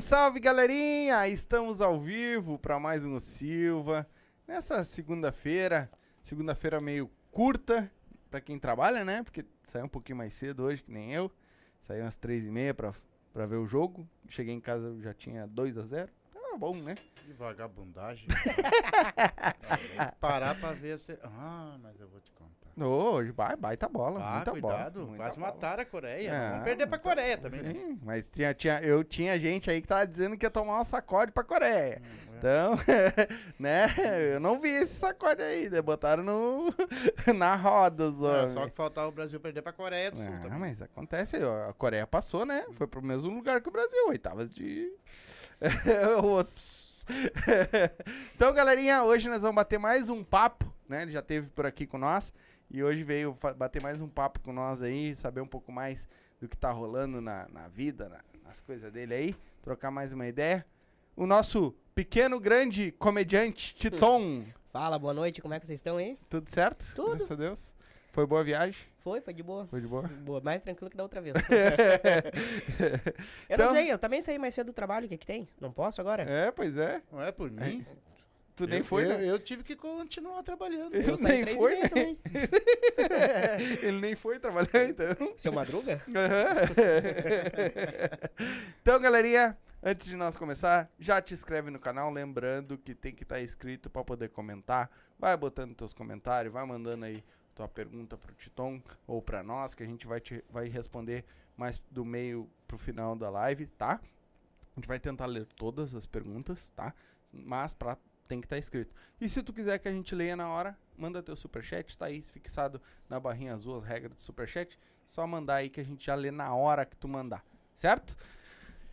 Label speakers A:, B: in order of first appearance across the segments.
A: salve, galerinha! Estamos ao vivo para mais um Silva. Nessa segunda-feira, segunda-feira meio curta para quem trabalha, né? Porque saiu um pouquinho mais cedo hoje, que nem eu. Saí umas três e meia pra, pra ver o jogo. Cheguei em casa, eu já tinha 2 a 0 Tava bom, né?
B: Que vagabundagem. Ah, vem parar pra ver você. Ah, mas eu vou te contar.
A: Ô, Hoje, ba- baita bola,
B: Ah,
A: muita
B: cuidado.
A: bola. muita
B: quase
A: bola.
B: mataram a Coreia.
A: É,
B: Não Vamos perder pra Coreia também, né?
A: Sim, mas tinha, tinha, eu tinha gente aí que tava dizendo que ia tomar um sacode pra Coreia. Então, né, eu não vi esse sacode aí, né? botaram no, na roda os
B: É,
A: homens.
B: só que faltava o Brasil perder pra Coreia do Sul
A: Ah,
B: também.
A: mas acontece, ó, a Coreia passou, né? Foi pro mesmo lugar que o Brasil, oitavas de... O outro, pss. então, galerinha, hoje nós vamos bater mais um papo, né? Ele já teve por aqui com nós e hoje veio fa- bater mais um papo com nós aí, saber um pouco mais do que tá rolando na, na vida, na- nas coisas dele aí, trocar mais uma ideia. O nosso pequeno, grande comediante Titon,
C: Fala, boa noite, como é que vocês estão aí?
A: tudo certo?
C: Tudo.
A: Graças a Deus. Foi boa a viagem?
C: Foi, foi de boa.
A: Foi de boa? É,
C: Boa, mais tranquilo que da outra vez. eu
A: Então-
C: não sei, eu também saí mais cedo do trabalho, o que que tem? Não posso agora?
A: É, pois é.
B: Não é por mim.
A: Tu nem
B: eu,
A: foi,
B: eu,
A: né?
B: eu tive que continuar trabalhando.
A: Eu
C: Eu saí
A: nem
C: três
A: foi,
C: e meia também.
A: Ele nem foi trabalhar, então.
C: Seu Madruga?
A: Aham. então, galerinha, antes de nós começar, já te inscreve no canal, lembrando que tem que estar inscrito para poder comentar. Vai botando teus comentários, vai mandando aí tua pergunta pro Titon ou para nós, que a gente vai te vai responder mais do meio pro final da live, tá? A gente vai tentar ler todas as perguntas, tá? Mas pra, tem que estar escrito. E se tu quiser que a gente leia na hora, manda teu superchat, tá aí fixado na barrinha azul as regras do superchat. Só mandar aí que a gente já lê na hora que tu mandar, certo?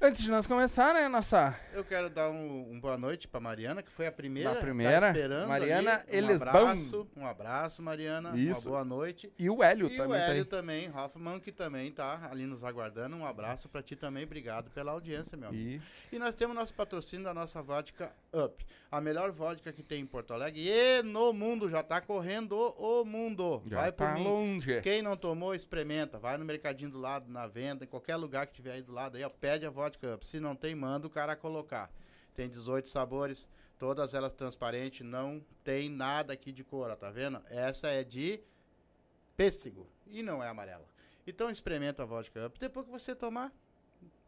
A: Antes de nós começar, né, nossa
B: Eu quero dar um, um boa noite pra Mariana, que foi a primeira.
A: Na primeira,
B: Tá esperando
A: Mariana
B: ali. Um
A: Elesbão.
B: abraço, um abraço, Mariana.
A: Isso.
B: Uma boa noite.
A: e o Hélio
B: e o
A: também tá
B: Hélio
A: aí.
B: também, Hoffman, que também tá ali nos aguardando. Um abraço pra ti também. Obrigado pela audiência, meu amigo.
A: E
B: E nós temos nosso patrocínio da nossa vodka Up, a melhor vodka que tem em Porto Alegre e no mundo, já tá correndo o mundo.
A: já
B: Vai
A: tá
B: por mim.
A: longe.
B: Quem não tomou, experimenta. Vai no mercadinho do lado, na venda, em qualquer lugar que tiver aí do lado aí, ó, pede a vodka Up. Se não tem, manda o cara colocar. Tem 18 sabores, todas elas transparentes, não tem nada aqui de cor, ó, tá vendo? Essa é de pêssego e não é amarela. Então experimenta a vodka Up. Depois que você tomar,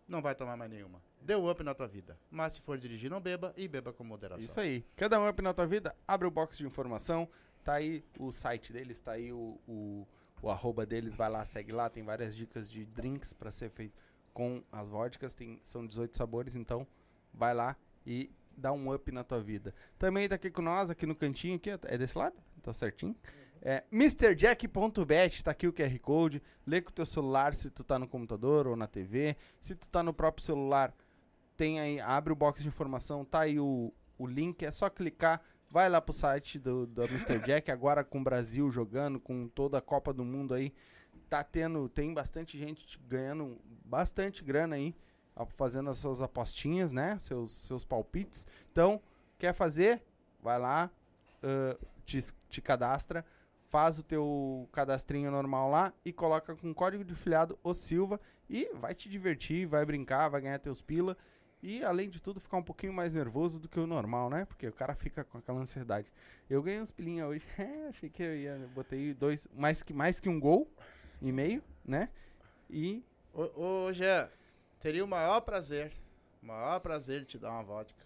B: não vai tomar mais nenhuma. Deu up na tua vida. Mas se for dirigir, não beba e beba com moderação.
A: Isso aí. Cada um up na tua vida, abre o box de informação, tá aí o site deles, tá aí o, o, o arroba deles, vai lá, segue lá, tem várias dicas de drinks pra ser feito com as vodkas, tem, são 18 sabores, então vai lá e dá um up na tua vida. Também tá aqui com nós, aqui no cantinho, aqui, ó, é desse lado? Tá certinho? É, MrJack.bet, tá aqui o QR Code, lê com o teu celular se tu tá no computador ou na TV, se tu tá no próprio celular, tem aí, abre o box de informação, tá aí o, o link, é só clicar, vai lá pro site do, do Mr. Jack, agora com o Brasil jogando, com toda a Copa do Mundo aí, tá tendo, tem bastante gente ganhando bastante grana aí, a- fazendo as suas apostinhas, né, seus, seus palpites, então, quer fazer, vai lá, ãh, te, s- te cadastra, faz o teu cadastrinho normal lá e coloca com código de filiado o Silva e vai te divertir, vai brincar, vai ganhar teus pila e além de tudo ficar um pouquinho mais nervoso do que o normal, né? Porque o cara fica com aquela ansiedade. Eu ganhei uns pilinha hoje, É, achei que eu ia, eu botei dois, mais que mais que um gol e meio, né? E
B: Ô, ô Jean, teria o maior prazer, o maior prazer de te dar uma vodka.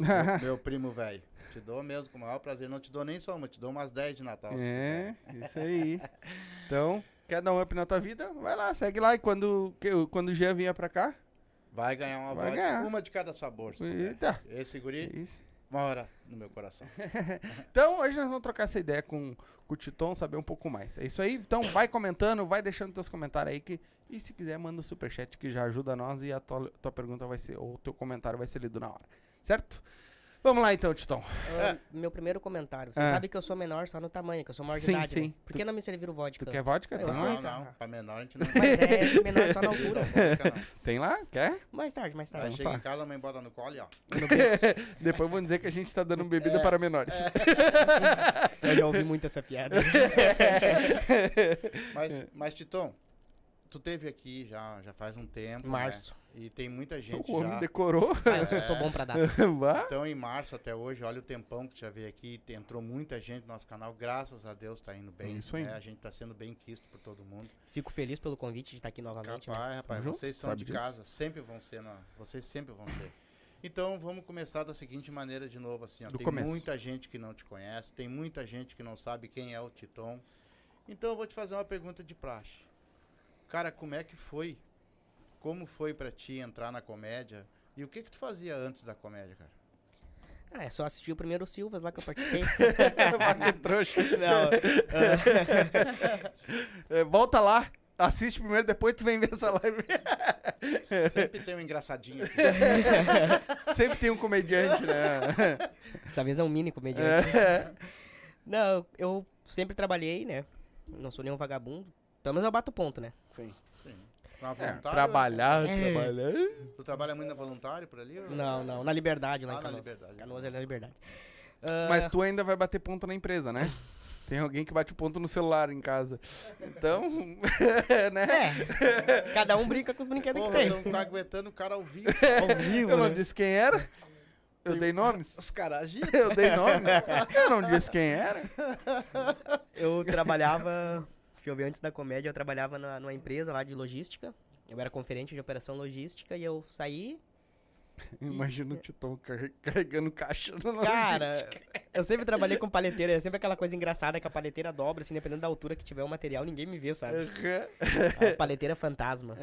B: Meu, meu primo velho. Te dou mesmo, com o maior prazer. Não te dou nem só uma, te dou umas 10 de Natal. se tu
A: É,
B: quiser.
A: isso aí. Então, quer dar um up na tua vida? Vai lá, segue lá. E quando, que, quando o Jean vinha pra cá,
B: Vai ganhar uma
A: Vai
B: vodka,
A: ganhar.
B: uma de cada sabor. se puder.
A: eita. é
B: Esse guri
A: Isso.
B: mora no meu coração.
A: Então, hoje nós vamos trocar essa ideia com, com o Titon, saber um pouco mais. É isso aí. Então, vai comentando, vai deixando teus comentários aí. Que, e se quiser, manda o superchat que já ajuda nós e a tua, tua pergunta vai ser, ou o teu comentário vai ser lido na hora. Certo? Vamos lá então, Titon.
C: Ah, Meu primeiro comentário. Você
A: Ah.
C: sabe que eu sou menor só no tamanho, que eu sou maior de
A: Sim,
C: idade. né?
A: sim.
C: Por que não me serviram vodka?
A: Tu quer vodka?
C: Eu
A: Tem lá?
C: aceito.
B: Não,
C: tá.
B: não, pra menor a gente não
C: Mas é menor só na
B: Não dá
C: altura.
B: vodka, não.
A: Tem lá? Quer?
C: Mais tarde, mais
B: Aí
C: tarde.
B: chega
A: tá.
B: em casa, a mãe bota no colo e ó.
A: Depois vão dizer que a gente tá dando bebida para menores. É.
C: Eu já ouvi muito essa piada.
A: É.
B: Mas, mas Titon, Tu teve aqui já, já faz um
A: É.
B: tempo. né?
C: Março.
B: E tem muita gente
A: o homem
B: já.
A: decorou.
C: Ah, eu sou, sou bom pra dar.
A: Vá.
B: Então, em março até hoje, olha o tempão que tu já veio aqui. te- Entrou muita gente no nosso canal. Graças a Deus tá indo bem.
A: Isso aí.
B: né? A gente tá sendo bem quisto por todo mundo.
C: Fico feliz pelo convite de estar aqui novamente. né?
B: Rapaz, rapaz,
A: junto,
B: vocês são
A: sabe
B: de
A: disso.
B: casa. Sempre vão ser. na- vocês sempre vão ser. Então, vamos começar da seguinte maneira de novo. Assim, ó.
A: Do
B: Tem
A: começo.
B: muita gente que não te conhece. Tem muita gente que não sabe quem é o Titon. Então, eu vou te fazer uma pergunta de praxe. Cara, como é que foi? Como foi pra ti entrar na comédia? E o que que tu fazia antes da comédia, cara?
C: Ah, é só assistir o primeiro Silvas lá que eu participei.
A: Vai, que trouxa.
C: Não,
A: É, Volta lá, assiste primeiro, depois tu vem ver essa live.
B: Sempre tem um engraçadinho aqui.
A: É. Sempre tem um comediante, né?
C: Essa vez é um mini comediante.
B: É.
C: Não, eu sempre trabalhei, né? Não sou nenhum vagabundo. Pelo menos eu bato ponto, né?
A: Sim.
B: Na
A: É,
B: voluntário,
A: trabalhar,
C: tá É.
A: trabalhar.
B: Tu trabalha muito na voluntário por ali? ou-
C: Não, não. Na liberdade lá
B: Ah,
C: em
B: na
C: Canoas.
B: liberdade.
C: Canoas é na liberdade.
A: Mas tu ainda vai bater ponto na empresa, né? Tem alguém que bate ponto no celular em casa. Então, né?
C: É. Cada um brinca com os brinquedos que
B: Porra,
C: tem.
B: estão aguentando o cara ao vivo.
C: Ao vivo,
A: Eu não
C: né?
A: disse quem era. Eu dei nomes.
B: Os caras agitam.
A: Eu dei nomes. Eu não disse quem era.
C: Eu trabalhava, deixa eu ver, antes da comédia, eu trabalhava na, numa empresa lá de logística. Eu era conferente de operação logística e eu saí.
A: Imagina o Titão car- carregando caixa no
C: Cara, eu sempre trabalhei com paleteira, é sempre aquela coisa engraçada que a paleteira dobra, assim, dependendo da altura que tiver o material, ninguém me vê, sabe? A paleteira é fantasma.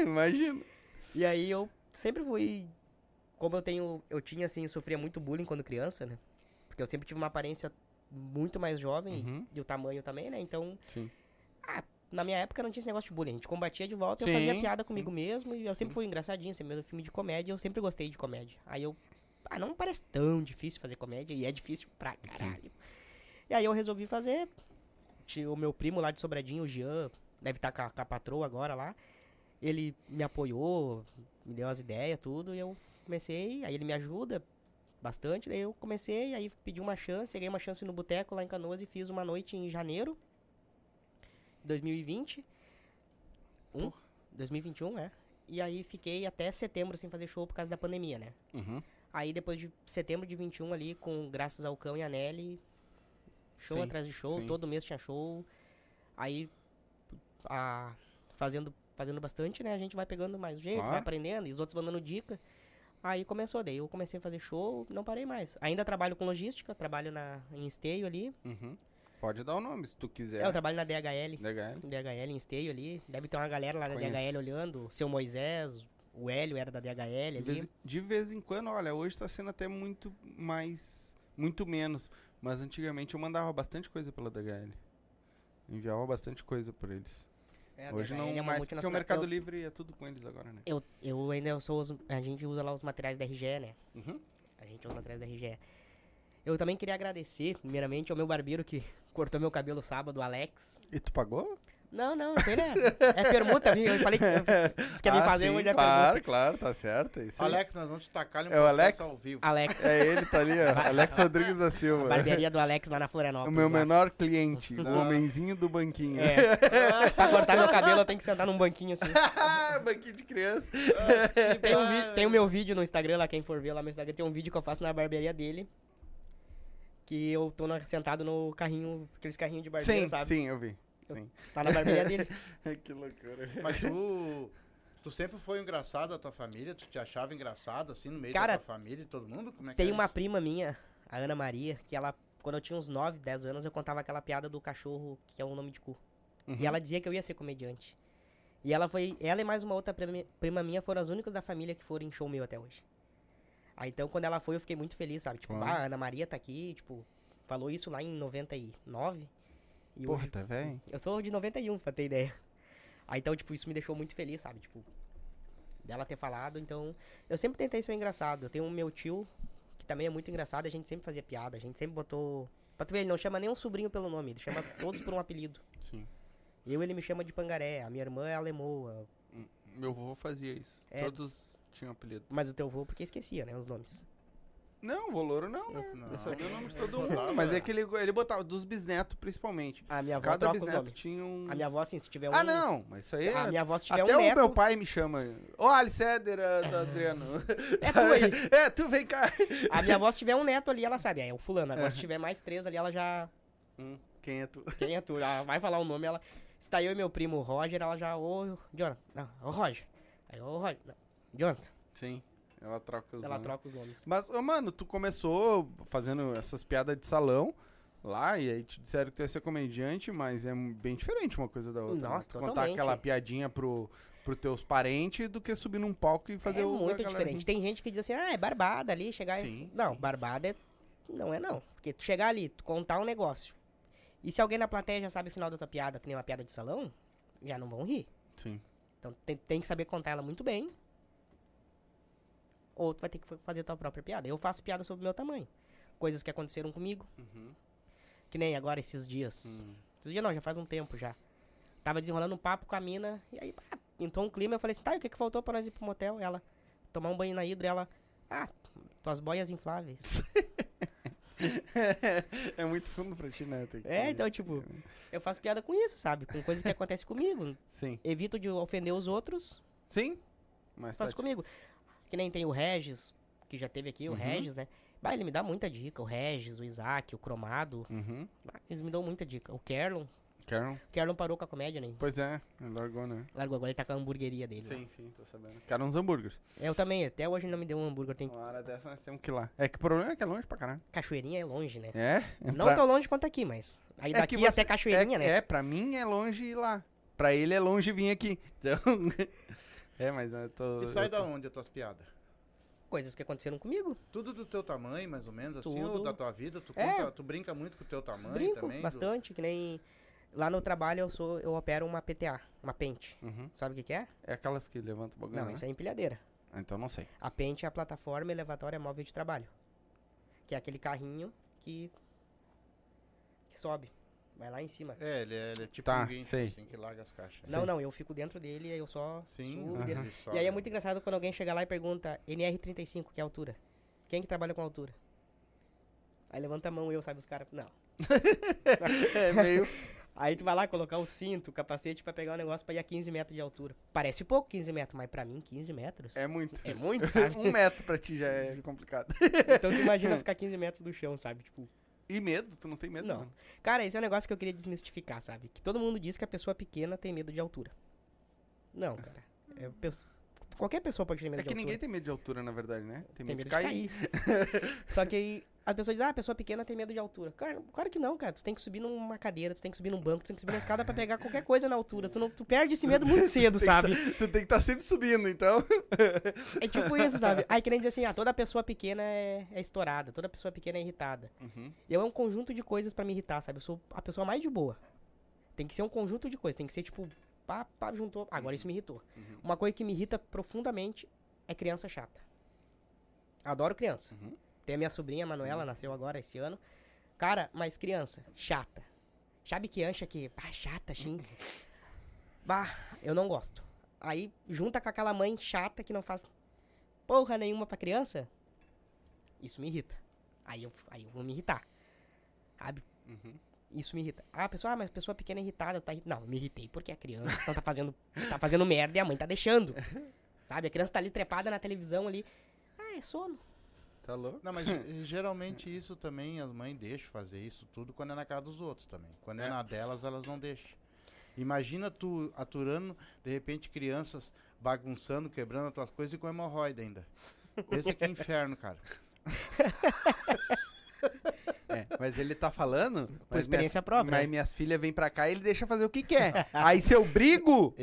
A: Imagina.
C: E aí eu sempre fui. Como eu tenho. Eu tinha, assim, sofria muito bullying quando criança, né? Porque eu sempre tive uma aparência muito mais jovem e-
A: Uhum.
C: e o tamanho também, né? Então, ah,
A: Sim.
C: na minha época não tinha esse negócio de bullying. A gente combatia de volta,
A: Sim,
C: eu fazia piada comigo mesmo. E eu sempre fui engraçadinho, sempre mesmo filme de comédia, eu sempre gostei de comédia. Aí eu. Ah, não parece tão difícil fazer comédia, e é difícil pra caralho. E aí eu resolvi fazer. Tinha O meu primo lá de Sobradinho, o Jean, deve estar com, a- com a patroa agora lá. Ele me apoiou, me deu as ideias, tudo, e eu comecei. Aí ele me ajuda bastante, daí eu comecei, aí pedi uma chance, ganhei uma chance no boteco lá em Canoas e fiz uma noite em janeiro. 2020. Um? 2021, é. E aí fiquei até setembro sem fazer show por causa da pandemia, né?
A: Uhum.
C: Aí depois de setembro de 21 ali, com Graças ao Cão e a Nelly, show
A: Sim,
C: atrás de show,
A: sim.
C: todo mês tinha show. Aí, a, fazendo, fazendo bastante, né? A gente vai pegando mais jeito,
A: Claro.
C: vai aprendendo, e os outros vão dando dica. Aí começou, daí eu comecei a fazer show, não parei mais. Ainda trabalho com logística, trabalho na, em esteio ali.
A: Uhum. Pode dar o nome se tu quiser.
C: É, Eu trabalho na DHL.
A: Legal.
C: DHL em esteio ali. Deve ter uma galera lá da
A: Conheço.
C: DHL olhando. O seu Moisés, o Hélio era da DHL
A: De
C: ali.
A: vez, de vez em quando, olha, hoje tá sendo até muito mais. Muito menos. Mas antigamente eu mandava bastante coisa pela DHL. Enviava bastante coisa por eles.
C: É, a
A: hoje
C: DHL é
A: não
C: uma
A: mais, porque o
C: multinacional.
A: Mercado Livre é tudo com eles agora, né?
C: Eu, eu, eu ainda sou. os- a gente usa lá os materiais da RGE, né?
A: Uhum.
C: A gente usa os materiais da RGE. Eu também queria agradecer, primeiramente, ao meu barbeiro que cortou meu cabelo sábado, o Alex.
A: E tu pagou?
C: Não, não, ele é, é permuta, viu? Eu falei que eu- disse que ia me fazer
A: Ah, sim,
C: hoje é
A: Claro,
C: permuta.
A: claro, tá certo. é Isso aí.
B: Alex, nós vamos te tacar um
A: É o Alex?
B: processo ao vivo.
C: Alex,
A: É ele, tá ali, ó. Alex Rodrigues da Silva.
C: barbearia do Alex lá na
A: O
C: Florianópolis.
A: meu
C: lá.
A: menor cliente, o
B: Não.
A: homenzinho do banquinho.
C: É. pra cortar meu cabelo, eu tenho que sentar num banquinho assim.
A: Ah, banquinho de criança.
C: Tem, um vi- tem o meu vídeo no Instagram lá, quem for ver lá no Instagram, tem um vídeo que eu faço na barbearia dele. Que eu tô na- sentado no carrinho, aqueles carrinhos de barbeiro,
A: Sim,
C: sabe?
A: sim, eu vi.
C: Lá Tá na barbearia dele.
A: que loucura.
B: Mas tu. Tu sempre foi um engraçado a tua família? Tu te achava engraçado assim no meio
C: Cara,
B: da tua família e todo mundo? Como é que
C: Tem
B: é
C: uma
B: isso?
C: prima minha, a Ana Maria, que ela, quando eu tinha uns 9, 10 anos, eu contava aquela piada do cachorro que é um nome de cu.
A: Uhum.
C: E ela dizia que eu ia ser comediante. E ela foi. Ela e mais uma outra prima, prima minha foram as únicas da família que foram em show meu até hoje. Aí então quando ela foi, eu fiquei muito feliz, sabe? Tipo,
A: Claro.
C: "Bah, a Ana Maria tá aqui, tipo, falou isso lá em 99. E
A: Porra,
C: hoje.
A: tá velho?
C: Eu sou de 91, pra ter ideia. Aí então, tipo, isso me deixou muito feliz, sabe? Tipo, dela ter falado, então. Eu sempre tentei ser engraçado. Eu tenho um meu tio, que também é muito engraçado, a gente sempre fazia piada, a gente sempre botou. Pra tu ver, ele não chama nenhum sobrinho pelo nome, ele chama todos por um apelido.
A: Sim.
C: Eu, ele me chama de pangaré, a minha irmã é alemoa,
A: Meu avô fazia isso.
C: É.
A: Todos tinham apelido.
C: mas o teu vô porque esquecia, né, os nomes.
A: Não, Volouro não, né?
B: Não.
A: Eu sabia o nome de todo
B: Rodava,
A: mundo. Mas
B: né?
A: é que ele, ele botava dos bisnetos, principalmente.
C: A minha avó
A: Cada
C: troca os
A: bisneto
C: nomes.
A: tinha um.
C: A minha avó, assim, se tiver um...
A: Ah, não! Mas isso aí
C: se-
A: é.
C: A minha avó, se tiver
A: Até
C: um
A: o
C: neto...
A: meu pai me chama. Ô, Alice Éder, a- da Adriano.
C: É tu aí.
A: é, tu vem cá.
C: A minha avó, se tiver um neto ali, ela sabe. É o fulano. Agora, se tiver mais três ali, ela já...
A: Hum, quem é tu?
C: Quem é tu? Ela vai falar o nome, ela... Se tá eu e meu primo, o Roger, ela já... Ô, Jonathan. Não, ô, Roger. Aí, ô, Roger. Não, Jonathan.
A: Sim, ela troca os
C: Ela
A: nomes.
C: troca os nomes.
A: Mas, ô, mano, tu começou fazendo essas piadas de salão lá, e aí te disseram que tu ia ser comediante, mas é um- bem diferente uma coisa da outra. né?
C: Nossa,
A: tu contar
C: totalmente.
A: aquela piadinha pro, pro teus parentes do que subir num palco e fazer
C: é
A: o. a
C: muito
A: galera
C: diferente. Tem gente que diz assim, ah, é barbada ali, chegar... e-
A: Sim,
C: não,
A: sim.
C: barbada é... não é não. Porque tu chegar ali, tu contar um negócio, e se alguém na plateia já sabe o final da tua piada, que nem uma piada de salão, já não vão rir.
A: rir. Sim.
C: Então tem, tem que saber contar ela muito bem. Ou tu vai ter que fa- fazer tua própria piada. Eu faço piada sobre o meu tamanho. Coisas que aconteceram comigo. Que nem agora esses dias. Esses dias não, já faz um tempo já. Tava desenrolando um papo com a mina. E aí, pá, entrou um clima. Eu falei assim, tá, e o que, que faltou pra nós ir pro motel? Ela, tomar um banho na hidra. Ela, ah, tuas boias infláveis.
A: é muito fundo pra ti, né? Tem que-
C: é, então, tipo, eu faço piada com isso, sabe? Com coisas que acontecem comigo.
A: Sim.
C: Evito de ofender os outros.
A: Sim? Mas
C: faz
A: tá-
C: comigo. Que nem tem o Regis, que já teve aqui, o
A: Uhum.
C: Regis, né? Bah, ele me dá muita dica. O Regis, o Isaac, o Cromado.
A: Uhum.
C: bah, Eles me dão muita dica. O Kerlon.
A: Carol.
C: O Kerlon parou com a comédia, né?
A: Pois é, ele largou, né?
C: Largou agora, ele tá com a hamburgueria dele. lá.
A: sim, tô sabendo. Quero uns hambúrgueres.
C: Eu também, até hoje ele não me deu um hambúrguer. Tem...
A: Uma hora dessa nós temos que ir lá. É que o problema é que é longe pra caralho.
C: Cachoeirinha é longe, né?
A: É?
C: Não
A: pra...
C: tão longe quanto aqui, mas. Aí
A: É que
C: daqui
A: você-
C: até Cachoeirinha,
A: é,
C: né?
A: É, pra mim é longe ir lá. Pra ele é longe vir aqui. Então. é, mas eu tô.
B: E sai
A: eu tô-
B: da onde as tuas piadas?
C: Coisas que aconteceram comigo.
B: Tudo do teu tamanho, mais ou menos, assim,
C: Tudo.
B: ou da tua vida? Tu,
C: É.
B: conta- tu brinca muito com o teu
A: Ah,
B: tamanho
C: Brinco
B: também? do-
C: bastante, que nem. Lá no trabalho eu sou, eu opero uma PTA, uma pente.
A: Uhum.
C: Sabe o que, que é?
A: É aquelas que levantam o bagulho.
C: Não,
A: né?
C: isso é empilhadeira.
A: Ah, Então não sei.
C: A pente é a plataforma elevatória móvel de trabalho. Que é aquele carrinho que, que sobe. Vai lá em cima.
B: É, ele é, ele é tipo
A: Tá,
B: um guincho,
A: sei.
B: assim, que larga as caixas.
C: Não, não, eu fico dentro dele e aí eu só
B: Sim,
C: subo e
B: aham.
C: desço.
B: ele
C: E aí
B: sobe.
C: é muito engraçado quando alguém chega lá e pergunta NR35, que é a altura. Quem que trabalha com altura? Aí levanta a mão e eu, sabe, os caras... Não.
A: É meio.
C: Aí tu vai lá colocar o cinto, o capacete pra pegar o negócio pra ir a 15 metros de altura. Parece pouco 15 metros, mas pra mim 15 metros
A: É muito.
C: é muito, sabe?
A: Um metro pra ti já é complicado.
C: então tu imagina ficar 15 metros do chão, sabe? Tipo,
A: E medo? Tu não tem medo?
C: Não. Cara, esse é um negócio que eu queria desmistificar, sabe? Que todo mundo diz que a pessoa pequena tem medo de altura. Não, cara. É pes- Qualquer pessoa pode ter medo
A: Hum. É
C: de
A: que
C: altura.
A: ninguém tem medo de altura, na verdade, né? Tem,
C: tem medo de cair. Só que aí as pessoas dizem, ah, a pessoa pequena tem medo de altura. Cara, claro que não, cara. Tu tem que subir numa cadeira, tu tem que subir num banco, tu tem que subir na escada pra pegar qualquer coisa na altura. Tu, não, tu perde esse medo muito cedo, sabe?
A: Tu tem que estar sempre subindo, então.
C: É tipo isso, sabe? Aí querendo dizer assim, ah, toda pessoa pequena é, é estourada, toda pessoa pequena é irritada.
A: Uhum.
C: Eu é um conjunto de coisas pra me irritar, sabe? Eu sou a pessoa mais de boa. Tem que ser um conjunto de coisas, tem que ser tipo, pá, pá, juntou. Agora isso me irritou.
A: Uhum.
C: Uma coisa que me irrita profundamente é criança chata. Adoro criança.
A: Uhum.
C: Tem a minha sobrinha, a Manuela, nasceu agora esse ano. Cara, mas criança, chata. Sabe que ancha que, bah, chata, xinga. Bah, eu não gosto. Aí junta com aquela mãe chata que não faz porra nenhuma pra criança. Isso me irrita. Aí eu, aí eu vou me irritar. Sabe?
A: Uhum.
C: Isso me irrita. Ah, a pessoa, ah, mas pessoa pequena é irritada, tá irri- Não, me irritei porque a criança então tá fazendo, tá fazendo merda e a mãe tá deixando. Sabe? A criança tá ali trepada na televisão ali. Ah, é sono.
A: Tá louco?
B: Não, mas ge- geralmente isso também, as mães deixam fazer isso tudo quando é na casa dos outros também. Quando é,
A: É.
B: na delas, elas não deixam. Imagina tu aturando, de repente, crianças bagunçando, quebrando as tuas coisas e com hemorroida ainda. Esse aqui é inferno, cara.
A: É, mas ele tá falando.
C: Por
A: mas minha-
C: experiência própria. né?
A: Mas minhas filhas vêm pra cá e ele deixa fazer o que quer. Aí se eu brigo,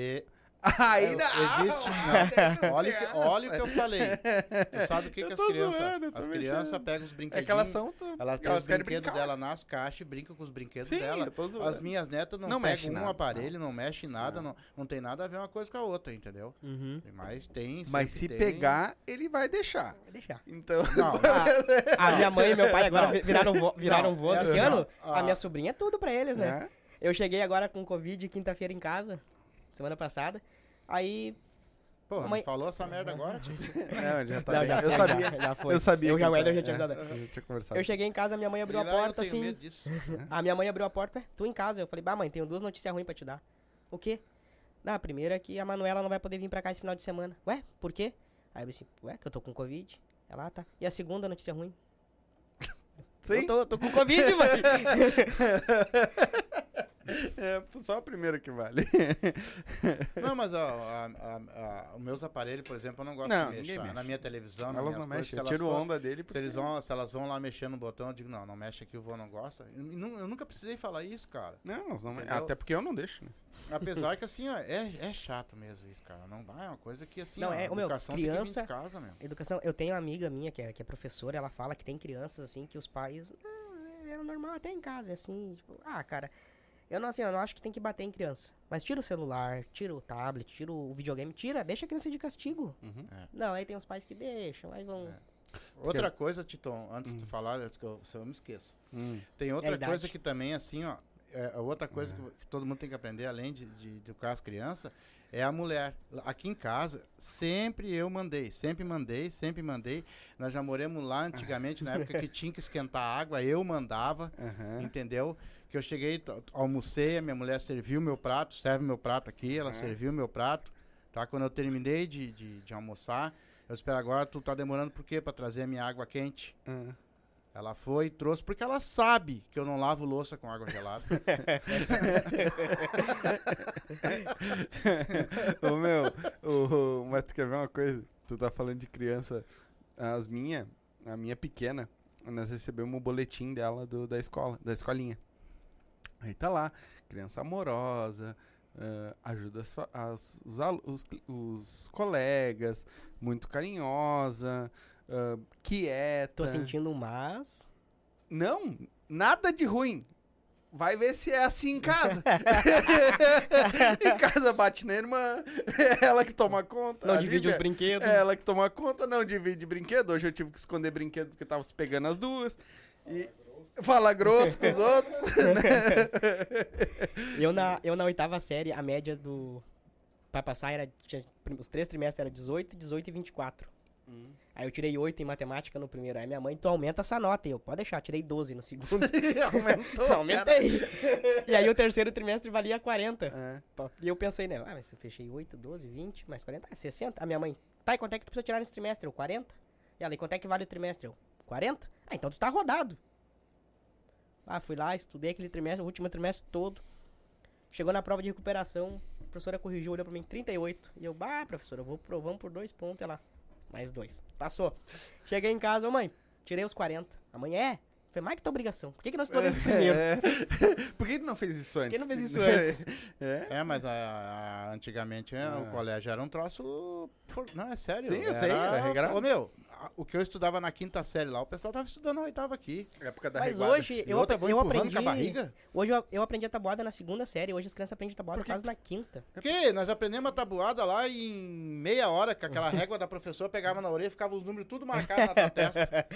B: E
A: aí
B: É,
A: não.
B: existe-
C: né?
A: Ah, tem
B: olha, o que, olha o que eu falei. Tu sabe o que,
A: Eu
B: que as
A: tô
B: crianças.
A: zoando, eu tô
B: as crianças
A: mexendo.
B: pegam os
A: É
B: brinquedinhos.
A: que elas são. tu-
B: Elas têm os
A: querem
B: brinquedos
A: brincar.
B: dela nas caixas e brincam com os brinquedos
A: Sim,
B: dela.
A: eu tô zoando.
B: As minhas netas não,
A: Não mexe
B: pegam um
A: nada,
B: aparelho, não mexe em nada, não. Não, tem nada a ver uma coisa com a outra, entendeu?
C: Uhum.
B: Mas tem.
A: Hum. Mas se
B: sempre tem.
A: pegar, ele vai deixar.
C: Vai deixar.
A: Então.
B: Não,
C: A, a minha mãe e meu pai agora
B: Não.
C: vi- viraram, vo, viraram
B: Não,
C: vô
B: é
C: esse
B: assim,
C: ano.
B: ó,
C: A
B: a-
C: minha sobrinha é tudo pra eles, né?
A: né?
C: Eu cheguei agora com Covid quinta-feira em casa, semana passada. Aí
B: Pô,
C: Mas-
B: mas... falou essa merda agora, tio?
A: Não, já tá
C: Não,
A: bem.
C: já
A: eu
C: foi,
A: sabia.
C: já- já foi.
A: Eu sabia.
C: Eu
A: que
C: já-
A: tá-
C: eu já tinha
A: é,
C: dado.
A: Eu tinha conversado.
C: Eu cheguei em casa, minha mãe abriu a
B: Sei lá, eu
C: porta
B: tenho
C: assim.
B: medo disso.
C: A minha mãe abriu a porta, ué, tu em casa. Eu falei, bah, mãe, tenho duas notícias ruins pra te dar. O quê? Ah, a primeira é que a Manuela não vai poder vir pra cá esse final de semana. Ué, por quê? Aí eu disse, ué, que eu tô com Covid. Ela, ah, tá. E a segunda notícia ruim? Eu
A: Sim.
C: tô, eu tô com Covid, mãe.
A: É só a primeira que vale.
B: Não, mas ó, a- a- a- os meus aparelhos, por exemplo, eu não gosto
A: Não,
B: de
A: ninguém
B: mexer. tá?
A: mexe.
B: Na minha televisão, na
A: Elas não mexem. Eu tiro
B: onda.
A: onda dele.
B: Se, eles vão, se elas vão lá mexendo no botão, eu digo, não, não mexe aqui, o vô não gosta. Eu, nu- eu nunca precisei falar isso, cara.
A: Não, elas não mexem.
B: Entendeu?
A: Até porque eu não deixo, né?
B: Apesar que, assim, ó, é, é chato mesmo isso, cara. Não vai, é uma coisa que, assim,
C: Não,
B: ó,
C: é, ô, meu,
B: educação
C: criança-
B: tem que vir de casa, meu.
C: Educação, eu tenho uma amiga minha que é, que é professora, ela fala que tem crianças assim que os pais. "Ah, é normal até em casa, é assim, tipo, ah, cara. Eu não, assim, eu não acho que tem que bater em criança. Mas tira o celular, tira o tablet, tira o videogame, tira, deixa a criança de castigo.
A: Uhum.
B: É.
C: Não, aí tem os pais que deixam, aí vão.
B: É. Outra coisa, Titon, antes de tu falar, antes que eu, se eu me esqueço. Tem
C: É a
B: outra
C: idade.
B: coisa que também, assim, ó. É, a outra coisa que, que todo mundo tem que aprender, além de, de educar as crianças, é a mulher. Lá- Aqui em casa, sempre eu mandei, sempre mandei, sempre mandei. Nós já moramos lá antigamente, na época que tinha que esquentar a água, eu mandava,
A: Aham.
B: entendeu? Que eu cheguei, t- almocei, a minha mulher serviu meu prato, serve meu prato aqui, ela
A: É.
B: serviu meu prato, tá? Quando eu terminei de, de, de almoçar, eu espero agora, tu tá demorando por quê? Pra trazer a minha água quente.
A: Ah.
B: Ela foi e trouxe porque ela sabe que eu não lavo louça com água gelada.
A: Ô meu, o, o- mas tu quer ver uma coisa? Tu tá falando de criança. As minhas, a minha pequena, nós recebemos um boletim dela do, da escola, da escolinha. Aí tá lá, criança amorosa, ah, ajuda as fa- as- os, alu- os cli- os colegas, muito carinhosa, ah, quieta.
C: Tô sentindo um mas.
A: Não, nada de ruim. Vai ver se é assim em casa. em casa bate na irmã, é ela que toma conta.
C: Não
A: ali,
C: divide os
A: velho,
C: brinquedos.
A: É ela que toma conta, não divide brinquedo. Hoje eu tive que esconder brinquedo porque tava se pegando as duas. E fala grosso com os outros. né?
C: Eu, na, eu na oitava série, a média do. Pra passar era. tinha prim- os três trimestres era 18, 18 e 24. Aí eu tirei 8 em matemática no primeiro. Aí minha mãe, tu aumenta essa nota. E eu, pode deixar, tirei 12 no segundo.
A: Aumentou. cara.
C: Aumentei. e aí o terceiro trimestre valia 40.
A: É.
C: E eu pensei, né? Ah, mas eu fechei 8, 12, 20, mais 40, ah, 60. A minha mãe, tá, e quanto é que tu precisa tirar nesse trimestre? Eu, 40. E ela, e quanto é que vale o trimestre? Eu, 40? Ah, então tu tá rodado. Ah, fui lá, estudei aquele trimestre, o último trimestre todo. Chegou na prova de recuperação, a professora corrigiu, olhou pra mim, 38. E eu, bah, professora, eu vou pro provão por dois pontos, ela, mais dois. Passou. Cheguei em casa, ô mãe, tirei os 40. A mãe, é? Foi mais que tua obrigação. Por que, que nós estudou desde o primeiro?
A: É. Por que tu não fez isso antes?
C: que não fez isso antes?
A: É.
B: é, mas a- a- antigamente é,
A: Ah.
B: o colégio era um troço. por- Não, é sério.
A: Sim, eu sei, era regrado.
B: Ô, meu, a- o que eu estudava na quinta série lá, o pessoal tava estudando na oitava aqui.
A: Época da
C: Mas
A: reguada.
C: hoje
B: E
C: eu,
B: outra, vou
C: apre- eu
B: empurrando
C: aprendi.
B: com a barriga.
C: Hoje eu, eu aprendi a tabuada na segunda série, hoje as crianças aprendem tabuada
A: Por que
C: quase
A: que
C: na quinta.
B: Porque nós aprendemos a tabuada lá e em meia hora, com aquela régua da professora, pegava na orelha, ficava os números tudo marcados na tua testa.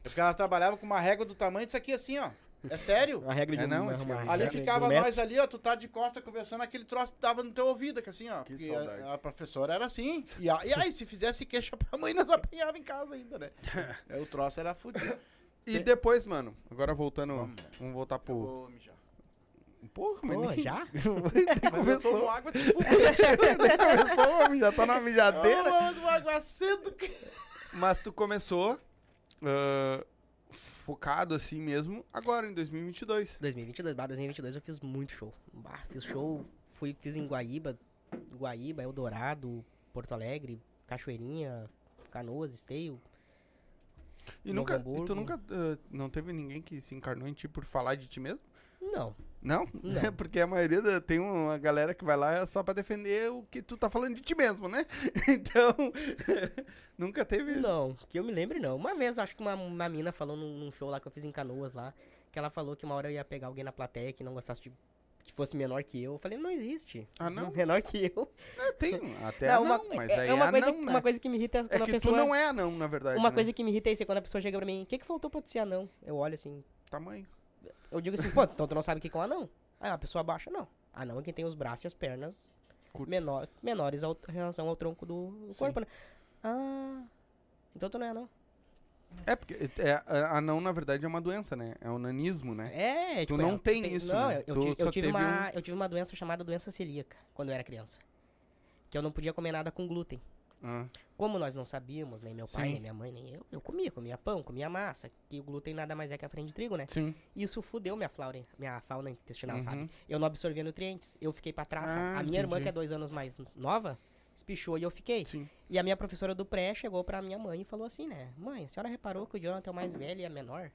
B: Porque ela trabalhava com uma régua do tamanho disso aqui assim, ó. É sério?
C: A regra
A: de É, não, uma- antigamente. uma-
B: Ali
A: Já
B: ficava nós ali, ó, tu tá de costa conversando, aquele troço que dava no teu ouvido, que assim, ó.
A: Que
B: porque
A: saudade.
B: a, a professora era assim. E, a- e aí, se fizesse queixa pra mãe, nós apanhava em casa ainda, né? É, o troço era fudido.
C: É.
A: E depois, mano, agora voltando.
B: Vamos.
A: Vamos, voltar
B: Eu
A: pro.
B: vou mijar.
A: Porra, mas
C: Pô,
A: nem- nem
C: já?
B: Mas eu tomo
A: começou.
B: água, tipo,
A: Nem começou, homem, já tá na mijadeira.
B: eu tomo água cedo.
A: Mas tu começou ah, focado assim mesmo agora, em 2022.
C: 2022, bah, 2022 eu fiz muito show. Bah, fiz show, fui, fiz em Guaíba, Guaíba, Eldorado, Porto Alegre, Cachoeirinha, Canoas, Esteio.
A: E,
C: Novo
A: nunca, e
C: Hamburgo.
A: tu nunca. ah, não teve ninguém que se encarnou em ti por falar de ti mesmo?
C: Não,
A: Não?
C: Não.
A: É Porque a maioria da, tem uma galera que vai lá só pra defender o que tu tá falando de ti mesmo, né? Então. nunca teve.
C: não, que eu me lembre não. Uma vez, acho que uma, uma mina falou num, num show lá que eu fiz em Canoas lá, que ela falou que uma hora eu ia pegar alguém na plateia que não gostasse de. que fosse menor que eu. Eu falei, não existe.
A: Ah, não?
C: Menor que eu.
A: É, tem. Até
C: Não,
A: não,
C: uma-
A: mas
C: é-
A: aí
C: é uma, coisa,
A: anão,
C: que-
A: né?
C: uma coisa que me irrita é
A: É
C: quando
A: que
C: a pessoa.
A: tu não é anão, na verdade.
C: Uma
A: né?
C: coisa que me irrita é isso, é quando a pessoa chega pra mim, o que, que faltou pra tu ser anão? Eu olho assim,
A: Tamanho.
C: Ah, eu digo assim, pô, então tu não sabe o que que é um anão? Aí a pessoa abaixa, não. Anão é quem tem os braços e as pernas
A: Curtos.
C: menor, menores ao- em relação ao tronco do do
A: Sim.
C: corpo, né? Ah, então tu não é anão.
A: É, porque é, a- anão, na verdade, é uma doença, né? É o nanismo, né?
C: É,
A: Tu
C: tipo,
A: não
C: eu
A: tem
C: tenho-
A: isso,
C: Não,
A: né?
C: eu- eu,
A: Tu
C: ti- eu
A: só
C: tive
A: teve um
C: uma, eu tive uma doença chamada doença celíaca quando eu era criança. Que eu não podia comer nada com glúten.
A: Ah,
C: Como nós não sabíamos, nem meu pai,
A: Sim.
C: nem minha mãe, nem eu, eu comia, comia pão, comia massa, que o glúten nada mais é que a farinha de trigo, né?
A: sim.
C: Isso fudeu minha flaura, minha fauna intestinal,
A: Uhum.
C: sabe? Eu não absorvia nutrientes, eu fiquei pra trás. sabe?
A: Ah,
C: a minha irmã,
A: entendi.
C: que é dois anos mais nova, espichou e eu fiquei.
A: Sim.
C: E a minha professora do pré chegou pra minha mãe e falou assim, né? Mãe, a senhora reparou que o Jonathan é o mais velho e é menor?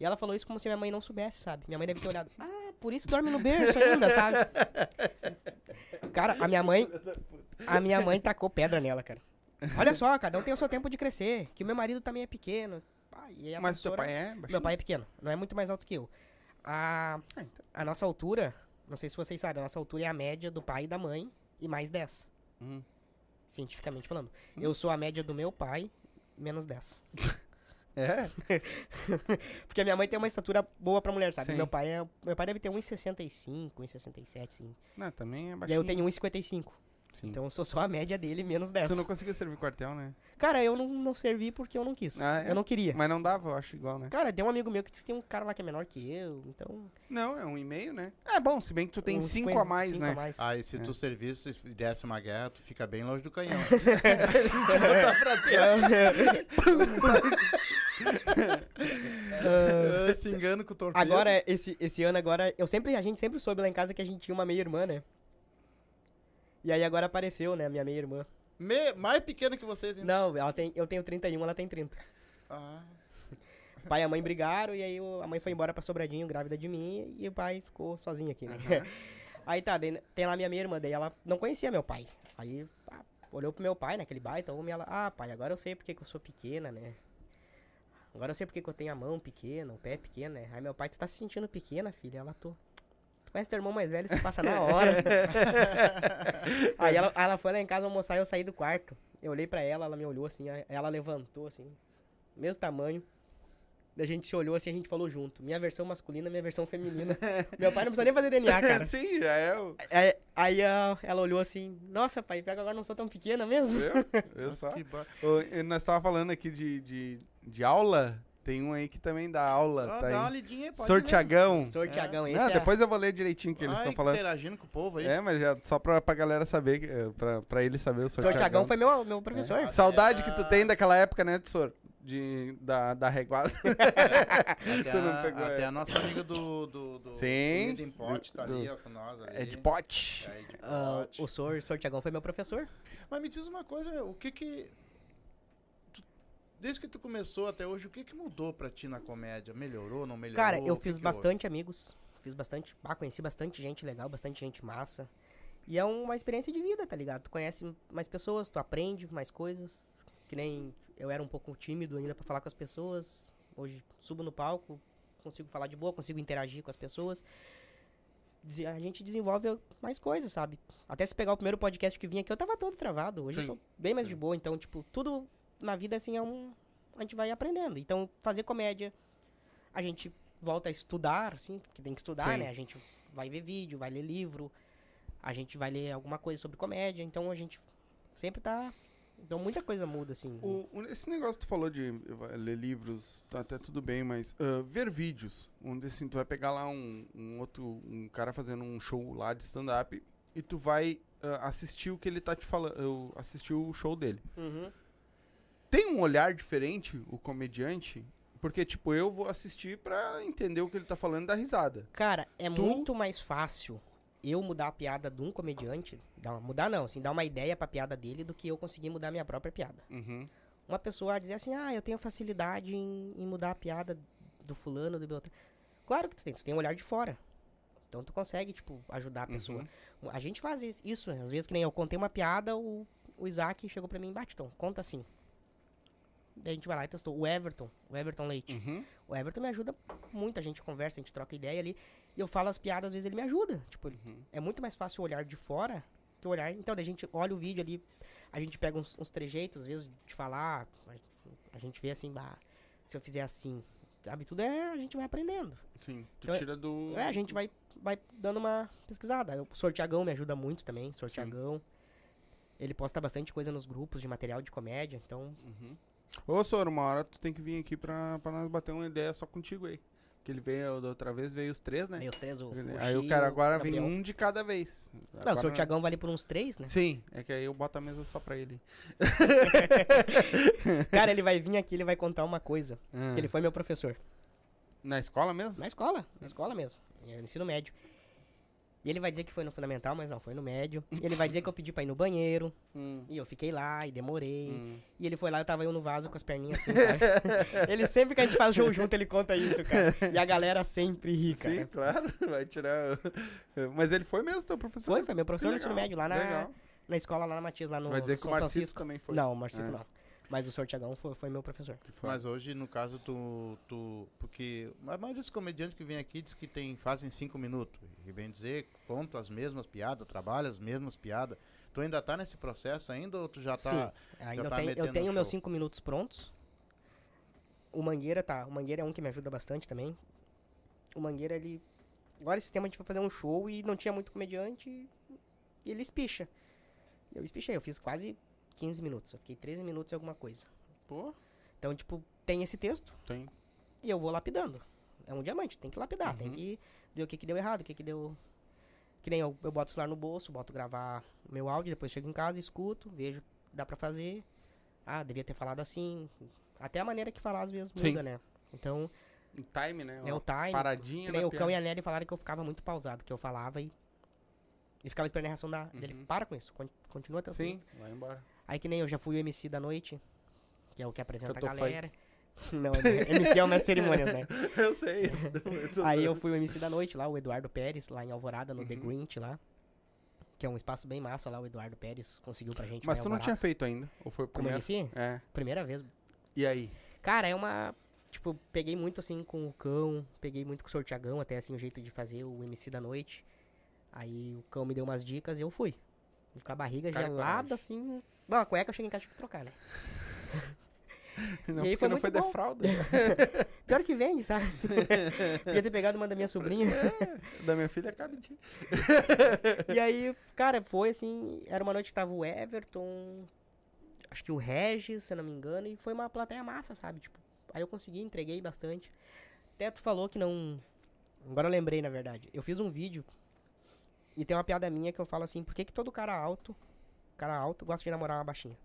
C: E ela falou isso como se minha mãe não soubesse, sabe? Minha mãe deve ter olhado. Ah, por isso dorme no berço ainda, sabe? Cara, a minha mãe. A minha mãe tacou pedra nela, cara. Olha só, cada um tem o seu tempo de crescer. Que o meu marido também é pequeno. Ah, e aí a
A: Mas o seu
C: professora-
A: pai é
C: meu
A: baixinho?
C: pai é pequeno, não é muito mais alto que eu. A,
A: Ah, então.
C: a nossa altura, não sei se vocês sabem, a nossa altura é a média do pai e da mãe e mais 10,
A: Hum.
C: cientificamente falando. Eu sou a média do meu pai, menos 10.
A: É?
C: Porque a minha mãe tem uma estatura boa pra mulher, sabe?
A: Sim.
C: Meu pai, é, meu pai deve ter 1,65, 1,67, sim.
A: Não, também é
C: E aí
A: baixinho.
C: eu tenho 1,55.
A: Sim.
C: Então eu sou só a média dele, menos 10.
A: Tu não conseguia servir quartel, né?
C: Cara, eu não, não servi porque eu não quis.
A: Ah, é?
C: Eu não queria.
A: Mas não dava, eu acho, igual, né?
C: Cara, tem um amigo meu que disse que tem um cara lá que é menor que eu, então...
A: Não, é um e meio, né? É bom, se bem que tu tem
C: uns
A: cinco
C: 50,
A: a mais,
C: cinco
A: né?
C: A mais.
B: Aí se
A: É.
B: tu serviço e desse uma guerra, tu fica bem longe do canhão. Ah, Se engano com o torpedo.
C: Agora, é- esse, esse ano agora, eu sempre, a gente sempre soube lá em casa que a gente tinha uma meia-irmã, né? E aí agora apareceu, né, a minha meia-irmã.
B: Me- mais pequeno que vocês ainda.
C: Não, ela tem, eu tenho 31, ela tem 30.
B: Ah,
C: O pai e a mãe brigaram, e aí o- a mãe foi embora pra Sobradinho, grávida de mim, e o pai ficou sozinho aqui, né? aí tá, daí tem lá minha meia-irmã, daí ela não conhecia meu pai. Aí pá, olhou pro meu pai, né, aquele baita homem, ela, ah, pai, agora eu sei porque que eu sou pequena, né? Agora eu sei porque que eu tenho a mão pequena, o pé pequeno, né? Aí meu pai, tu tá se sentindo pequena, filha? Ela, tô. Tu conhece teu irmão mais velho, isso passa na hora. aí ela, ela foi lá em casa almoçar e eu saí do quarto. Eu olhei pra ela, ela me olhou assim, aí ela levantou assim, mesmo tamanho. Daí A gente se olhou assim, a gente falou junto. Minha versão masculina, minha versão feminina. Meu pai não precisa nem fazer DNA, cara.
A: Sim, já é o...
C: Aí, aí a- ela olhou assim, nossa, pai, pior que agora eu não sou tão pequena mesmo.
A: Eu, eu
B: mas
A: só...
B: que ba-
A: Ô, e nós tava falando aqui de, de, de aula, tem um aí que também dá aula,
B: Ah,
A: tá
B: dá uma
A: aí.
B: lidinha aí, pode ler.
A: Sorteagão.
C: Sou
B: É.
C: Tiagão, esse
A: Não,
C: é...
A: depois eu vou ler direitinho o que eles
B: Ai,
A: estão falando.
B: interagindo com o povo aí.
A: É, mas já, só pra, pra galera saber, que- é, pra, pra ele saber, o
C: Sr. Tiagão
A: Sorteagão.
C: foi meu, meu professor.
B: É.
A: Saudade
B: Ah.
A: que tu tem daquela época, né, Tsor? De, da, da reguada.
B: Até,
A: Tu não
B: a,
A: pegou
B: até
A: essa.
B: a nossa amiga do... do, do
A: Sim,
B: do Eden Pot
A: do-
B: tá
A: do-
B: ali, ó, com nós ali.
A: É de pote.
B: É, Eden
C: Ah,
B: Pot.
C: o senhor, Sr. Tiagão foi meu professor.
B: Mas me diz uma coisa, o que que... tu- Desde que tu começou até hoje, o que que mudou pra ti na comédia? Melhorou, não melhorou?
C: Cara, eu
B: é O que
C: fiz
B: que houve?
C: bastante amigos. Fiz bastante. Ah, conheci bastante gente legal, bastante gente massa. E é uma experiência de vida, tá ligado? Tu conhece mais pessoas, tu aprende mais coisas. Que nem eu era um pouco tímido ainda pra falar com as pessoas. Hoje subo no palco, consigo falar de boa, consigo interagir com as pessoas. Dese- A gente desenvolve mais coisas, sabe? Até se pegar o primeiro podcast que vim aqui, eu tava todo travado. Hoje
A: Sim.
C: eu tô bem mais de boa. Então, tipo, tudo na vida, assim, é um. A gente vai aprendendo. Então, fazer comédia, a gente volta a estudar, assim, porque tem que estudar,
A: Sim.
C: né? A gente vai ver vídeo, vai ler livro, a gente vai ler alguma coisa sobre comédia. Então, a gente sempre tá. Então, muita coisa muda, assim.
A: O- o- esse negócio que tu falou de eh, ler livros, tá até tudo bem, mas ah, ver vídeos, onde assim, tu vai pegar lá um, um outro, um cara fazendo um show lá de stand-up e tu vai ah, assistir o que ele tá te falando, assistir o show dele.
C: Uhum.
A: Tem um olhar diferente, o comediante, porque tipo, eu vou assistir pra entender o que ele tá falando e dar risada.
C: Cara, é
A: Tu-
C: muito mais fácil eu mudar a piada de um comediante, dar uma- mudar não, assim, dar uma ideia pra piada dele do que eu conseguir mudar a minha própria piada.
A: Uhum.
C: Uma pessoa dizer assim, ah, eu tenho facilidade em, em mudar a piada do fulano, do Beltrano. Claro que tu tem, tu tem um olhar de fora. Então tu consegue, tipo, ajudar a pessoa. A gente faz is- isso, né? às vezes que nem eu contei uma piada, o, o Isaac chegou pra mim, bate, então, conta assim. Daí a gente vai lá e testou. O Everton, o Everton Leite.
A: Uhum.
C: O Everton me ajuda muito, a gente conversa, a gente troca ideia ali. E eu falo as piadas, às vezes ele me ajuda. Tipo,
A: Uhum.
C: é muito mais fácil olhar de fora que olhar. Então, daí a gente olha o vídeo ali, a gente pega uns, uns trejeitos, às vezes, de falar. A, a gente vê assim, bah, se eu fizer assim, sabe? Tudo é. A gente vai aprendendo.
A: Sim, tu
C: Então é-
A: tira do.
C: É, a gente vai, vai dando uma pesquisada. Eu- O Sortiagão me ajuda muito também, Sortiagão. Ele posta bastante coisa nos grupos de material de comédia, então.
A: Uhum. Ô, Soro, uma hora tu tem que vir aqui pra, pra nós bater uma ideia só contigo aí. Porque ele veio, da outra vez veio os três, né?
C: Meus três, o,
A: aí o
C: Gil,
A: cara agora vem
C: Gabriel.
A: um de cada vez.
C: Não,
A: Agora
C: o Sortiagão vale por uns três, né?
A: Sim, é que aí eu boto a mesa só pra ele.
C: Cara, ele vai vir aqui, ele vai contar uma coisa.
A: Ah,
C: Que ele foi meu professor.
A: Na escola mesmo?
C: Na escola, na escola mesmo. é, no ensino médio. E ele vai dizer que foi no fundamental, mas não, foi no médio. E ele vai dizer que eu pedi pra ir no banheiro.
A: Hum,
C: E eu fiquei lá e demorei.
A: hum.
C: E ele foi lá, eu tava eu no vaso com as perninhas assim, sabe? ele sempre que a gente faz show junto, ele conta isso, cara. E a galera sempre ri, cara.
A: Sim, claro, vai tirar. o- Mas ele foi mesmo, teu professor.
C: Foi, foi meu professor no
A: Legal,
C: ensino médio, lá na,
A: legal.
C: na escola, lá na Matias, lá no,
A: Vai dizer
C: no
A: que
C: São
A: o Marcísio
C: Francisco.
A: também foi.
C: Não, o Marcito
A: Ah.
C: não. Mas o Sortiagão foi, foi meu professor.
A: Que foi.
B: Mas hoje, no caso, tu, tu. Porque a maioria dos comediantes que vem aqui diz que tem, fazem cinco minutos. E bem dizer, conta as mesmas piadas, trabalha as mesmas piadas. Tu ainda tá nesse processo ainda ou tu já tá.
C: Ainda
B: tá
C: tem- eu
B: metendo
C: tenho
B: no
C: meus
B: show.
C: cinco minutos prontos. O Mangueira tá. O Mangueira é um que me ajuda bastante também. O Mangueira, ele. Agora esse tema a gente foi fazer um show e não tinha muito comediante. E ele espicha. Eu espichei, eu fiz quase 15 minutos. Eu fiquei 13 minutos e alguma coisa.
A: Pô,
C: Então, tipo, tem esse texto
A: tem.
C: e eu vou lapidando. É um diamante, tem que lapidar, tem
A: Uhum.
C: que ver o que, que deu errado, o que, que deu. Que nem eu, eu boto o celular no bolso, boto gravar meu áudio, depois chego em casa, escuto, vejo o que dá pra fazer. Ah, devia ter falado assim. Até a maneira que falar às vezes
A: Sim.
C: muda, né? Então,
A: Um time, né?
C: é o
A: Uma
C: time.
A: Paradinha.
C: que nem
A: da
C: o Cão e
A: piada.
C: a Nelly falaram que eu ficava muito pausado, que eu falava e. E ficava esperando a reação da, dele.
A: Uhum.
C: Para com isso, con- continua teu texto.
A: Sim, vai embora.
C: Aí que nem eu já fui o MC da noite, que é o que apresenta a
A: Cantou funk.
C: galera. Não, né? MC é o mestre de cerimônias, né?
A: Eu sei.
C: Aí eu fui o MC da noite lá, o Eduardo Pérez, lá em Alvorada, no The
A: Uhum.
C: Grinch lá. Que é um espaço bem massa lá, o Eduardo Pérez conseguiu pra gente.
A: Mas
C: lá Tipo, em
A: tu não tinha
C: Alvorada.
A: feito ainda? Ou foi o
C: Como assim?
A: primeiro?
C: MC?
A: É.
C: Primeira vez.
A: E aí?
C: Cara, é uma. Tipo, peguei muito assim com o cão, peguei muito com o sortiagão, até assim o jeito de fazer o MC da noite. Aí o cão me deu umas dicas e eu fui. Com a barriga
A: Cara, coragem.
C: gelada, assim. Bom, a cueca eu cheguei em casa e tive que trocar, né?
A: Não,
C: E
A: porque
C: aí foi
A: não
C: muito
A: foi
C: bom.
A: defrauda
C: Pior que vende, sabe? Podia ter pegado uma da minha sobrinha.
A: da minha filha, cabe de.
C: E aí, cara, foi assim, era uma noite que tava o Everton, acho que o Regis, se eu não me engano, e foi uma plateia massa, sabe? Tipo, aí eu consegui, entreguei bastante. Até tu falou que não. Agora eu lembrei, na verdade. Eu fiz um vídeo e tem uma piada minha que eu falo assim, por que, que todo cara alto, cara alto, gosta de namorar uma baixinha?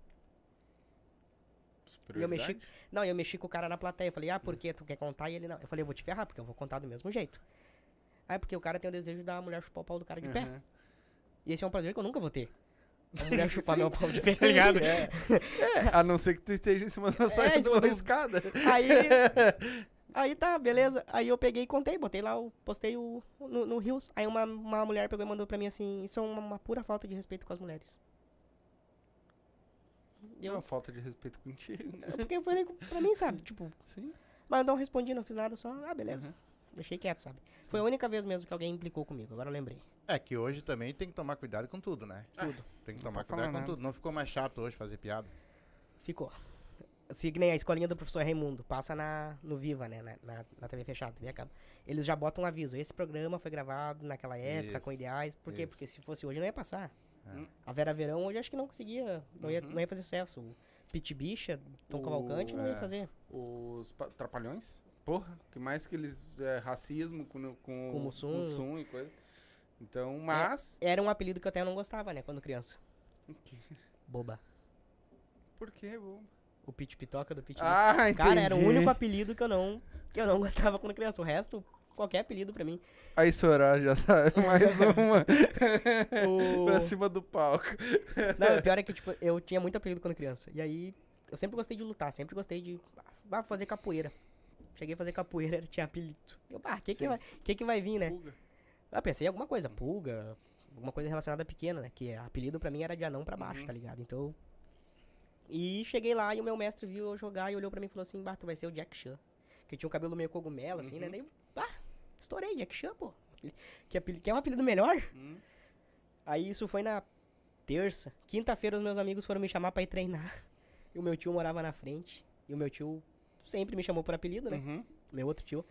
C: E eu mexi. Não, eu mexi com o cara na plateia. Eu falei, ah, por que tu quer contar? E ele não. Eu falei, eu vou te ferrar, porque eu vou contar do mesmo jeito. Ah, é porque o cara tem o desejo da mulher chupar o pau do cara de pé.
A: Uhum.
C: E esse é um prazer que eu nunca vou ter. A mulher chupar meu pau de pé, tá ligado?
A: É. É, a não ser que tu esteja em cima da saia
C: em
A: de
C: cima
A: uma
C: do-
A: escada.
C: Aí. Aí tá, beleza. Aí eu peguei e contei, botei lá, o- postei o, no, no Rios. Aí uma, uma mulher pegou e mandou pra mim assim: Isso é uma, uma pura falta de respeito com as mulheres.
A: É
C: Eu-
A: uma falta de respeito contigo.
C: Porque foi ali pra mim, sabe? Tipo,
A: Sim.
C: mas eu não respondi, não fiz nada, só, ah, beleza.
A: Uhum.
C: Deixei quieto, sabe? Foi a única vez mesmo que alguém implicou comigo, agora eu lembrei.
B: É que hoje também tem que tomar cuidado com tudo, né?
C: Tudo.
B: Tem que
A: É. Não
B: tomar
A: pode falar
B: cuidado com
A: nada.
B: tudo. Não ficou mais chato hoje fazer piada.
C: Ficou. Se que nem a escolinha do professor Raimundo, passa na, no Viva, né? Na, na, na TV fechada, TV a cabo. Eles já botam um aviso. Esse programa foi gravado naquela época, com
B: Isso,
C: ideais. Por quê?
B: isso.
C: Porque se fosse hoje não ia passar.
B: É.
C: A Vera Verão hoje acho que não conseguia, não ia,
A: Uhum.
C: não ia fazer sucesso. O Pit Bicha, Tom
A: O-
C: Cavalcante não ia
B: é.
C: fazer.
A: Os pa- trapalhões? Porra, que mais que eles. É, racismo com, no- com,
C: Com o Mussum.
A: Mussum e coisa.
C: É.
A: Então, mas.
C: Era um apelido que eu até não gostava, né? Quando criança. Boba.
A: Por que? bom?
C: O Pit Pitoca do Pit Bicha.
A: Ah, entendi.
C: Cara, era o único apelido que eu não, que eu não gostava quando criança. O resto, qualquer apelido pra mim.
A: Aí Sorá já sabe. Mais uma.
C: O-
A: pra cima do palco.
C: Não, o pior é que, tipo, eu tinha muito apelido quando criança. E aí, eu sempre gostei de lutar, sempre gostei de ah, fazer capoeira. Cheguei a fazer capoeira, tinha apelido. Eu, ah, o que que,
A: Sim.
C: vai- que que vai vir, né?
A: Pulga.
C: Eu pensei em alguma coisa,
A: Uhum.
C: pulga, alguma coisa relacionada a pequeno, né? Que apelido pra mim era de anão pra baixo,
A: Uhum.
C: tá ligado? Então. E cheguei lá e o meu mestre viu eu jogar e olhou pra mim e falou assim: Bah, tu vai ser o Jack Chan. Que eu tinha um cabelo meio cogumelo, assim, né?
A: Uhum.
C: Daí, eu, ah, estourei, Jack Chan, pô. Que, apeli- que é um apelido melhor?
A: Hum.
C: Aí isso foi na terça. Quinta-feira os meus amigos foram me chamar pra ir treinar. E o meu tio morava na frente. E o meu tio sempre me chamou por apelido, né?
A: Uhum.
C: meu outro tio.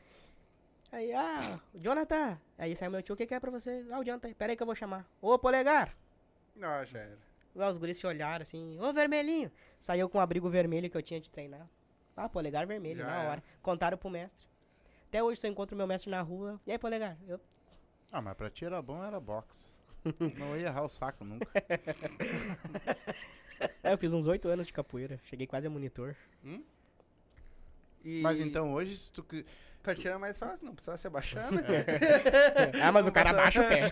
C: Aí, ah, o Jonathan. Aí saiu meu tio, o que que é pra você? Ah, o Jonathan. Pera aí que eu vou chamar. Ô, Polegar.
A: Não, já era.
C: Ah, Os guris se olharam assim. Ô, Vermelhinho. Saiu com o abrigo vermelho que eu tinha de treinar. Ah, Polegar vermelho,
A: Já
C: na
A: era.
C: hora. Contaram pro mestre. Até hoje, se eu encontro meu mestre na rua... E aí, Polegar? Eu,
B: Ah, mas pra ti era bom, era boxe. Não ia errar o saco nunca.
C: É, eu fiz uns oito anos de capoeira. Cheguei quase a monitor.
A: E
B: Mas então hoje, se tu. que-
A: Pra tirar mais fácil, não precisava se abaixar, né?
C: ah, mas o cara abaixa o pé.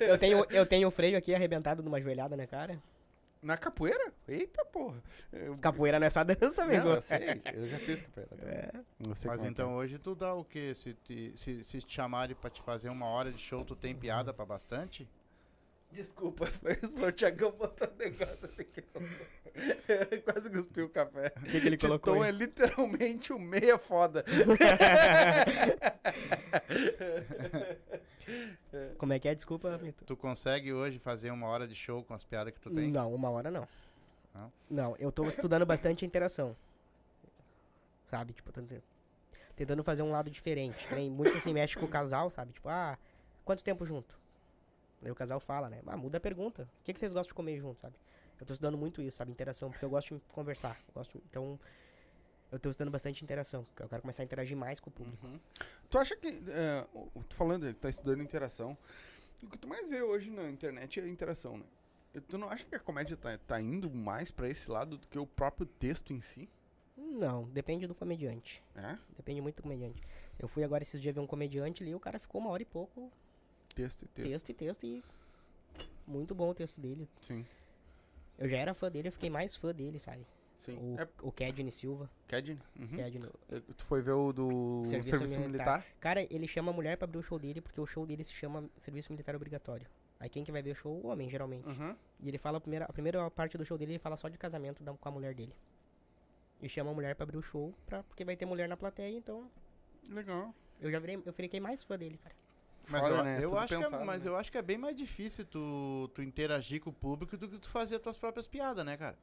C: Eu tenho, eu tenho o freio aqui arrebentado numa joelhada na cara.
A: Na capoeira? Eita porra. Eu,
C: Capoeira não é só dança, amigo.
A: Não, eu sei, eu já fiz capoeira. também. Não sei como
B: Mas
A: é que
B: então hoje tu dá o quê? Se te, se, se te chamarem pra te fazer uma hora de show, tu tem piada pra bastante?
A: é. Desculpa, foi só o Thiagão botou um negócio ali que eu... Quase cuspiu o café.
C: O que, que ele colocou?
A: Então é
C: aí?
A: literalmente o meia foda.
C: Como é que é? Desculpa, Mito.
B: Tu consegue hoje fazer uma hora de show com as piadas que tu tem? Ah.
C: Não, uma hora não.
B: Não?
C: Não, eu tô estudando bastante a interação. Sabe? Tipo, tô tent- tentando fazer um lado diferente. Tem muito assim, mexe com o casal, sabe? Tipo, ah, quanto tempo junto? Aí o casal fala, né? Ah, muda a pergunta. O que, que vocês gostam de comer junto, sabe? Eu tô estudando muito isso, sabe? Interação, porque eu gosto de conversar. eu gosto, então, eu tô estudando bastante interação. Porque eu quero começar a interagir mais com o público.
A: Tu acha que, é, o- o- tu falando, tá estudando interação, o que tu mais vê hoje na internet é a interação, né? E Tu não acha que a comédia tá, tá indo mais pra esse lado do que o próprio texto em si?
C: Não, depende do comediante.
A: É?
C: Depende muito do comediante. Eu fui agora esses dias ver um comediante ali, o cara ficou uma hora e pouco
A: Texto e texto.
C: texto e texto e muito bom o texto dele.
A: Sim,
C: Eu já era fã dele, eu fiquei mais fã dele, sabe?
A: sim.
C: O,
A: É,
C: o Kedney Silva,
A: Cadine? Uhum.
C: Kedney-
A: Tu foi ver o do
C: Serviço
A: Serviço,
C: Militar.
A: Militar?
C: Cara, ele chama a mulher pra abrir o show dele porque o show dele se chama Serviço Militar Obrigatório. Aí quem que vai ver o show? O homem, geralmente.
A: Uhum.
C: E ele fala a primeira, a primeira parte do show dele, ele fala só de casamento da- com a mulher dele. E chama a mulher pra abrir o show, pra, porque vai ter mulher na plateia, então
A: Legal.
C: eu já virei, eu fiquei mais fã dele, cara.
B: Mas,
A: Foda,
B: eu,
A: né?
B: eu
A: Tudo
B: acho que é,
A: pensado,
B: mas
A: né?
B: eu acho que é bem mais difícil tu, tu interagir com o público do que tu fazer as tuas próprias piadas, né, cara?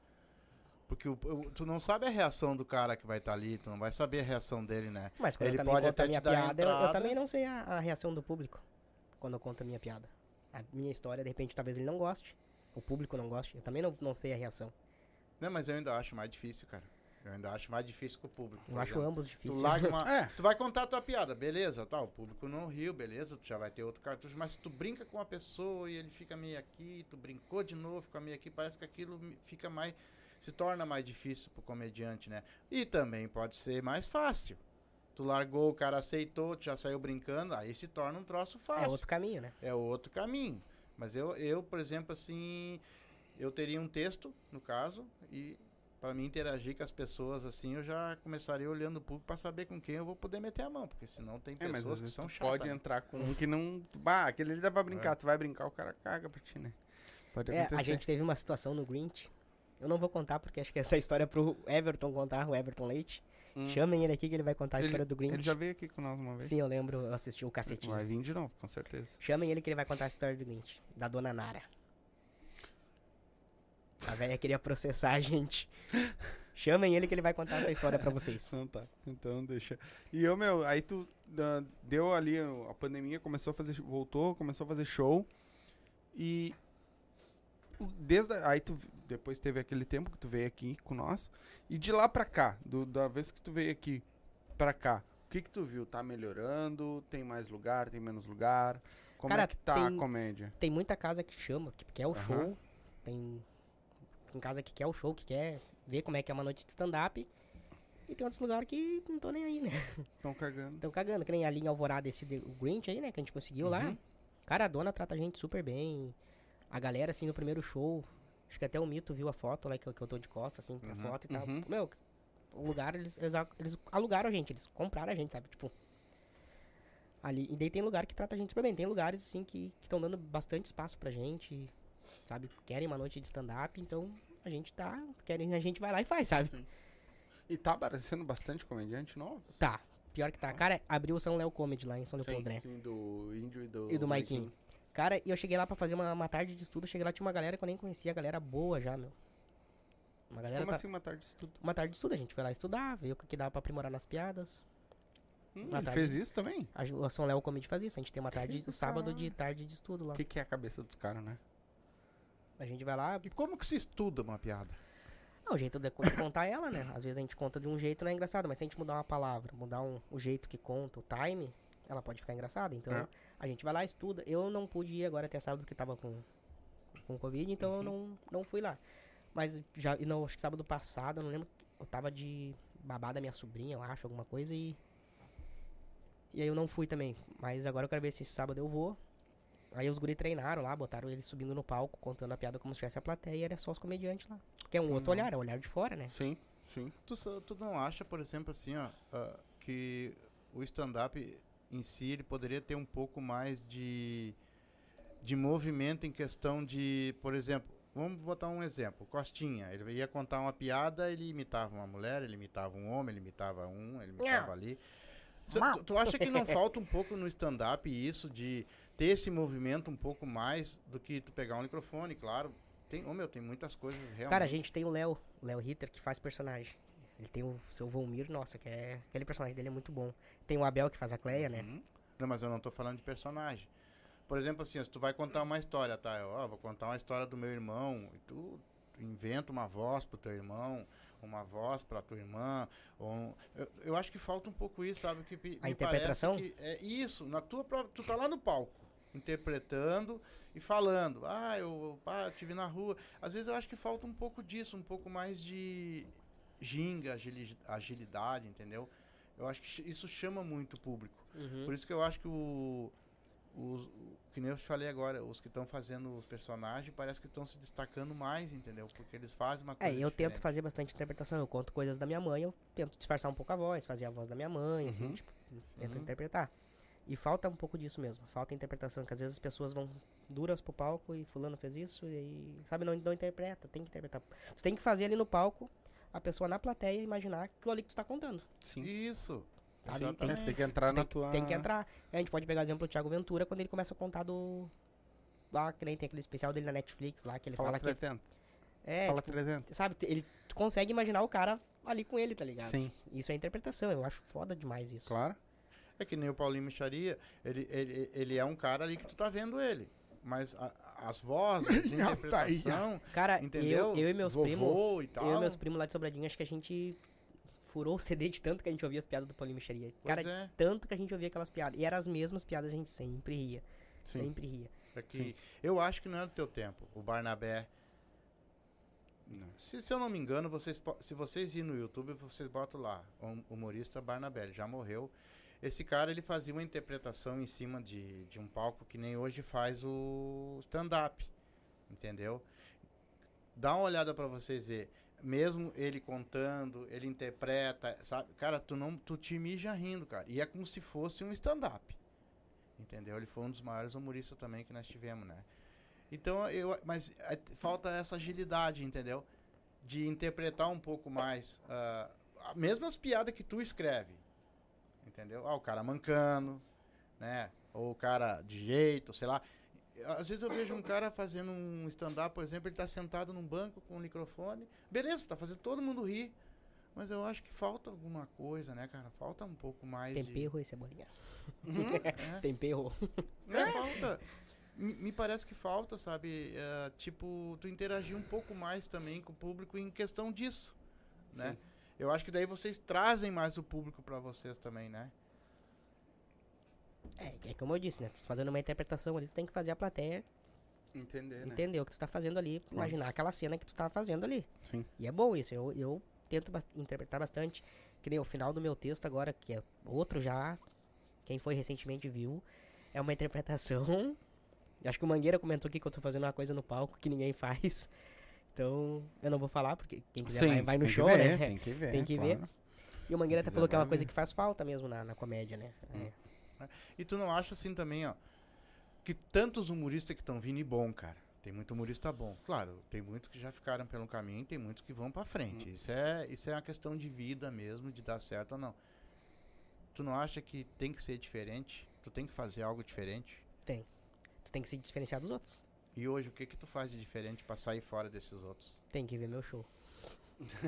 B: Porque o- o- tu não sabe a reação do cara que vai estar ali, tu não vai saber a reação dele, né?
C: Mas quando
B: Ele
C: eu também
B: pode
C: conto
B: até
C: a minha
B: te dar a
C: piada, eu- eu,
B: entrada.
C: também não sei a, a reação do público quando eu conto a minha piada. A minha história, de repente, talvez ele não goste. O público não goste. Eu também não, não sei a reação.
B: Não, mas eu ainda acho mais difícil, cara. Eu ainda acho mais difícil com o público.
C: Eu
B: por
C: acho
B: exemplo.
C: ambos
B: Tu
C: difíceis.
B: larga uma-
A: É.
B: Tu vai contar a tua piada, beleza, tá? O público não riu, beleza, tu já vai ter outro cartucho, mas se tu brinca com uma pessoa e ele fica meio aqui, tu brincou de novo, fica meio aqui, parece que aquilo me- fica mais. se torna mais difícil pro comediante, né? E também pode ser mais fácil. Tu largou, o cara aceitou, tu já saiu brincando, aí se torna um troço fácil.
C: É outro caminho, né?
B: É outro caminho. Mas eu, eu, por exemplo, assim, eu teria um texto, no caso, e para mim interagir com as pessoas assim, eu já começaria olhando o público para saber com quem eu vou poder meter a mão, porque senão tem
A: É, mas às
B: pessoas que
A: vezes
B: são
A: tu
B: chatas.
A: pode
B: né?
A: entrar com É. um que não... Bah, aquele ali dá pra brincar. Tu vai brincar, o cara caga pra ti, né? Pode
C: É,
A: acontecer.
C: a gente teve uma situação no Grinch. Eu não vou contar, porque acho que essa história é pro Everton contar, o Everton Leite.
A: Hum.
C: Chamem ele aqui que ele vai contar a história do Grinch.
A: Ele já veio aqui com nós uma vez.
C: Sim, eu lembro, eu assisti o cacetinho.
A: Vai vir de novo, com certeza.
C: Chamem ele que ele vai contar a história do Grinch, da dona Nara. A velha queria processar a gente. Chamem ele que ele vai contar essa história pra vocês.
A: Então tá. Então deixa. E eu, meu, aí tu ah, deu ali ó, a pandemia, começou a fazer. Voltou, começou a fazer show. E. o- Desde a- aí tu depois teve aquele tempo que tu veio aqui com nós e de lá pra cá, do- da vez que tu veio aqui pra cá, o que que tu viu? Tá melhorando? Tem mais lugar? Tem menos lugar? Como
C: Cara,
A: é que tá
C: tem-
A: a comédia?
C: Tem muita casa que chama, que quer o
A: Aham.
C: show. Tem, tem casa que quer o show, que quer ver como é que é uma noite de stand-up. E tem outros lugares que não tô nem aí, né?
A: Estão cagando?
C: Estão cagando, que nem a linha Alvorada, esse de- o Grinch aí, né? Que a gente conseguiu
A: Uhum.
C: lá. Cara, a dona trata a gente super bem. A galera, assim, no primeiro show. Acho que até o Mito viu a foto lá que eu, que eu tô de costas, assim, pra foto e tal.
A: uhum.
C: Meu, o lugar, eles, eles a- eles alugaram a gente, eles compraram a gente, sabe? Tipo. Ali. E daí tem lugar que trata a gente super bem. Tem lugares, assim, que estão dando bastante espaço pra gente, sabe? Querem uma noite de stand-up, então a gente tá. Querem, a gente vai lá e faz, sabe?
A: E tá aparecendo bastante comediante novo?
C: Tá. Pior que tá. Cara, abriu o São Léo Comedy lá em São Leopoldo, né?
A: Sim, do Índio e do
C: E do Maikinho. Cara, e eu cheguei lá pra fazer uma, uma tarde de estudo, cheguei lá, tinha uma galera que eu nem conhecia, galera boa já, meu. Uma galera
A: Como
C: tá-
A: assim uma tarde de estudo?
C: Uma tarde de estudo, a gente foi lá estudar, ver o que que dava pra aprimorar nas piadas.
A: Hum,
C: Uma
A: ele
C: tarde.
A: fez isso também?
C: A, Ju- a São Léo Comedy faz isso. A gente tem uma tarde,
A: isso,
C: um sábado
A: caralho?
C: de tarde de estudo
A: O
C: lá.
A: que, que é a cabeça dos caras, né?
C: A gente vai lá.
B: E como que se estuda uma piada?
C: Ah, o jeito de de contar ela, né? Às vezes a gente conta de um jeito, não é engraçado. Mas se a gente mudar uma palavra, mudar um, o jeito que conta, o time, ela pode ficar engraçada. Então
A: É.
C: a gente vai lá, estuda. Eu não pude ir agora até sábado porque tava com, com Covid, então eu não, não fui lá. Mas já, e não, acho que sábado passado, eu não lembro. Eu tava de babá da minha sobrinha, eu acho, alguma coisa, e. E aí eu não fui também. Mas agora eu quero ver se esse sábado eu vou. Aí os guri treinaram lá, botaram ele subindo no palco, contando a piada como se tivesse a plateia e era só os comediantes lá. Que é um outro olhar, é o olhar de fora, né?
A: Sim, sim.
B: Tu, sa- tu não acha, por exemplo, assim, ó, ah, que o stand-up em si ele poderia ter um pouco mais de, de movimento em questão de, por exemplo, vamos botar um exemplo, Costinha, ele ia contar uma piada, ele imitava uma mulher, ele imitava um homem, ele imitava um, ele imitava ali. Tu, tu- tu acha que não falta um pouco no stand-up isso de ter esse movimento um pouco mais do que tu pegar um microfone, claro? Tem, ô meu, tem muitas coisas realmente.
C: Cara, a gente tem o Léo, o Léo Ritter, que faz personagem. Ele tem o seu Volmir, nossa, que é. Aquele personagem dele é muito bom. Tem o Abel que faz a Cleia, né?
B: Uhum. Não, mas eu não tô falando de personagem. Por exemplo, assim, ó, se tu vai contar uma história, tá? Eu, ó, vou contar uma história do meu irmão, e tu inventa uma voz pro teu irmão, uma voz pra tua irmã. ou um- eu, eu acho que falta um pouco isso, sabe? Que me-
C: A
B: me
C: interpretação?
B: parece que é isso, na tua própria. Tu tá lá no palco, interpretando e falando. Ah, eu, pá, eu tive na rua. Às vezes eu acho que falta um pouco disso, um pouco mais de ginga, agili- agilidade, entendeu? Eu acho que ch- isso chama muito o público. Por isso que eu acho que o. Os, o- que nem eu te falei agora, os que estão fazendo os personagens parece que estão se destacando mais, entendeu? Porque eles fazem uma
C: É,
B: coisa.
C: eu tento
B: diferente.
C: fazer bastante interpretação. Eu conto coisas da minha mãe, eu tento disfarçar um pouco a voz, fazer a voz da minha mãe, assim,
A: Uhum.
C: tipo, tento interpretar. E falta um pouco disso mesmo. Falta interpretação, que às vezes as pessoas vão duras pro palco e fulano fez isso, e aí, sabe, não, não interpreta, tem que interpretar. Tu tem que fazer ali no palco, a pessoa na plateia imaginar que o ali que tu tá contando.
A: Sim.
B: Isso.
C: Sabe?
A: Tem,
B: Exatamente.
A: que- tem que entrar na
C: Tu Tá tem, que-
A: tua.
C: tem que entrar. A gente pode pegar o exemplo do Thiago Ventura quando ele começa a contar do. Lá, que nem tem aquele especial dele na Netflix lá, que ele
A: Fala
C: fala, que.
A: 300.
C: É,
A: Fala
C: tipo,
A: 300.
C: sabe, tu- ele tu consegue imaginar o cara ali com ele, tá ligado?
A: Sim.
C: Isso é interpretação, eu acho foda demais isso.
A: Claro.
B: É que nem o Paulinho Micharia, ele, ele, ele é um cara ali que tu tá vendo ele. Mas a- as vozes, a interpretação,
C: Cara,
B: entendeu?
C: É, eu, eu e meus
B: Vovô
C: primos.
B: e tal.
C: Eu e meus primos lá de Sobradinho, acho que a gente furou o CD de tanto que a gente ouvia as piadas do Paulinho Micharia.
B: Pois
C: Cara, de
B: é.
C: tanto que a gente ouvia aquelas piadas. E eram as mesmas piadas, a gente sempre ria.
A: Sim.
C: Sempre ria.
B: É que eu acho que não é do teu tempo. O Barnabé.
A: Não.
B: Se, se eu não me engano, vocês, po- se vocês irem no YouTube, vocês botam lá, hum- humorista Barnabé, ele já morreu. Esse cara, ele fazia uma interpretação em cima de, de um palco que nem hoje faz o stand-up, entendeu? Dá uma olhada pra vocês ver. Mesmo ele contando, ele interpreta, sabe? Cara, tu não, tu te mija rindo, cara. E é como se fosse um stand-up, entendeu? Ele foi um dos maiores humoristas também que nós tivemos, né? Então, eu, mas é, t- falta essa agilidade, entendeu? De interpretar um pouco mais. ah, a- mesmo as piadas que tu escreve. Entendeu? Ah, o cara mancando, né? Ou o cara de jeito, sei lá. Às vezes eu vejo um cara fazendo um stand-up, por exemplo, ele tá sentado num banco com um microfone. Beleza, tá fazendo todo mundo rir. Mas eu acho que falta alguma coisa, né, cara? Falta um pouco mais de...
C: Tempero e cebolinha.
B: né?
C: Tempero.
B: É, falta. Me me parece que falta, sabe? É, tipo, tu interagir um pouco mais também com o público em questão disso, né? Eu acho que daí vocês trazem mais o público pra vocês também, né?
C: É, é como eu disse, né? Tu fazendo uma interpretação ali, tu tem que fazer a plateia
A: Entender, né?
C: entender o que tu tá fazendo ali, imaginar aquela cena que tu tá fazendo ali.
A: Sim.
C: E é bom isso, eu, eu tento bas- interpretar bastante, que nem o final do meu texto agora, que é outro já, quem foi recentemente viu, é uma interpretação. Eu Acho que o Mangueira comentou aqui que eu tô fazendo uma coisa no palco que ninguém faz. Então, eu não vou falar, porque quem quiser vai, vai no
A: tem que
C: show,
A: ver,
C: né?
A: é, Tem que ver.
C: Tem que ver.
A: claro.
C: E o Mangueira até
A: Quiser
C: falou que é uma
A: vai
C: coisa
A: ver. Hum.
C: que faz falta mesmo na, na comédia, né? É.
B: E tu não acha assim também, ó, que tantos humoristas que estão vindo e bom, cara. Tem muito humorista bom. Claro, tem muitos que já ficaram pelo caminho, tem muitos que vão pra frente. Isso é, isso é uma questão de vida mesmo, de dar certo ou não. Tu não acha que tem que ser diferente? Tu tem que fazer algo diferente?
C: Tu tem que se diferenciar dos outros.
B: E hoje, o que que tu faz de diferente pra sair fora desses outros?
C: Tem que ver meu show.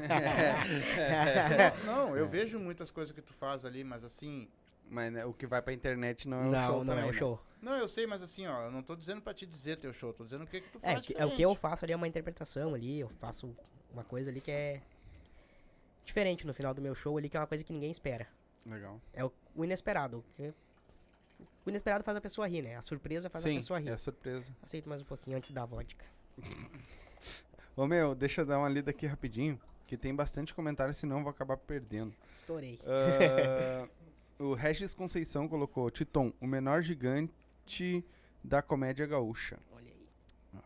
A: É.
B: É. não, não, eu vejo muitas coisas que tu faz ali, mas assim,
A: Mas né, o que vai pra internet não é o
C: não,
A: show
C: não
A: também,
C: é o
A: né?
C: show.
B: Não, eu sei, mas assim, ó, eu não tô dizendo pra te dizer teu show, tô dizendo o que que tu
C: É,
B: faz
C: que- é o que
B: diferente.
C: eu faço ali é uma interpretação ali, eu faço uma coisa ali que é diferente no final do meu show ali, que é uma coisa que ninguém espera.
A: Legal.
C: É o, o inesperado. que- O inesperado faz a pessoa rir, né? A surpresa faz a
A: Sim,
C: pessoa rir.
A: é surpresa.
C: Aceito mais um pouquinho antes da vodka.
A: Ô, meu, deixa eu dar uma lida aqui rapidinho, que tem bastante comentário, senão eu vou acabar perdendo.
C: Estourei.
A: Ah, o Regis Conceição colocou, Titon, o menor gigante da comédia gaúcha.
C: Olha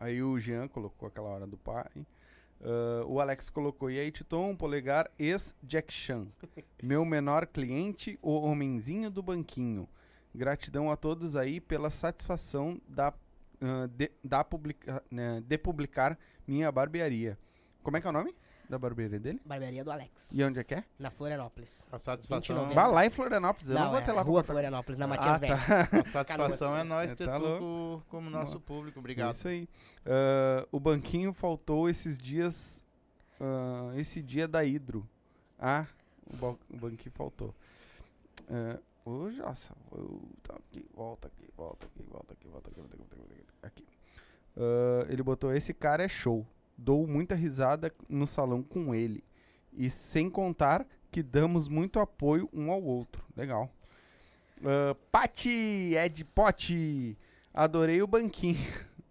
C: aí.
A: Aí o Jean colocou aquela hora do pai. Ah, o Alex colocou, e aí, Titon, polegar ex-Jack Chan. Meu menor cliente, o homenzinho do banquinho. Gratidão a todos aí pela satisfação da, ah, de, da publica, né, de publicar minha barbearia. Como é que é o nome da barbearia dele?
C: Barbearia do Alex,
A: E onde é que é?
C: na Florianópolis.
B: A satisfação,
C: 29.
A: Vá lá em Florianópolis, eu não, vou
C: é
A: até lá.
C: Rua
A: pra-
C: Florianópolis, na Matias
A: Ah,
C: Velho.
B: a satisfação é nós
A: É,
B: ter
A: tá
B: tu
A: louco.
B: co- como nosso público,
A: É
B: obrigado.
A: Isso aí. Ah, o banquinho faltou esses dias. ah, esse dia da Hidro. Ah, o, ba- o banquinho faltou. Ah, Ô, Jossa, ô, tá aqui, volta aqui, volta aqui, volta aqui, volta aqui, volta aqui, volta aqui, volta aqui. aqui. Ah, ele botou: Esse cara é show. Dou muita risada no salão com ele. E sem contar que damos muito apoio um ao outro. Legal. Ah, Pati, Ed Pote. Adorei o banquinho.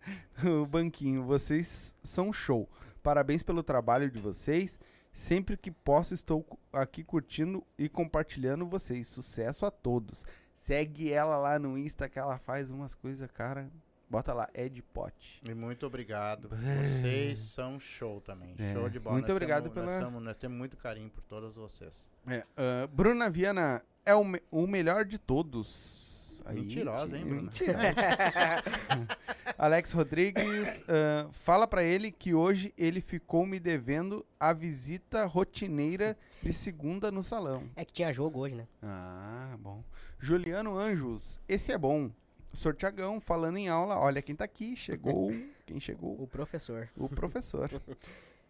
A: o banquinho, vocês são show. Parabéns pelo trabalho de vocês. Sempre que posso, estou cu- aqui curtindo e compartilhando vocês. Sucesso a todos. Segue ela lá no Insta que ela faz umas coisas, cara. Bota lá, Ed Pot.
B: E muito obrigado. Vocês são show também.
A: É.
B: Show de bola.
A: Muito
B: Nós
A: obrigado
B: temos- um, nós
A: pela-
B: temos- nós temos muito carinho por todas vocês.
A: É, ah, Bruna Viana é o, me- o melhor de todos. Aí,
B: Mentirosa,
A: tia,
B: hein, Bruna?
A: Mentirosa. Alex Rodrigues, ah, fala pra ele que hoje ele ficou me devendo a visita rotineira de segunda no salão.
C: É que tinha jogo hoje, né?
A: Ah, bom. Juliano Anjos, esse é bom. Sortiagão, falando em aula, olha quem tá aqui, chegou. Quem chegou?
C: O professor.
A: O professor.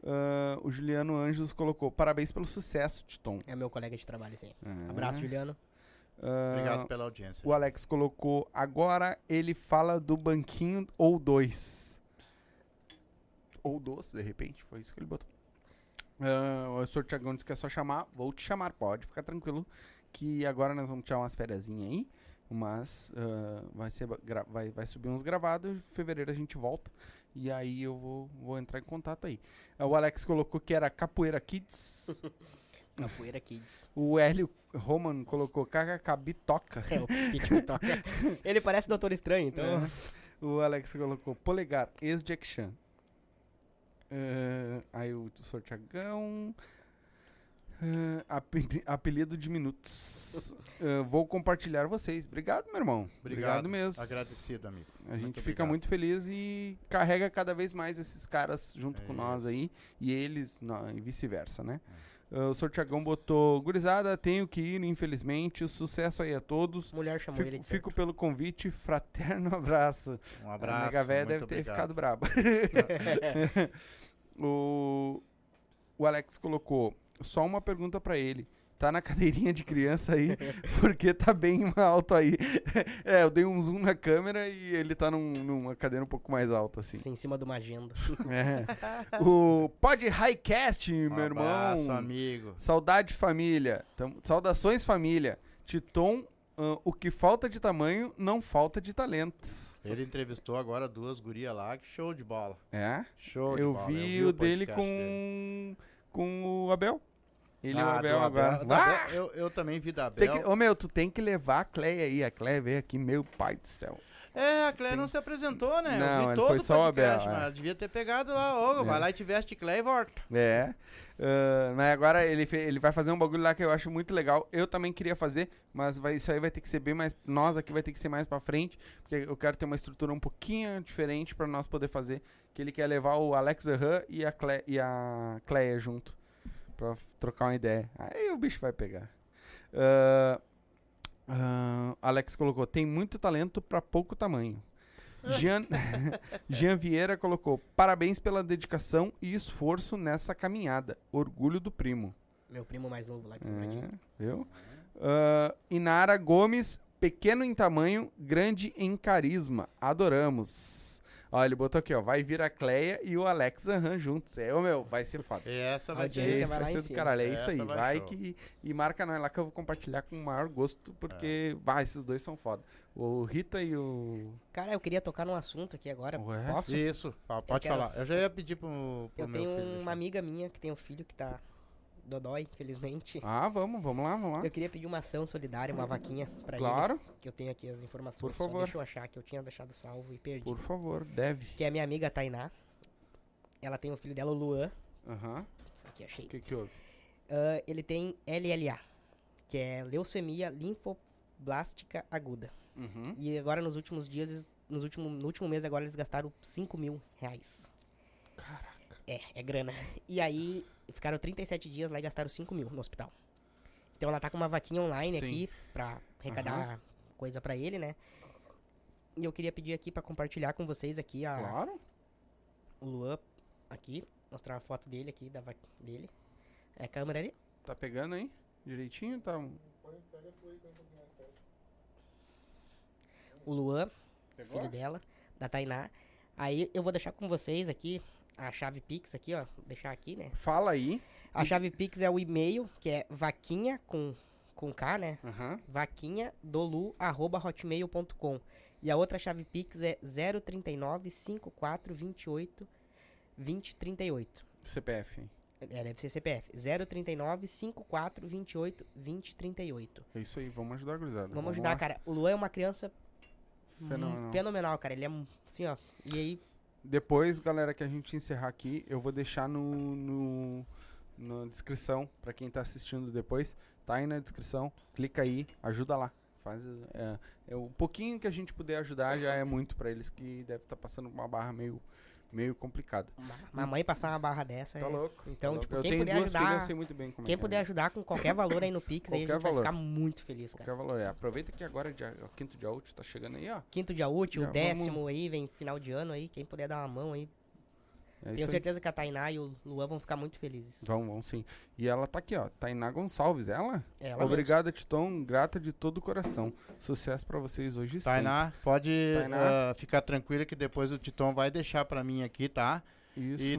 A: Ah, o Juliano Anjos colocou: parabéns pelo sucesso, Titon.
C: É meu colega de trabalho, sim.
A: Ah.
C: Abraço, Juliano.
A: Ah,
B: Obrigado pela audiência.
A: O Alex colocou, agora ele fala do banquinho ou dois. Ou doce, de repente, foi isso que ele botou. Ah, o Sr. Tiagão disse que é só chamar, vou te chamar, pode ficar tranquilo, que agora nós vamos tirar umas fériasinhas aí, mas ah, vai, ser ba- gra- vai, vai subir uns gravados, em fevereiro a gente volta, e aí eu vou, vou entrar em contato aí. Ah, o Alex colocou que era Capoeira Kids,
C: Capoeira Kids.
A: o Hélio Roman colocou KKK Bitoca.
C: É o Pete que toca. Ele parece Doutor Estranho, então.
B: Né?
A: Então, o Alex colocou polegar, ex-Jack Chan. Eh, aí o sorteagão. eh, ape- apelido de minutos. Eh, vou compartilhar vocês. Obrigado, meu irmão. mesmo.
B: Agradecido, amigo.
A: A gente fica
B: obrigado.
A: muito feliz e carrega cada vez mais esses caras junto
B: É
A: com nós
B: isso. É.
A: aí e eles nó- e vice-versa, né? Ah, o sorteagão botou: Gurizada, tenho que ir, infelizmente. Sucesso aí a todos.
C: Mulher chamou
A: Fico,
C: ele de
A: fico pelo convite, fraterno abraço.
B: Um abraço.
A: A nega véia
B: muito
A: deve ter
B: obrigado.
A: ficado braba. o, o Alex colocou só uma pergunta pra ele. Tá na cadeirinha de criança aí, porque tá bem alto aí. É, eu dei um zoom na câmera e ele tá num- numa cadeira um pouco mais alta, assim.
C: Sim, em cima de uma agenda.
A: É. O Pod Highcast,
B: Um
A: meu irmão.
B: abraço, amigo.
A: Saudade, família. Tamo- Saudações, família. Titon, ah, o que falta de tamanho, não falta de talentos.
B: Ele entrevistou agora duas gurias lá, que show de bola.
A: É?
B: Show de
A: Eu
B: bola.
A: vi o dele
B: podcast
A: com
B: dele.
A: com o Abel. Ele e o
B: Ah, do
A: Abel agora.
B: da
A: Ah!
B: Bel- eu, eu também vi da
A: Tem
B: Bel.
A: que- Ô meu, tu tem que levar a Cleia aí. A Cleia veio aqui, meu pai do céu.
B: É, a Cleia não se apresentou, né?
A: Não,
B: eu
A: ele
B: vi todo
A: foi
B: o
A: só o
B: podcast,
A: Abel,
B: mas
A: é.
B: ela devia ter pegado lá. Ô,
A: É.
B: vai lá e te veste Cleia e volta.
A: É. Ah, mas agora ele, fe- ele vai fazer um bagulho lá que eu acho muito legal. Eu também queria fazer, mas vai- isso aí vai ter que ser bem mais. Nós aqui vai ter que ser mais pra frente. Porque eu quero ter uma estrutura um pouquinho diferente pra nós poder fazer. Que ele quer levar o Alex Erran e a, Cle, e a Cleia junto. Pra f- trocar uma ideia. Aí o bicho vai pegar. Ah, ah, Alex colocou: tem muito talento pra pouco tamanho. Jean,
C: É.
A: Jean Vieira colocou: parabéns pela dedicação e esforço nessa caminhada. Orgulho do primo.
C: Meu primo mais novo lá que sobrou aqui.
A: É, viu? Ah, Inara Gomes, pequeno em tamanho, grande em carisma. Adoramos. Ó, ele botou aqui, ó. Vai vir a Cleia e o Alex Zanran juntos. É, ô meu, vai ser foda.
B: E essa vai ser.
C: Audiência
A: Esse
B: esse.
C: vai lá em
A: ser do
C: cima.
A: caralho, é isso
B: Essa
A: aí.
B: vai
A: Vai
B: show.
A: que. E marca nós lá que eu vou compartilhar com o maior gosto,
C: É.
A: porque, vai, esses dois são foda. O Rita e o.
C: Cara, eu queria tocar num assunto aqui agora.
A: Ué?
C: É, Posso?
B: Isso, fala, pode
C: quero-
B: falar. Eu já ia pedir pro, pro
C: Eu
B: meu
C: tenho
B: filho. deixa
C: uma
B: eu-
C: amiga minha que tem um filho que tá dodói, infelizmente.
A: Ah, vamos, vamos lá, vamos lá.
C: Eu queria pedir uma ação solidária, uma vaquinha pra
A: Claro,
C: ele, que eu tenho aqui as informações.
A: Por
C: só
A: favor.
C: Deixa eu achar que eu tinha deixado salvo e perdi.
A: por favor, deve.
C: Que é a minha amiga Tainá. Ela tem um filho dela, o Luan.
A: Aham.
C: Aqui, achei.
A: O que que houve?
C: Ah, ele tem LLA, que é leucemia linfoblástica aguda.
A: Uhum.
C: E agora, nos últimos dias, eles- nos último, no último mês, agora eles gastaram 5 mil reais.
A: Caraca.
C: É, é grana. E aí, ficaram 37 dias lá e gastaram 5 mil no hospital. Então, ela tá com uma vaquinha online
A: Sim.
C: aqui pra arrecadar coisa pra ele, né? E eu queria pedir aqui pra compartilhar com vocês aqui a,
A: Claro.
C: o Luan aqui. Mostrar a foto dele aqui, da vaquinha dele. É a câmera ali.
A: Tá pegando aí? Direitinho? Tá.
C: O Luan
A: Pegou?
C: filho dela, da Tainá. Aí eu vou deixar com vocês aqui a chave Pix aqui, ó. Vou Deixar aqui, né?
A: Fala aí.
C: A chave Pix é o e-mail, que é vaquinha com, com K, né?
A: Aham.
C: Vaquinha hotmail.com. E a outra chave Pix é 039 54 28 2038.
A: CPF.
C: É, deve ser CPF. 039 54 28 2038.
A: É isso aí, vamos ajudar a gurizada.
C: Vamos ajudar,
A: lá.
C: cara. O Luan é uma criança hum,
A: Fenomenal.
C: fenomenal, cara. Ele é um- assim, ó. E aí,
A: Depois, galera, que a gente encerrar aqui, eu vou deixar no, no- na descrição, pra quem tá assistindo depois, tá aí na descrição, clica aí, ajuda lá. Faz, é, é o pouquinho que a gente puder ajudar já é muito pra eles que deve estar passando uma barra meio, meio complicada.
C: ma- mamãe passar uma barra dessa
A: Tá
C: é-
A: louco.
C: Então,
A: tá
C: tipo,
A: louco.
C: quem
A: eu tenho
C: puder
A: duas
C: ajudar-
A: filhas, eu sei muito bem como é
C: Quem
A: que
C: puder
A: é.
C: ajudar com qualquer valor aí no Pix, aí a gente
A: Qualquer valor.
C: vai ficar muito feliz, cara.
A: Qualquer valor é. Aproveita que agora dia, o quinto dia útil tá chegando aí, ó.
C: Quinto dia útil,
A: Já,
C: décimo aí, vem final de ano aí, quem puder dar uma mão aí.
A: É
C: Tenho
A: isso aí.
C: certeza que a Tainá e o Luan vão ficar muito felizes.
A: Vão, vão sim. E ela tá aqui, ó. Tainá Gonçalves, ela?
C: É, ela
A: Obrigada, Titon. Grata de todo o coração. Sucesso pra vocês hoje
C: Tá,
B: Tainá, pode
A: Tainá.
B: ah, ficar tranquila que depois o Titon vai deixar pra mim aqui, tá?
A: sempre. Isso.
B: E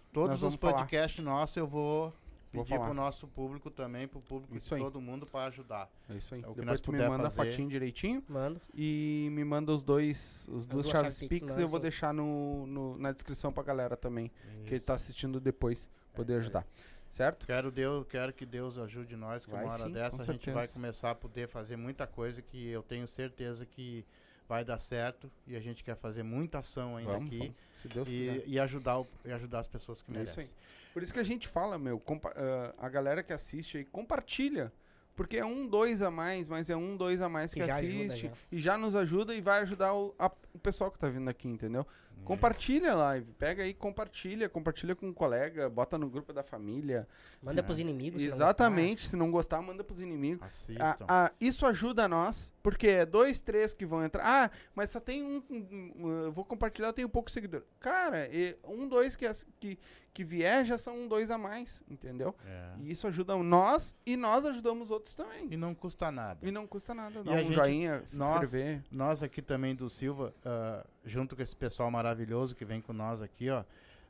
A: Nós
B: todos
A: vamos
B: os podcasts nossos eu vou
A: Vou
B: pedir
A: falar.
B: pro nosso público também, pro público
A: Isso
B: de
A: aí.
B: todo mundo pra ajudar.
A: É isso aí.
B: É o que
A: Depois
B: nós
A: tu me
B: puder
A: manda a
B: fazer.
A: fotinho direitinho
C: Mando.
A: e me manda os dois, os duas
C: duas
A: chaves
C: chaves
A: Pix,
C: Pix,
A: eu
C: manda
A: vou
C: sim.
A: deixar no, no- na descrição pra galera também, que
B: Isso.
A: tá assistindo depois, poder
B: isso
C: É
B: aí.
A: ajudar. Certo?
B: Quero, Deus, quero que Deus ajude nós, que
A: Vai
B: uma hora
A: sim,
B: dessa
A: com
B: a gente vai
A: certeza.
B: começar a poder fazer muita coisa que eu tenho certeza que vai dar certo e a gente quer fazer muita ação ainda
A: Vamos,
B: aqui
A: vamos, se Deus quiser.
B: e, e ajudar o- e ajudar as pessoas que
A: É isso
B: merecem.
A: aí. Por isso que a gente fala, meu, compa- ah, a galera que assiste aí, compartilha. Porque é um, dois a mais, mas é um, dois a mais que,
C: Que já ajuda,
A: assiste.
C: já.
A: E já nos ajuda e vai ajudar o, a- o pessoal que tá vindo aqui, entendeu?
C: Uhum.
A: Compartilha a live. Pega aí, compartilha. Compartilha com um colega, bota no grupo da família.
C: Manda pros inimigos. se não gostar.
A: Exatamente. Se não gostar, manda pros inimigos. Ah,
B: Assistam.
A: ah, isso ajuda a nós, porque é dois, três que vão entrar. Ah, mas só tem um. um, um, eu vou compartilhar, eu tenho pouco seguidor. Cara, e um, dois que, as- que, que vier já são um, dois a mais, entendeu?
B: É.
A: E isso ajuda nós e nós ajudamos outros
B: E
A: também.
B: não custa nada.
A: E não custa nada,
B: E
A: dar
B: a
A: um
B: gente-
A: joinha, se
B: nós-
A: inscrever.
B: Nós aqui também do Silva, ah, junto com esse pessoal maravilhoso que vem com nós aqui, ó.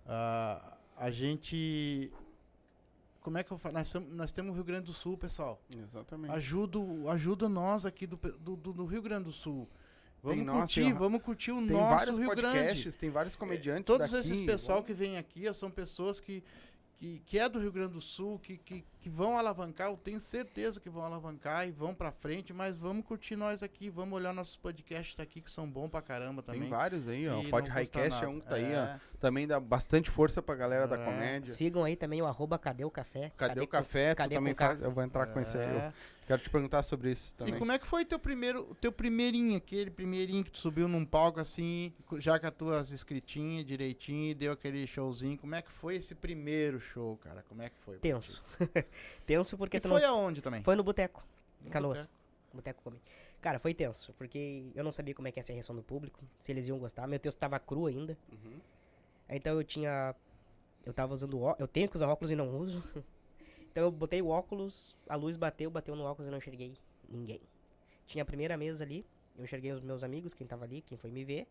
B: ah, a gente. Como é que eu falo? Nós, tamo- nós temos o Rio Grande do Sul, pessoal.
A: Exatamente.
B: Ajuda, o- ajuda nós aqui do, pe- do, do- do Rio Grande do Sul. Vamos
A: nós,
B: curtir,
A: tem-
B: vamos curtir o
A: Tem
B: nosso
A: vários
B: Rio
A: podcasts,
B: Grande.
A: tem vários comediantes.
B: Todos
A: daqui,
B: esses pessoal que vem aqui ó, são pessoas que, que, que é do Rio Grande do Sul, que, que, que vão alavancar, eu tenho certeza que vão alavancar e vão pra frente, mas vamos curtir nós aqui, vamos olhar nossos podcasts daqui que são bons pra caramba
A: Tem
B: também.
A: vários aí, ó.
B: E
A: O Pod
B: não custa
A: Highcast é
B: nada.
A: um que tá aí,
B: É.
A: ó. Também dá bastante força pra galera da
B: É.
A: comédia.
C: Sigam aí também o arroba Cadê o Café.
A: Cadê, o café?
C: cadê
A: tu também
C: com ca-
A: faz? Eu vou entrar com esse aí. Eu
B: É.
A: quero te perguntar sobre isso também.
B: E como é que foi teu primeiro, o teu primeirinho, aquele primeirinho que tu subiu num palco assim, co- já com as tuas escritinhas direitinho, e deu aquele showzinho. Como é que foi esse primeiro show, cara? Como é que foi? pra ti?
C: Tenso. Tenso porque
B: E
C: tu
B: foi
C: não-
B: aonde também?
C: Foi no boteco.
B: No
C: Canoas.
B: boteco.
C: Boteco Comedy. Cara, foi tenso, porque eu não sabia como é que ia ser a reação do público, se eles iam gostar. Meu texto tava cru ainda.
A: Uhum.
C: Então eu tinha. Eu tava usando óculos. Eu tenho que usar óculos e não uso. Então eu botei o óculos, a luz bateu, bateu no óculos e eu não enxerguei ninguém. Tinha a primeira mesa ali, eu enxerguei os meus amigos, quem tava ali, quem foi me ver.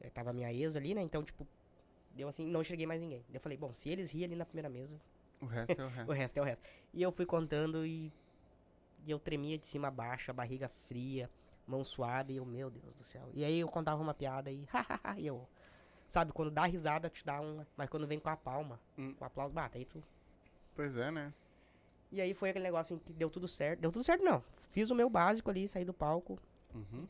C: Eh, tava a minha ex ali, né? Então, tipo, deu assim, não enxerguei mais ninguém. Daí Eu falei, bom, se eles riam ali na primeira mesa,
A: O resto é o
C: o
A: resto.
C: resto é o resto. E eu fui contando e, e eu tremia de cima a baixo, a barriga fria, mão suada, e eu, meu Deus do céu. E aí eu contava uma piada e, e eu. Sabe, quando dá risada, te dá uma. Mas quando vem com a palma,
A: Hum.
C: com o aplauso, bata, aí tu.
A: Pois é, né?
C: E aí foi aquele negócio em que deu tudo certo. Deu tudo certo, não. Fiz o meu básico ali, saí do palco.
A: Uhum.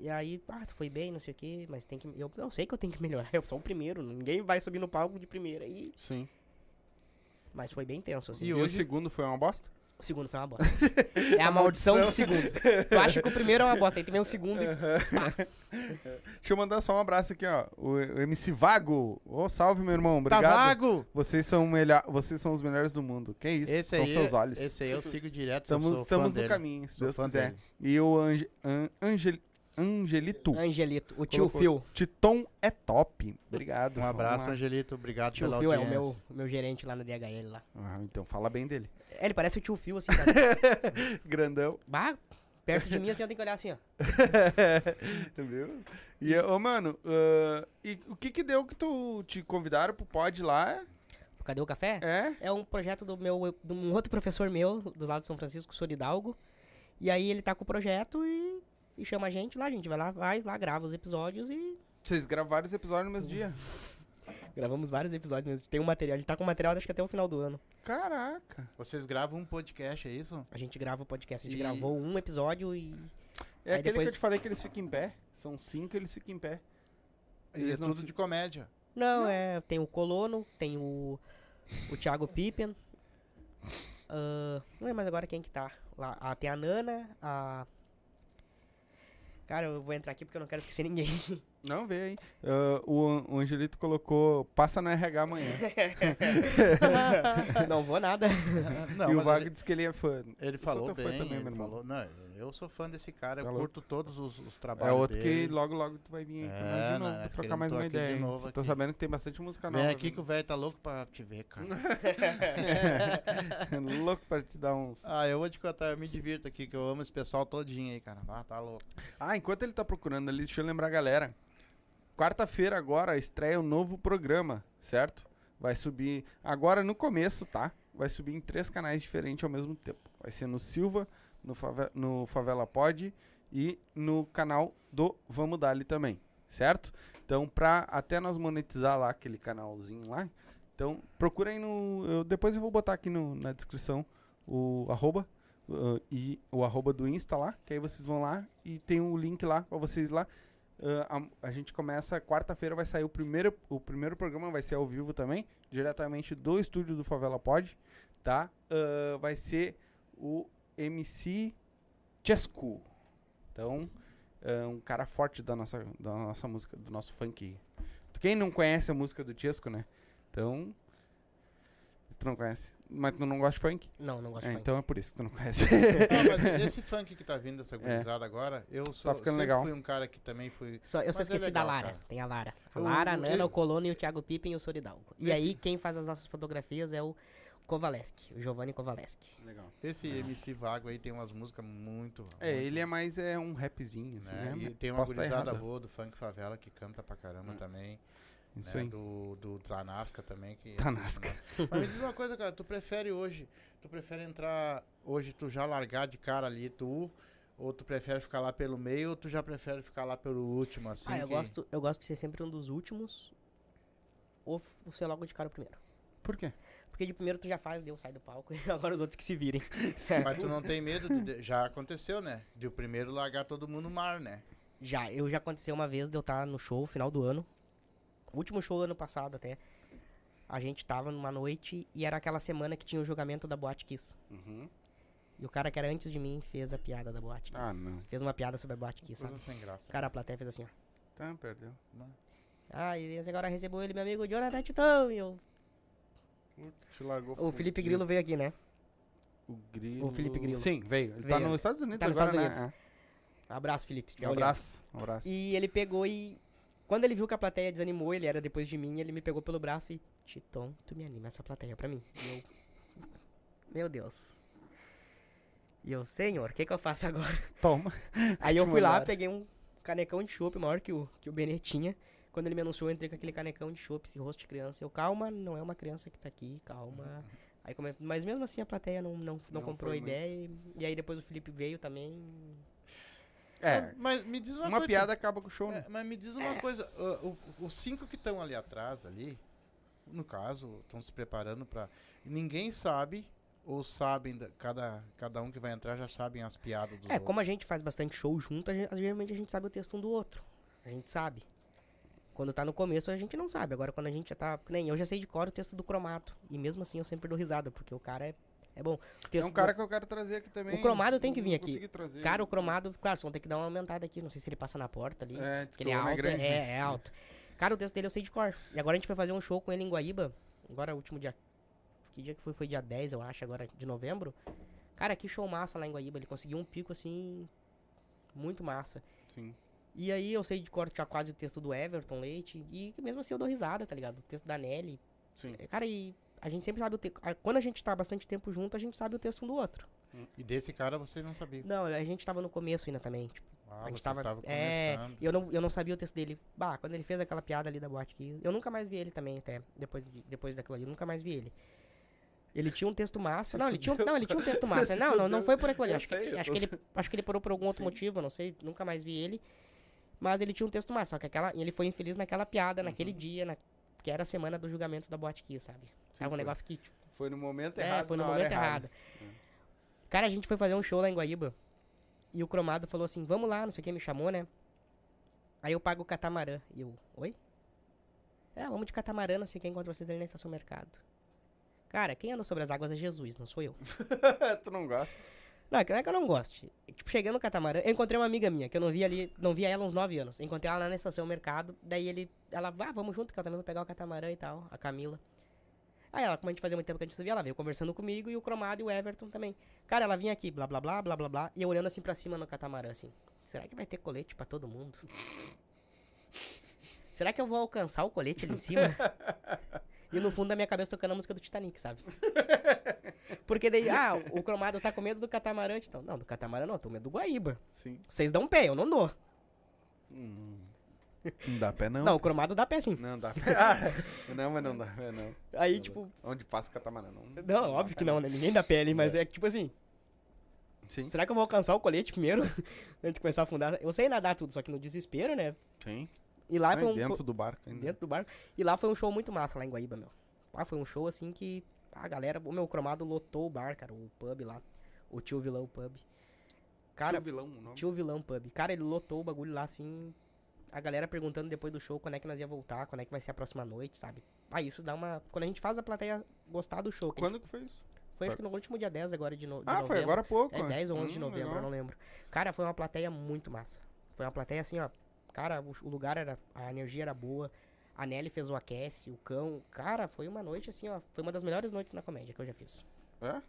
C: E aí, ah, tu foi bem, não sei o quê, mas tem que. Eu não sei que eu tenho que melhorar. Eu sou o primeiro. Ninguém vai subir no palco de primeira. E,
A: Sim.
C: mas foi bem tenso, assim.
A: E,
B: E
A: o
B: hoje-
A: segundo foi uma bosta?
C: O segundo foi uma bosta. É a maldição do segundo. Tu acha que o primeiro é uma bosta, aí tem vem o segundo e.
A: Deixa eu mandar só um abraço aqui, ó. O, o MC Vago. Ô, salve, meu irmão. Obrigado.
B: Tá vago!
A: Vocês são, melhor, vocês são os melhores do mundo. Que isso?
B: Esse
A: são
B: aí, é-
A: seus olhos.
B: Esse aí eu sigo direto. eu
A: estamos
B: sou fã
A: estamos no
B: dele.
A: caminho, se
B: Sou
A: Deus
B: fã
A: quiser.
B: dele. Um É.
A: E o Ange, An- Angel- Angelito.
C: Angelito, o tio
A: Colocou.
C: Phil.
A: Titon é top. Obrigado.
B: Um abraço,
A: Vamos
B: Angelito. Obrigado
C: Tio
B: pela
C: Phil é o
B: audiência.
C: meu, meu gerente lá no DHL lá.
A: lá. Ah, então fala bem dele.
C: É, ele parece o tio Phil, assim, cara.
A: Grandão.
C: Bah, perto de mim, assim, eu tenho que olhar assim, ó.
A: Viu? E, ô, mano, ah, e o que que deu que tu te convidaram pro pod lá?
C: Cadê o café?
A: É?
C: É um projeto do meu, de um outro professor meu, do lado de São Francisco, Soridalgo. E aí ele tá com o projeto e, e chama a gente lá, a gente vai lá, faz lá, grava os episódios e
A: Vocês gravaram os episódios no mesmo dia?
C: gravamos vários episódios mesmo. Tem um material, ele tá com o material acho que até o final do ano.
A: Caraca.
B: Vocês gravam um podcast, é isso?
C: A gente grava o podcast, a gente
B: E-
C: gravou um episódio e
A: É
C: Aí
A: aquele
C: depois-
A: que eu te falei que eles ficam em pé. São cinco, eles ficam em pé.
B: E é
A: Eles não
B: tudo
A: fi-
B: de comédia.
C: Não, é. Tem o Colono, tem o. O Thiago Pippen. Ah, não é mais agora quem que tá lá. Ah, tem a Nana, a. Cara, eu vou entrar aqui porque eu não quero esquecer ninguém.
A: Não, vê aí. Ah, o, An- o Angelito colocou, passa na RH amanhã.
C: não vou nada.
B: Ah, Não,
A: e o
B: mas
A: Vago
B: ele-
A: disse que ele é fã.
B: Ele
A: Eu sou
B: falou
A: teu fã
B: bem,
A: também, meu
B: ele
A: irmão.
B: falou. Não, eu sou fã desse cara, eu
A: Tá louco.
B: curto todos os, os
A: É
B: trabalhos
A: outro
B: dele.
A: que logo, logo tu vai vir aí.
B: É,
A: então, imagina, pra
B: não,
A: trocar
B: nós queremos
A: mais
B: tô
A: uma
B: aqui de
A: ideia. hein?
B: novo
A: Tô
B: aqui.
A: sabendo que tem bastante música nova. né?
B: Vem aqui que
A: viu?
B: o velho tá louco pra te ver, cara.
A: Louco pra te dar uns...
B: ah, eu vou te contar, eu me divirto aqui, que eu amo esse pessoal todinho aí, cara. Ah, tá louco.
A: Ah, enquanto ele tá procurando ali, deixa eu lembrar a galera. Quarta-feira agora estreia o novo programa, certo? Vai subir agora no começo, tá? Vai subir em três canais diferentes ao mesmo tempo. Vai ser no Silva, no, Fave- no Favela Pod e no canal do Vamos Dali também, certo? Então, pra até nós monetizar lá aquele canalzinho lá, então procura aí no. eu- depois eu vou botar aqui no- na descrição o arroba ah, e o arroba do Insta lá, que aí vocês vão lá e tem o link lá pra vocês lá. Ah, a, a gente começa quarta-feira, vai sair o primeiro, o primeiro programa, vai ser ao vivo também, diretamente do estúdio do Favela Pod, tá? Ah, vai ser o MC Chesco. Então, é um cara forte da nossa, da nossa música, do nosso funk. Quem não conhece a música do Chesco, né? Então, tu não conhece. Mas tu não gosta de funk?
C: Não, não gosto
A: É,
C: mais.
A: então é por isso que tu não conhece.
B: Não, mas esse funk que tá vindo dessa gurizada agora, eu sou,
A: É. Tá ficando
B: sempre
A: legal.
B: fui um cara que também fui...
C: Só- eu só
B: Mas é
C: esqueci da
B: legal,
C: Lara.
B: cara.
C: Tem a Lara. A
B: Eu-
C: Lara, a
B: eu-
C: Nana, o Colono e o Thiago Pippen e o Soridalgo. E aí, quem faz as nossas fotografias é o Kovaleski, o Giovanni Kovaleski.
A: Legal.
B: Esse MC Vago aí tem umas músicas muito...
A: É,
B: muito
A: ele é mais é um rapzinho, assim,
B: né?
A: né?
B: E tem uma
A: Posso tá
B: gurizada
A: errado. É.
B: boa do funk favela que canta pra caramba também.
A: Isso
B: né?
A: aí. Tá
B: Do, do Tanasca também. Que
A: Tanasca.
B: Mas me diz uma coisa, cara, tu prefere hoje, tu prefere entrar, hoje tu já largar de cara ali, tu, ou tu prefere ficar lá pelo meio, ou tu já prefere ficar lá pelo último, assim?
C: ah, eu
B: que-
C: gosto, eu gosto de ser sempre um dos últimos ou f- ser logo de cara o primeiro.
A: Por quê?
C: Porque de primeiro tu já faz, deu, sai do palco, e agora os outros que se virem.
A: é.
B: Mas tu não tem medo, de- de- já aconteceu, né? De o primeiro largar todo mundo no mar, né?
C: já, eu já aconteceu uma vez de eu estar no show, final do ano. Último show do ano passado até. A gente tava numa noite e era aquela semana que tinha o julgamento da Boate Kiss.
B: Uhum.
C: E o cara que era antes de mim fez a piada da Boate Kiss.
A: Ah, não.
C: Fez uma piada sobre a Boate Kiss,
B: Coisa
C: sabe?
B: sem graça.
C: O cara, a plateia fez assim, ó.
A: Tá, perdeu.
C: Ah, e esse agora recebeu ele, meu amigo Jonathan Titão. E eu...
A: Te largou.
C: O Felipe Grilo veio aqui, né?
A: O Grilo.
C: o Felipe Grilo.
A: Sim, veio. Ele tá
C: Veio.
A: nos Estados Unidos
C: Tá nos
A: agora,
C: Estados
A: né?
C: Abraço, Felipe, se
A: É.
C: tiver
A: Um
C: olhando.
A: abraço. Um abraço.
C: E ele pegou e. Quando ele viu que a plateia desanimou, ele era depois de mim, ele me pegou pelo braço e. Titon, tu me anima essa plateia é pra mim. E eu. Meu Deus. E eu, senhor, o que, que eu faço agora?
A: Toma.
C: Aí eu
A: Te
C: fui lá,
A: mandaram.
C: peguei um canecão de chopp maior que o, que o Benê tinha. Quando ele me anunciou, eu entrei com aquele canecão de chopp, esse rosto de criança. Eu, calma, não é uma criança que tá aqui, calma. Aí come... Mas mesmo assim a plateia não, não, não,
A: Não
C: comprou a
A: foi muito.
C: ideia. E, e aí depois o Felipe veio também.
A: É,
B: Mas me diz uma,
A: uma
B: coisa.
A: piada acaba com o show, né?
B: É, mas me diz uma coisa, ah, o- os cinco que estão ali atrás, ali, no caso, estão se preparando para. Ninguém sabe, ou sabem, da- cada, cada um que vai entrar já sabem as piadas dos
A: Uhum.
C: É,
B: outros.
C: como a gente faz bastante show junto, a gente, geralmente a gente sabe o texto um do outro. A gente sabe. Quando tá no começo, a gente não sabe. Agora, quando a gente já tá. que Nem eu já sei de cor o texto do cromato. E mesmo assim eu sempre dou risada, porque o cara é, é bom. O
A: É
C: texto
A: um
C: do-
A: cara que eu quero trazer aqui também.
C: O cromado tem que
A: Eu
C: vir
A: não
C: aqui.
A: consegui trazer.
C: Cara, o cromado, claro, só vão ter que dar uma aumentada aqui. Não sei se ele passa na porta ali.
A: É, diz
C: porque
A: que
C: ele é
A: o homem é
C: alto,
A: grande.
C: é, é alto. Cara, o texto dele eu sei de cor. E agora a gente foi fazer um show com ele em Guaíba. Agora, o último dia. Que dia que foi? Foi dia 10, eu acho, agora de novembro. Cara, que show massa lá em Guaíba. Ele conseguiu um pico assim. Muito massa.
A: Sim.
C: E aí eu sei de cor já quase o texto do Everton Leite. E mesmo assim eu dou risada, tá ligado? O texto da Nelly. é,
A: Sim.
C: Cara, e a gente sempre sabe o texto. Quando a gente tá bastante tempo junto, a gente sabe o texto um do outro.
B: E desse cara você não sabia.
C: Não, a gente tava no começo ainda também. Tipo,
B: Ah,
C: a gente
B: vocês
C: tava,
B: estavam
C: é,
B: começando.
C: eu não, eu não sabia o texto dele. Bah, quando ele fez aquela piada ali da boate que eu nunca mais vi ele também até depois de- depois daquilo ali, eu nunca mais vi ele. Ele tinha um texto massa. Não, ele tinha, um- não, ele tinha um texto massa. Não, não, não foi por aquilo ali.
A: Eu
C: Acho que,
A: sei, eu
C: acho
A: tô
C: que ele acho que ele parou por algum outro motivo, eu não sei, nunca mais vi ele. Mas ele tinha um texto massa, só que aquela, ele foi infeliz naquela piada, naquele
A: Uhum.
C: dia, na- que era a semana do julgamento da boate que, sabe? Tava um
A: foi.
C: negócio que tipo,
A: Foi no momento
C: é,
A: errado.
C: foi no
A: na hora
C: momento
A: errada.
C: errado. Cara, a gente foi fazer um show lá em Guaíba. E o Cromado falou assim, vamos lá, não sei quem me chamou, né? Aí eu pago o catamarã. E eu, oi? É, vamos de catamarã, não sei quem, enquanto vocês ali na estação mercado. Cara, quem anda sobre as águas é Jesus, não sou eu.
A: tu não gosta?
C: Não, é que não é que eu não goste. Tipo, chegando no catamarã, eu encontrei uma amiga minha, que eu não via ali, não via ela há uns 9 anos. Encontrei ela lá na estação mercado, daí ele, ela, vá, vamos junto, que eu também vou pegar o catamarã e tal, a Camila. Aí ela, como a gente fazia muito tempo que a gente não se via, ela veio conversando comigo e o Cromado e o Everton também. Cara, ela vinha aqui, blá, blá, blá, blá, blá, blá, e eu olhando assim pra cima no catamarã, assim, será que vai ter colete pra todo mundo? Será que eu vou alcançar o colete ali em cima? E no fundo da minha cabeça tocando a música do Titanic, sabe? Porque daí, ah, o cromado tá com medo do catamarã, então. Não, do catamarã não, tô com medo do Guaíba.
A: Sim.
C: Vocês dão pé, eu não dou.
A: Não dá pé, não.
C: Não, o cromado dá pé sim.
A: Não dá pé. Ah, não, mas não dá pé, não.
C: Aí, tipo,
A: Onde passa o catamarã, não.
C: não, óbvio que não, né? Ninguém dá pé ali, mas é que, tipo assim,
A: Sim.
C: será que eu vou alcançar o colete primeiro? antes de começar a afundar? Eu sei nadar tudo, só que no desespero, né?
A: Sim.
C: E lá foi um.
A: dentro do barco
C: foi-
A: ainda.
C: dentro do barco. E lá foi um show muito massa lá em Guaíba, meu. Lá foi um show assim que a galera, o meu cromado lotou o bar, cara, o pub lá. O tio vilão pub. Cara,
A: Tio vilão, o nome.
C: Tio Vilão Pub. Cara, ele lotou o bagulho lá, assim. A galera perguntando depois do show quando é que nós ia voltar, quando é que vai ser a próxima noite, sabe? Ah, isso dá uma. Quando a gente faz a plateia gostar do show. que a gente-
A: Quando que foi isso?
C: Foi acho que no último dia 10 agora de, no... de
A: Ah,
C: novembro.
A: foi agora há pouco.
C: É 10 ou 11 de
A: Hum,
C: novembro, eu
A: legal.
C: não lembro. Cara, foi uma plateia muito massa. Foi uma plateia assim, ó. Cara, o o lugar era. A energia era boa. A Nelly fez o aquece, o cão. Cara, foi uma noite assim, ó. Foi uma das melhores noites na comédia que eu já fiz.
A: É?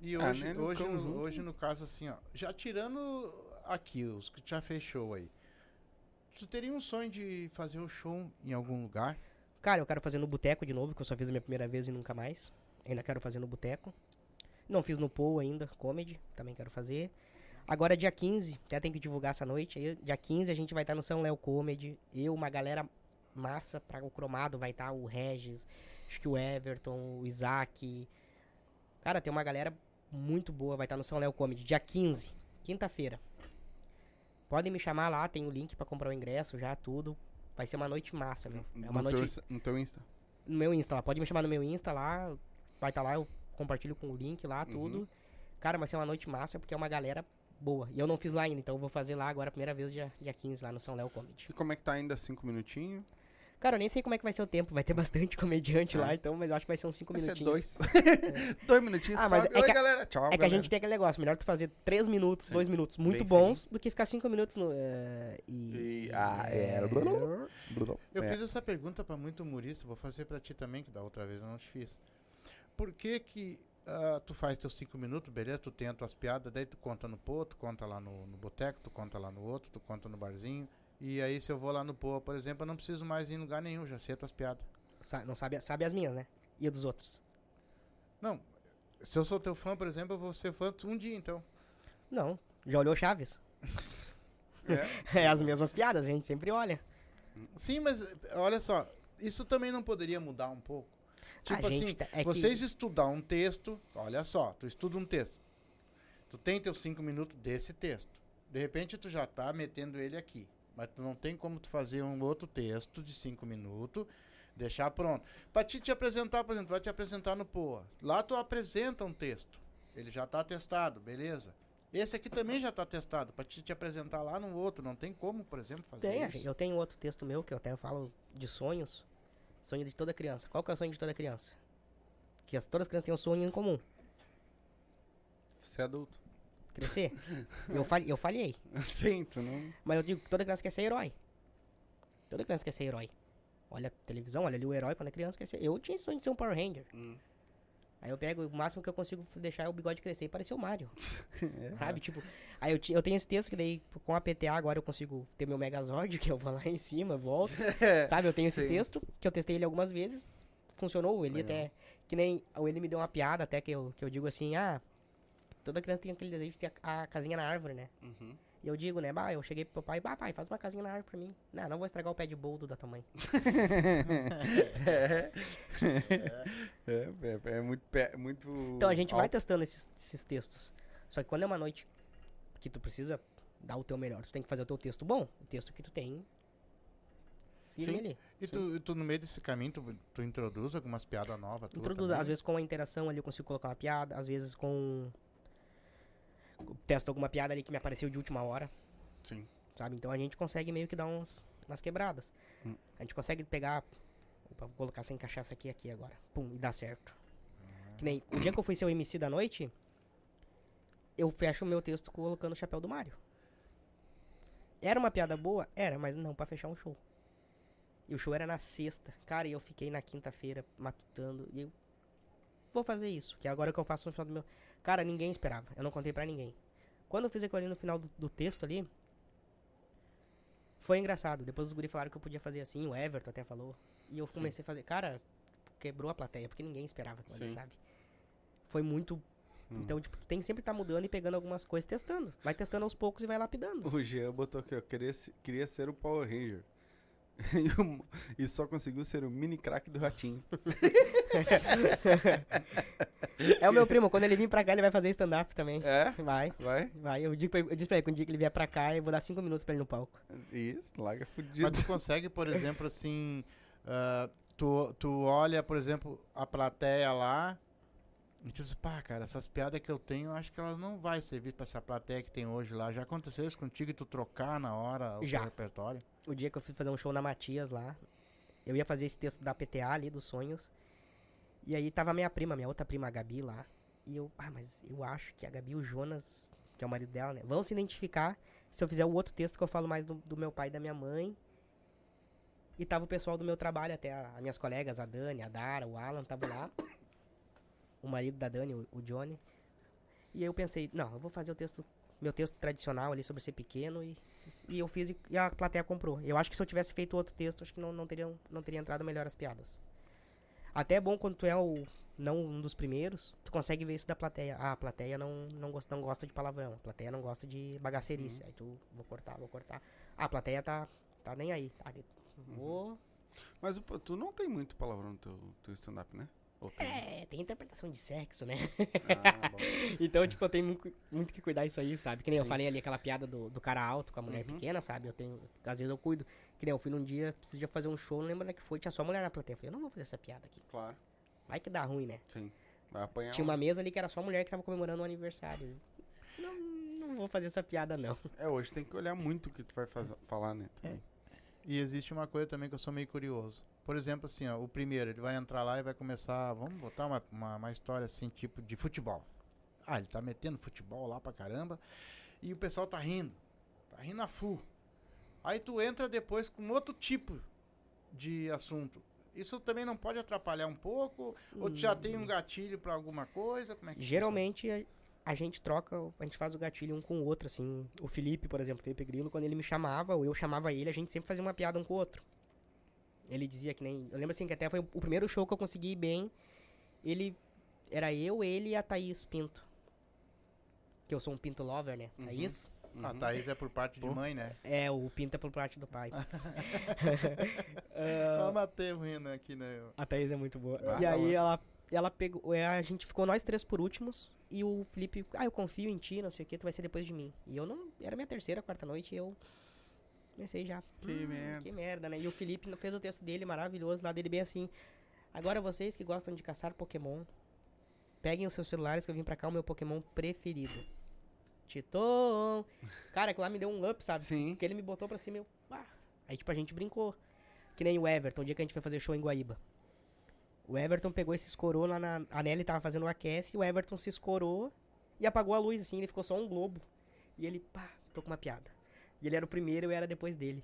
B: E
A: Ah,
B: hoje,
A: né, no
B: hoje, no,
A: conjunto.
B: hoje, no caso, assim, ó, já tirando aqui, os que já fechou aí, tu teria um sonho de fazer um show em algum lugar?
C: Cara, eu quero fazer no boteco de novo, que eu só fiz a minha primeira vez e nunca mais. Ainda quero fazer no boteco. Não fiz no Pool ainda, comedy, também quero fazer. Agora dia 15, até tem que divulgar essa noite. Aí, dia 15 a gente vai estar no São Léo Comedy. Eu, uma galera massa pra o cromado, vai estar o Regis, acho que o Everton, o Isaac. Cara, tem uma galera muito boa, vai estar no São Léo Comedy, dia 15, quinta-feira. Podem me chamar lá, tem o link pra comprar o ingresso já, tudo. Vai ser uma noite massa, meu. É uma
A: no,
C: noite
A: teu, Insta- no teu Insta.
C: no meu Insta lá. Pode me chamar no meu Insta lá. Vai estar lá, eu compartilho com o link
A: Uhum.
C: lá, tudo. Cara, vai ser uma noite massa porque é uma galera boa. E eu não fiz lá ainda, então eu vou fazer lá agora a primeira vez dia, dia 15 lá no São Léo Comedy.
A: E como é que tá ainda? Cinco minutinhos?
C: Cara, eu nem sei como é que vai ser o tempo. Vai ter bastante comediante lá, então, mas eu acho que vai ser uns 5
A: É. Vai ser
C: minutinhos.
A: dois. dois minutinhos.
C: Ah, mas
A: salve.
C: é
A: Oi,
C: que a-
A: galera. Tchau,
C: É que a
A: galera.
C: gente tem aquele negócio, melhor tu fazer 3 minutos,
A: Sim.
C: 2 minutos muito
A: Bem
C: bons do que ficar 5 minutos no. eh, e.
A: E- ah, é.
B: Eu
A: É.
B: fiz essa pergunta para muito humorista, vou fazer para ti também, que da outra vez eu não te fiz. Por que que ah, tu faz teus cinco minutos, beleza? Tu tem as tuas piadas, daí tu conta no pô, tu conta lá no, no boteco, tu conta lá no outro, tu conta no barzinho, e E aí, se eu vou lá no Poa, por exemplo, eu não preciso mais ir em lugar nenhum, já sei as piadas.
C: Sa- não sabe, sabe as minhas, né? E a dos outros.
B: Não, se eu sou teu fã, por exemplo, eu vou ser fã um dia, então.
C: Não. Já olhou Chaves?
A: É.
C: É as mesmas piadas, a gente sempre olha.
B: Sim, mas eh, olha só, isso também não poderia mudar um pouco? Tipo
C: A gente
B: assim,
C: tá- é que-
B: vocês estudar um texto, olha só, tu estuda um texto. Tu tem teus cinco minutos desse texto. De repente tu já tá metendo ele aqui. Mas tu não tem como tu fazer um outro texto de cinco minutos, deixar pronto. Pra te, te apresentar, por exemplo, vai te apresentar no POA. Lá tu apresenta um texto. Ele já tá testado, beleza? Esse aqui também já tá testado, pra te, te apresentar lá no outro. Não tem como, por exemplo, fazer
C: Tem,
B: isso.
C: eu tenho outro texto meu que eu até falo de sonhos. Sonho de toda criança. Qual que é o sonho de toda criança? Que as, todas as crianças têm um sonho em comum.
A: Você é adulto.
C: Crescer. eu, fal, eu falhei.
A: Sim, tu não.
C: Mas eu digo que toda criança quer ser herói. Toda criança quer ser herói. Olha a televisão, olha ali o herói quando é criança quer ser. Eu tinha sonho de ser um Power Ranger.
A: Hum.
C: Aí eu pego, o máximo que eu consigo f- deixar é o bigode crescer e parecer o Mario.
A: É.
C: Sabe? Tipo, aí eu, ti- eu tenho esse texto que daí, p- com a PTA, agora eu consigo ter meu Megazord, que eu vou lá em cima, volto. Sabe? Eu tenho esse
A: Sim.
C: texto, que eu testei ele algumas vezes, funcionou, o Eli até. Que nem. O Eli me deu uma piada até que eu, que eu digo assim, ah, toda criança tem aquele desejo de ter a, a casinha na árvore, né?
A: Uhum.
C: E eu digo, né, bah, eu cheguei pro papai, bah, pai, faz uma casinha na árvore pra mim. Não, não vou estragar o pé de boldo da tua mãe.
A: É, é, é muito, pé- muito.
C: Então a gente vai
A: alto.
C: testando esses, esses textos. Só que quando é uma noite que tu precisa dar o teu melhor, tu tem que fazer o teu texto bom, o texto que tu tem firme
A: Sim.
C: ali.
B: E tu, e tu, no meio desse caminho, tu, tu introduz algumas piadas novas? tu
C: Introduz,
B: também?
C: às vezes com a interação ali eu consigo colocar uma piada, às vezes com testo alguma piada ali que me apareceu de última hora,
A: Sim.
C: sabe? Então a gente consegue meio que dar uns umas quebradas.
A: Hum.
C: A gente consegue pegar opa, vou colocar sem cachaça aqui aqui agora. Pum, e dá certo.
A: Ah.
C: Que nem o dia que eu fui ser o MC da noite, eu fecho o meu texto colocando o chapéu do Mario. Era uma piada boa? Era, mas não pra fechar um show. E o show era na sexta. Cara, e eu fiquei na quinta-feira matutando. E eu. Vou fazer isso, que é agora que eu faço no final do meu. Cara, ninguém esperava. Eu não contei pra ninguém. Quando eu fiz aquilo ali no final do, do texto ali. Foi engraçado. Depois os guri falaram que eu podia fazer assim. O Everton até falou. E eu comecei a fazer. Cara, quebrou a plateia, porque ninguém esperava aquilo ali,
A: Sim.
C: sabe? Foi muito. Então, tipo, tu tem que sempre estar mudando e pegando algumas coisas, testando. Vai testando aos poucos e vai lapidando.
A: O Jean botou aqui, ó. Queria, se- queria ser o Power Ranger. e, o- e só conseguiu ser o mini crack do ratinho.
C: É o meu primo, quando ele vir pra cá, ele vai fazer stand-up também.
A: É?
C: Vai.
A: Vai?
C: Vai, eu, digo pra, ele- eu disse pra ele que um dia que ele vier pra cá, eu vou dar cinco minutos pra ele no palco.
A: Isso, larga
B: Mas
A: fudido.
B: tu consegue, por exemplo, assim. ah, tu, tu olha, por exemplo, a plateia lá. E tu diz, pá, cara, essas piadas que eu tenho, eu acho que elas não vai servir pra essa plateia que tem hoje lá. Já aconteceu isso contigo e tu trocar na hora o
C: Já.
B: teu repertório?
C: O dia que eu fui fazer um show na Matias lá, eu ia fazer esse texto da PTA ali, dos sonhos. E aí tava minha prima, minha outra prima, a Gabi, lá. E eu, ah, mas eu acho que a Gabi e o Jonas, que é o marido dela, né? Vão se identificar se eu fizer o outro texto que eu falo mais do, do meu pai e da minha mãe. E tava o pessoal do meu trabalho, até a- as minhas colegas, a Dani, a Dara, o Alan, tava lá. O marido da Dani, o, o Johnny. E aí eu pensei, não, eu vou fazer o texto, meu texto tradicional ali sobre ser pequeno e e eu fiz e- e a plateia comprou. Eu acho que se eu tivesse feito outro texto, acho que não, não, teria, não teria entrado melhor as piadas. Até é bom quando tu é o, não um dos primeiros, tu consegue ver isso da plateia. Ah, a plateia não, não, gosta, não gosta de palavrão, a plateia não gosta de bagaceirice. Aí tu, vou cortar, vou cortar. Ah, a plateia tá, tá nem aí. Ah, de- vou...
A: Mas o pa- tu não tem muito palavrão no teu, teu stand-up, né? Ou tem?
C: É, tem interpretação de sexo, né?
A: Ah, bom.
C: Então, tipo, eu tenho muito, muito que cuidar isso aí, sabe? Que nem eu
A: Sim.
C: falei ali aquela piada do, do cara alto com a mulher
A: Uhum.
C: pequena, sabe? Eu tenho. Às vezes eu cuido. Que nem eu fui num dia, precisava fazer um show, não lembro onde é que foi, tinha só mulher na plateia. Eu falei, eu não vou fazer essa piada aqui.
A: Claro,
C: Vai que dá ruim, né?
A: sim. Vai apanhar.
C: Tinha
A: um-
C: uma mesa ali que era só mulher que tava comemorando um aniversário. Não, não vou fazer essa piada, não.
A: É, hoje tem que olhar muito o que tu vai faz- falar, né? também.
C: É.
B: E existe uma coisa também que eu sou meio curioso. Por exemplo, assim, ó, o primeiro, ele vai entrar lá e vai começar. Vamos botar uma, uma, uma história assim, tipo de futebol. Ah, ele tá metendo futebol lá pra caramba. E o pessoal tá rindo. Tá rindo a full. Aí tu entra depois com outro tipo de assunto. Isso também não pode atrapalhar um pouco? Ou tu já tem um gatilho pra alguma coisa? Como é que funciona?
C: Geralmente, a- a gente troca, a gente faz o gatilho um com o outro, assim. O Felipe, por exemplo, Felipe Grilo, quando ele me chamava, ou eu chamava ele, a gente sempre fazia uma piada um com o outro. Ele dizia que nem. Eu lembro assim que até foi o primeiro show que eu consegui ir bem. Ele. Era eu, ele e a Thaís Pinto. Que eu sou um Pinto Lover, né?
A: Uhum.
C: Thaís?
A: Uhum.
B: A Thaís é por parte de mãe, né?
C: É, o Pinto é por parte do pai.
B: Ó, matei rindo aqui, né?
C: A Thaís é muito boa.
A: Ah,
C: e
A: tá
C: aí
A: bom.
C: ela, ela pegou. é, A gente ficou nós três por últimos. E o Felipe, ah, eu confio em ti, não sei o que, tu vai ser depois de mim. E eu não. Era minha terceira, quarta noite e eu. Comecei já. Ah,
A: Que merda.
C: Que merda, né? E o Felipe não fez o texto dele maravilhoso lá dele, bem assim. Agora vocês que gostam de caçar Pokémon, peguem os seus celulares que eu vim pra cá, o meu Pokémon preferido. Titon! Cara, aquilo lá me deu um up, sabe?
A: Sim.
C: Porque ele me botou pra cima e eu. pá. Aí, tipo, a gente brincou. Que nem o Everton, o dia que a gente foi fazer show em Guaíba. O Everton pegou esse escorou lá na. A Nelly tava fazendo o aquece, o Everton se escorou e apagou a luz, assim, ele ficou só um globo. E ele, pá, tô com uma piada. E ele era o primeiro, eu era depois dele.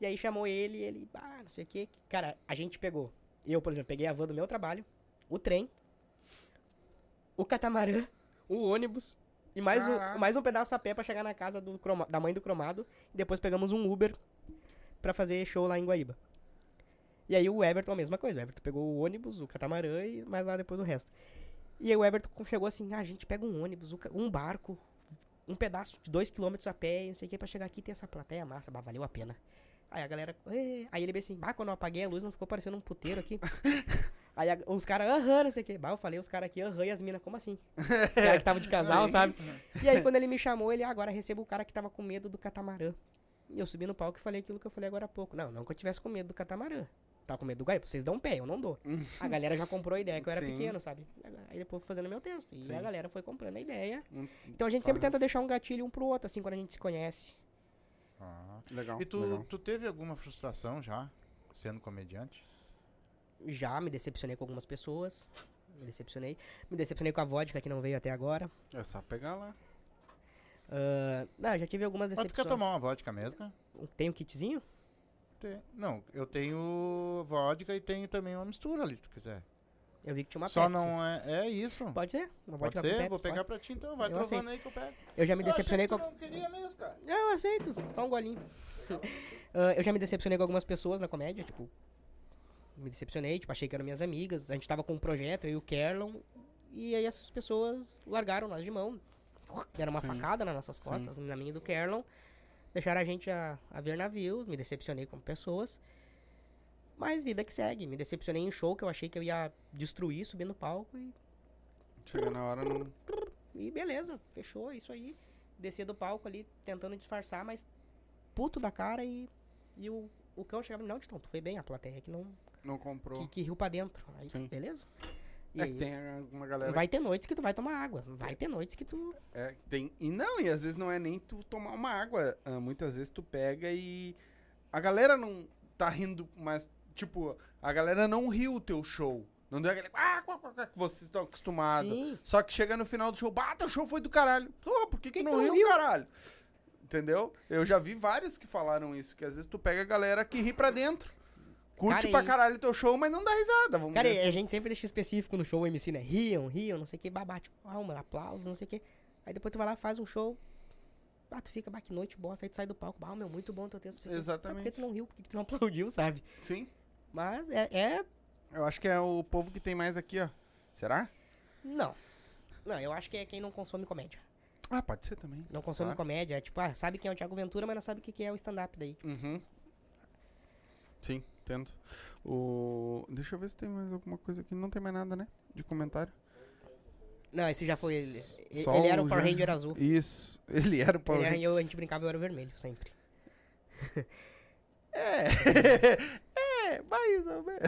C: E aí chamou ele, e ele, ah, não sei o que. Cara, a gente pegou. Eu, por exemplo, peguei a van do meu trabalho, o trem, o catamarã, o ônibus e mais,
A: Caraca.
C: um, mais um pedaço a pé pra chegar na casa do croma- da mãe do cromado. E depois pegamos um Uber pra fazer show lá em Guaíba. E aí o Everton, a mesma coisa. O Everton pegou o ônibus, o catamarã e mais lá depois o resto. E aí o Everton chegou assim, ah, a gente pega um ônibus, um ca- um barco, um pedaço de dois quilômetros a pé, e não sei o que, pra chegar aqui e ter essa plateia massa, bah, valeu a pena. Aí a galera, "Ê". aí ele bem assim, ah, quando eu apaguei a luz não ficou parecendo um puteiro aqui. aí a- os caras, aham, não sei o que, bah, eu falei os caras aqui, aham, e as minas, como assim? Os caras que estavam de casal, sabe? E aí quando ele me chamou, ele, "Ah, agora recebo o cara que tava com medo do catamarã. E eu subi no palco e falei aquilo que eu falei agora há pouco. Não, não que eu tivesse com medo do catamarã. Tava com medo do gaio, vocês dão pé, eu não dou. a galera já comprou a ideia que eu era
A: Sim.
C: pequeno, sabe? Aí depois fui fazendo meu texto. E
A: Sim.
C: a galera foi comprando a ideia.
A: Hum,
C: Então a gente sempre
A: Faz.
C: tenta deixar um gatilho um pro outro, assim, quando a gente se conhece.
B: Ah.
A: Legal.
B: E tu,
A: legal.
B: tu teve alguma frustração já, sendo comediante?
C: Já me decepcionei com algumas pessoas. Me decepcionei. Me decepcionei com a vodka que não veio até agora.
A: É só pegar lá.
C: Ah, não, já tive algumas
B: Mas tu quer
C: decepções.
B: tomar uma vodka mesmo? cara?
C: Tem um kitzinho?
B: Tem- Não, eu tenho vodka e tenho também uma mistura ali, se tu quiser.
C: Eu vi que tinha uma
B: Só
C: Pepsi.
B: não é. É isso. Pode,
C: Pode ser? Uma vodka com
B: ser?
C: Pepsi,
B: Vou pegar
C: pode.
B: pra ti então, vai
C: Eu
B: trovando aí que eu pego.
C: Eu já me
B: Eu achei
C: decepcionei
B: que
C: com...
B: tu Não queria mesmo, cara.
C: Não, É, eu aceito. Só um golinho. Ah, eu já me decepcionei com algumas pessoas na comédia, tipo... Me decepcionei, tipo, achei que eram minhas amigas. A gente tava com um projeto, eu e o Kerlon. E aí essas pessoas largaram nós de mão. Deram uma
A: Sim.
C: facada nas nossas costas, na minha e do Kerlon. Deixaram a gente a, a ver navios, me decepcionei com pessoas. Mas vida que segue. Me decepcionei em um show que eu achei que eu ia destruir, subir no palco e
A: Chega na hora, não.
C: e beleza, fechou, é isso aí. Descer do palco ali, tentando disfarçar, mas puto da cara e, e o, o cão chegava e não, Titão, tu foi bem, a plateia que não.
A: Não comprou.
C: Que, que riu pra dentro. Aí,
A: Sim.
C: beleza? E
A: É
C: aí,
A: que tem né? uma galera.
C: vai ter noites que tu vai tomar água. Vai ter noites que tu.
A: É, tem. E não, e às vezes não é nem tu tomar uma água. Ah, muitas vezes tu pega e. A galera não tá rindo, mas, tipo, a galera não riu o teu show. Não deu aquele. "Ah, quá, quá, quá", que vocês estão acostumados.
C: Sim.
A: Só que chega no final do show, bata, o show foi do caralho. Pô, por que, que,
C: que
A: não
C: tu não
A: riu,
C: riu?
A: caralho? Entendeu? Eu já vi vários que falaram isso, que às vezes tu pega a galera que ri pra dentro. Curte
C: Cara,
A: pra
C: e-
A: caralho teu show, mas não dá risada. Vamos
C: Cara,
A: dizer
C: e a gente sempre deixa específico no show o MC, né? Riam, riam, não sei o que, babá, tipo, alma, aplausos, não sei o que. Aí depois tu vai lá, faz um show. Ah, tu fica, bah, que noite bosta, aí tu sai do palco. Bah, meu, muito bom teu texto. não sei o quê. Tá, Por que
A: Exatamente.
C: tu não riu? Por que que tu não aplaudiu, sabe?
A: assim. Sim.
C: Mas é- é
A: Eu acho que é o povo que tem mais aqui, ó. Será?
C: Não. Não, eu acho que é quem não consome comédia.
A: Ah, pode ser também.
C: Não consome
A: Claro.
C: comédia, é tipo, ah, sabe quem é o Thiago Ventura, mas não sabe o que que é o stand-up daí.
A: Uhum. Sim, entendo. O... Deixa eu ver se tem mais alguma coisa aqui. Não tem mais nada, né? De comentário.
C: Não, esse já foi ele. E-
A: Só
C: ele era
A: o
C: o Power
A: já-
C: Ranger azul.
A: Isso. Ele era o Power
C: Ele era,
A: Ranger. Tá
C: eu, a gente brincava, eu era o vermelho, sempre.
A: É. é, mais ou menos.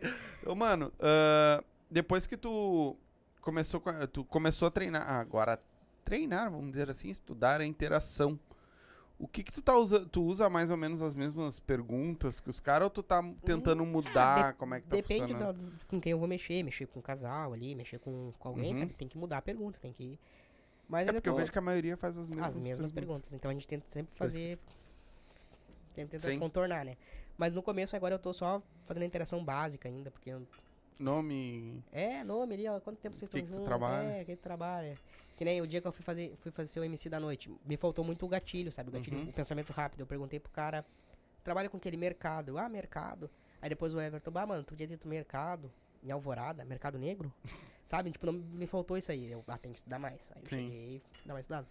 A: Ô, Mano, ah, depois que tu começou, com a- tu começou a treinar, ah, agora treinar, vamos dizer assim, estudar a interação. O que que tu tá usando? Tu usa mais ou menos as mesmas perguntas que os caras ou tu tá tentando mudar? como é que tá
C: Hum, ah, Depende
A: funcionando?
C: do- do- com quem eu vou mexer, mexer com um casal ali, mexer com, com alguém,
A: Uhum.
C: sabe? Tem que mudar a pergunta, tem que. Mas
A: É
C: ainda
A: porque eu
C: tô-
A: vejo que a maioria faz as mesmas,
C: as mesmas perguntas. Então a gente tenta sempre fazer. Tenta
A: Sim.
C: contornar, né? Mas no começo agora eu tô só fazendo a interação básica ainda, porque eu-
A: Nome.
C: É, nome ali, ó, quanto tempo vocês
A: Que
C: estão
A: que tu
C: juntos?
A: trabalha?
C: É, que tu trabalha. Que nem o dia que eu fui fazer, fui fazer o MC da noite, me faltou muito o gatilho, sabe? O gatilho,
A: Uhum.
C: o pensamento rápido. Eu perguntei pro cara, trabalha com aquele mercado. Eu, Ah, mercado. Aí depois o Everton, bah, mano, tu podia ter tu mercado em Alvorada, mercado negro. sabe? Tipo, não me faltou isso aí. Eu, ah, tem que estudar mais. Aí eu
A: Sim.
C: cheguei, e dá mais estudado.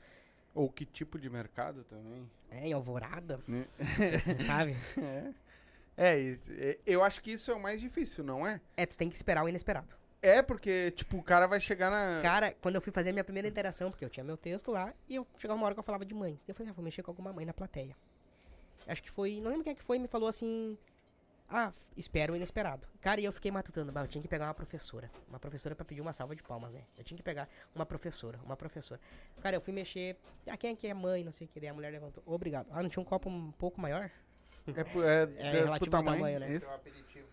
A: Ou que tipo de mercado também.
C: É, em Alvorada,
A: Né?
C: sabe?
A: É, isso. É, eu acho que isso é o mais difícil, não é?
C: É, tu tem que esperar o inesperado.
A: É, porque, tipo, o cara vai chegar na.
C: Cara, quando eu fui fazer a minha primeira interação, porque eu tinha meu texto lá, e eu chegava uma hora que eu falava de mães. Eu falei, ah, vou mexer com alguma mãe na plateia. Acho que foi, não lembro quem é que foi, me falou assim, ah, f- espera o inesperado. Cara, e eu fiquei matutando, bah, eu tinha que pegar uma professora. Uma professora pra pedir uma salva de palmas, né? Eu tinha que pegar uma professora, uma professora. Cara, eu fui mexer, ah, quem é que é mãe, não sei o que, daí a mulher levantou, obrigado. Ah, não tinha um copo um pouco maior?
A: É, po- é,
C: É,
A: é pro
C: relativo ao tamanho, né?
A: isso.
B: Seu é um aperitivo.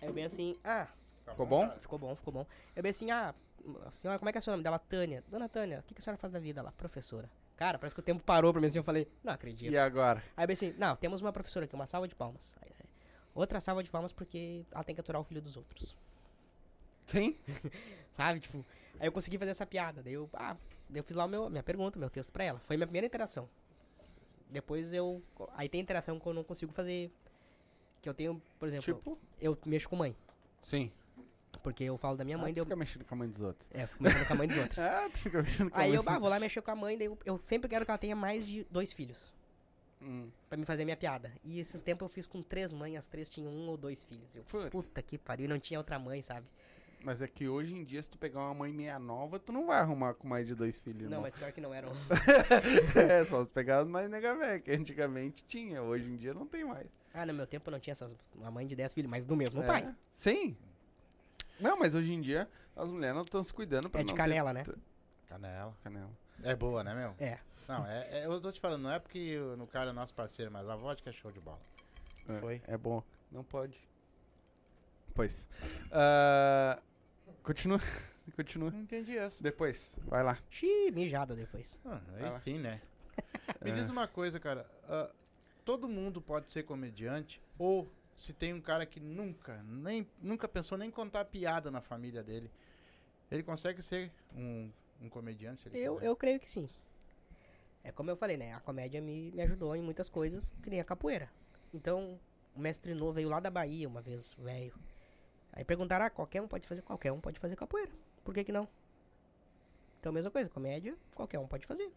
C: Aí eu bem assim, ah,
B: Tá
A: Ficou
B: bom,
A: bom?
B: cara?
C: Ficou bom, ficou bom. Eu bem assim, ah, a senhora, como é que é seu nome? Dela, Tânia. Dona Tânia, o que, que a senhora faz da vida lá? Professora. Cara, parece que o tempo parou pra mim assim, eu falei, não acredito.
A: E agora?
C: Aí eu bem assim, não, temos uma professora aqui, uma salva de palmas. Aí, é, outra salva de palmas porque ela tem que aturar o filho dos outros.
A: Sim?
C: Sabe, tipo, aí eu consegui fazer essa piada. Daí eu, ah, daí eu fiz lá o meu, minha pergunta, meu texto pra ela. Foi minha primeira interação. Depois eu, aí tem interação que eu não consigo fazer, que eu tenho, por exemplo,
A: Tipo?
C: eu mexo com mãe.
A: Sim.
C: Porque eu falo da minha
A: Ah,
C: mãe,
A: tu
C: daí eu...
A: fica mexendo com a mãe dos outros.
C: É, eu fico mexendo com a mãe dos outros.
A: Ah, tu fica mexendo com a
C: Aí
A: mãe
C: eu
A: dos
C: bah,
A: outros.
C: vou lá mexer com a mãe, daí eu, eu sempre quero que ela tenha mais de dois filhos
A: Hum.
C: Pra me fazer a minha piada. E esses tempos eu fiz com três mães, as três tinham um ou dois filhos. Eu,
A: Puta.
C: puta que pariu, não tinha outra mãe, sabe?
A: Mas é que hoje em dia, se tu pegar uma mãe meia nova, tu não vai arrumar com mais de dois filhos,
C: Não,
A: não.
C: mas pior que não eram.
A: é, só se pegar as mais nega véia, que antigamente tinha, hoje em dia não tem mais.
C: Ah, no meu tempo não tinha essas. Uma mãe de dez filhos, mas do mesmo pai.
A: É. Sim. Não, mas hoje em dia as mulheres não estão se cuidando pra
C: É de
A: não
C: canela, né?
A: ter...
B: Canela.
A: Canela.
B: É boa, né, meu?
C: É.
B: Não, é, é- eu tô te falando, não é porque o- no cara é nosso parceiro, mas a vodka é show de bola.
A: É,
B: Foi.
A: É bom. Não pode. Pois. Ah, continua. continua.
B: Não entendi essa.
A: Depois. Vai lá.
C: Xiii, mijada depois.
B: Ah, aí
A: Vai lá.
B: sim, né? Me
A: É.
B: diz uma coisa, cara. ah, todo mundo pode ser comediante ou se tem um cara que nunca, nem, nunca pensou nem contar piada na família dele, ele consegue ser um, um comediante? Se ele
C: Eu,
B: quiser?
C: eu creio que sim. É como eu falei, né? A comédia me, me ajudou em muitas coisas, que nem a capoeira. Então, o mestre novo veio lá da Bahia uma vez, velho. Aí perguntaram, ah, qualquer um pode fazer, qualquer um pode fazer capoeira. Por que que não? Então, mesma coisa, comédia, qualquer um pode fazer.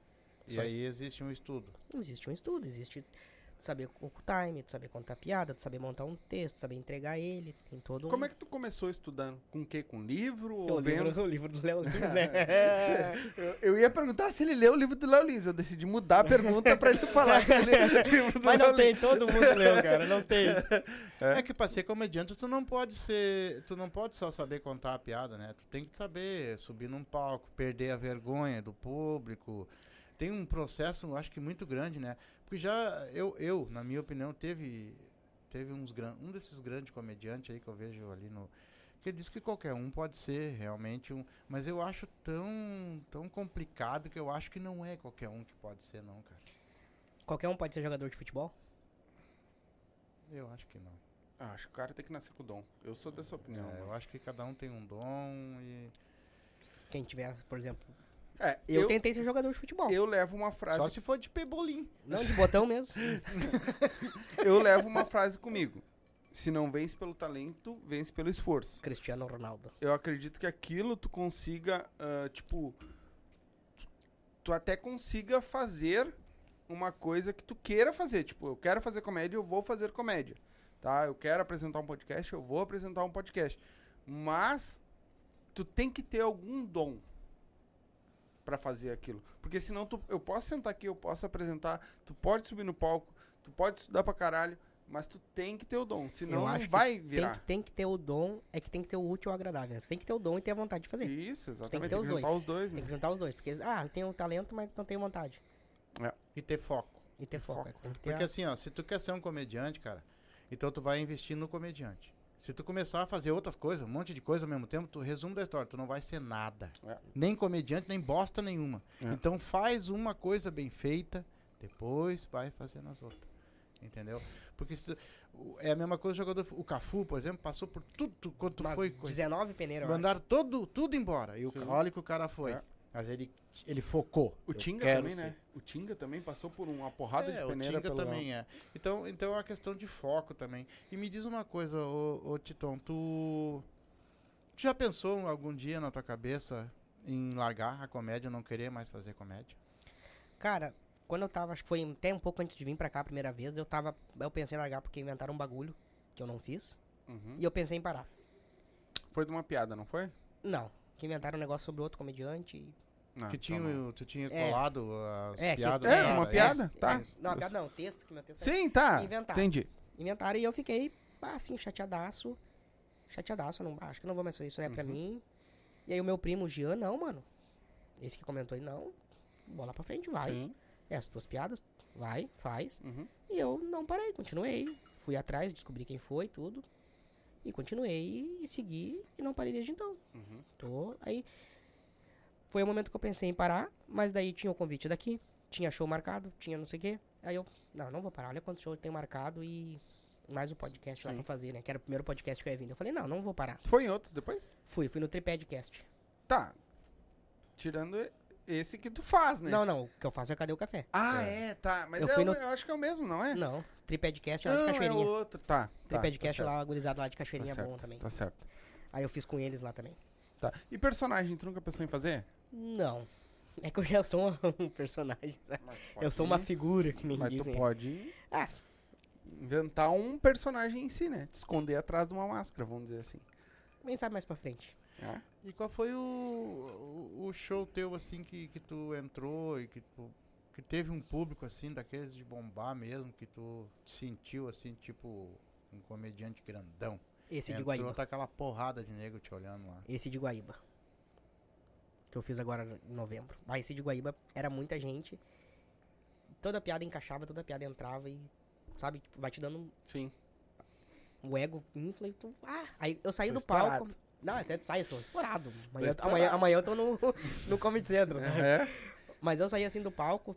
B: E
C: Só
B: aí existe um estudo.
C: Existe um estudo, existe tu saber o time, tu saber contar piada, tu saber montar um texto, saber entregar ele, tem todo um...
A: Como é que tu começou estudando? Com o quê? Com livro?
C: o
A: Ou vendo?
C: livro, o livro do Léo Lins, né?
A: Eu, eu ia perguntar se ele leu o livro do Léo Lins. Eu decidi mudar a pergunta pra ele falar que ele leu o livro do
C: Mas
A: Léo
C: não
A: Lins.
C: tem, todo mundo leu, cara, não tem.
B: É. que pra ser comediante, tu não pode ser. Tu não pode só saber contar a piada, né? Tu tem que saber subir num palco, perder a vergonha do público. Tem um processo, eu acho que muito grande, né? Porque já eu, eu na minha opinião, teve teve uns gran, um desses grandes comediantes aí que eu vejo ali no que ele diz que qualquer um pode ser realmente um, mas eu acho tão tão complicado que eu acho que não é qualquer um que pode ser não, cara.
C: Qualquer um pode ser jogador de futebol?
B: Eu acho que não.
A: Ah, acho que o cara tem que nascer com o dom. Eu sou dessa opinião.
B: É, eu acho que cada um tem um dom e
C: Quem tiver, por exemplo,
A: É,
C: Eu,
A: eu, eu,
C: tentei ser jogador de futebol.
A: levo uma frase.
B: Só se for de pebolim.
C: Não, de botão mesmo.
A: Eu levo uma frase comigo. Se não vence pelo talento, vence pelo esforço.
C: Cristiano Ronaldo.
A: Eu acredito que aquilo tu consiga, ah, tipo, tu- tu até consiga fazer uma coisa que tu queira fazer. Tipo, eu quero fazer comédia, eu vou fazer comédia. Tá? Eu quero apresentar um podcast, eu vou apresentar um podcast. Mas tu tem que ter algum dom pra fazer aquilo. Porque senão tu, eu posso sentar aqui, eu posso apresentar, tu pode subir no palco, tu pode estudar pra caralho, mas tu tem que ter o dom, senão
C: acho
A: não
C: que
A: vai
C: Tem
A: virar.
C: que, tem que ter o dom, é que tem que ter o útil ao agradável. né? Você tem que ter o dom e ter a vontade de fazer.
A: Isso,
C: tem que
A: exatamente.
C: ter os dois.
A: juntar os dois, né?
C: Tem que juntar os dois. Porque, ah, eu tenho talento, mas não tenho vontade.
B: e ter foco.
C: E ter foco.
A: foco.
C: Tem que ter
B: Porque
C: a-
B: assim, ó, se tu quer ser um comediante, cara, então tu vai investir no comediante. Se tu começar a fazer outras coisas, um monte de coisa ao mesmo tempo, tu resumo da história, tu não vai ser nada.
A: É.
B: Nem comediante, nem bosta nenhuma.
A: É.
B: Então faz uma coisa bem feita, depois vai fazendo as outras. Entendeu? Porque se tu- o- é a mesma coisa o jogador. O Cafu, por exemplo, passou por tudo quanto
C: Mas
B: foi. coisa.
C: 19 peneiras, eu acho.
B: Mandaram todo, tudo embora. E o,
A: Sim.
B: ca- olha que o cara foi.
A: É.
B: Mas ele, ele focou.
A: O
B: Eu
A: Tinga
B: quero
A: também,
B: ser.
A: né? O Tinga também passou por uma porrada
B: é,
A: de peneira
B: o Tinga
A: pelo
B: também é. Então, então é uma questão de foco também. E me diz uma coisa, ô, ô Titão, tu... tu já pensou algum dia na tua cabeça em largar a comédia, não querer mais fazer comédia?
C: Cara, quando eu tava, acho que foi até um pouco antes de vir pra cá a primeira vez, eu tava. Eu pensei em largar porque inventaram um bagulho que eu não fiz.
A: Uhum.
C: E eu pensei em parar.
A: Foi de uma piada, não foi?
C: Não. Que inventaram um negócio sobre outro comediante. e-
A: Não,
B: que tinha, um-
A: então não.
B: o- tu tinha
C: É.
B: colado as
C: É, que-
B: piadas.
A: É,
B: nada,
A: uma piada,
C: é,
A: tá.
C: não, a piada não, o texto, que meu texto é-
A: Sim, tá.
C: Inventar.
A: Entendi.
C: Inventaram e eu fiquei, ah, assim, chateadaço. Chateadaço, não, acho que eu não vou mais fazer isso, não é pra mim. E aí o meu primo, o Jean, não, mano. Esse que comentou, ele, não, bola pra frente, vai.
A: Sim.
C: É, as tuas piadas, vai, faz.
A: Uhum.
C: E eu não parei, continuei. Fui atrás, descobri quem foi, tudo. E continuei e segui e não parei desde então.
A: Uhum.
C: Tô aí. Foi o momento que eu pensei em parar, mas daí tinha o convite daqui, tinha show marcado, tinha não sei o quê. Aí eu, não, não vou parar, olha quanto show eu tenho marcado e mais o podcast lá
A: Sim.
C: pra fazer, né? Que era o primeiro podcast que eu ia vindo. Eu falei, não, não vou parar.
A: Foi em outros depois?
C: Fui, fui no Tripadcast.
A: Tá. Tirando e- esse que tu faz, né?
C: Não, não, o que eu faço é cadê o café?
A: Ah, é, tá. Mas
C: Eu
A: é
C: fui
A: o-
C: no-
A: eu acho que é o mesmo, não é?
C: Não, Tripadcast é lá de
A: Não, é o
C: Cachoeirinha.
A: outro. Tá. tá
C: Tripadcast
A: tá certo,
C: lá, gurizado lá de Cachoeirinha
A: tá
C: é bom
A: certo,
C: também.
A: Tá certo.
C: Aí eu fiz com eles lá também.
A: Tá. E personagem, tu nunca pensou em fazer?
C: Não. É que eu já sou um, um personagem, sabe? Eu sou uma figura, que nem
A: Mas
C: dizem.
A: tu pode
C: Ah.
A: inventar um personagem em si, né? Te esconder atrás de uma máscara, vamos dizer assim.
C: Quem sabe mais pra frente.
A: Ah,
B: E qual foi o, o, o show teu, assim, que, que tu entrou e que tu... Que teve um público, assim, daqueles de bombar mesmo, que tu sentiu, assim, tipo um comediante grandão.
C: Esse de
B: Entrou,
C: Guaíba.
B: tá aquela porrada de nego te olhando lá.
C: Esse de Guaíba. Que eu fiz agora em novembro. Ah, esse de Guaíba era muita gente. Toda piada encaixava, toda piada entrava e, sabe, tipo, vai te dando
A: Sim.
C: o ego infla e tu. Ah! Aí eu saí
A: Tô
C: do
A: estourado.
C: palco. Não, até tu sai, eu sou estourado. Amanhã,
A: estourado.
C: amanhã, amanhã eu tô no, no Comedy Central, sabe?
A: É.
C: Mas eu saí assim do palco.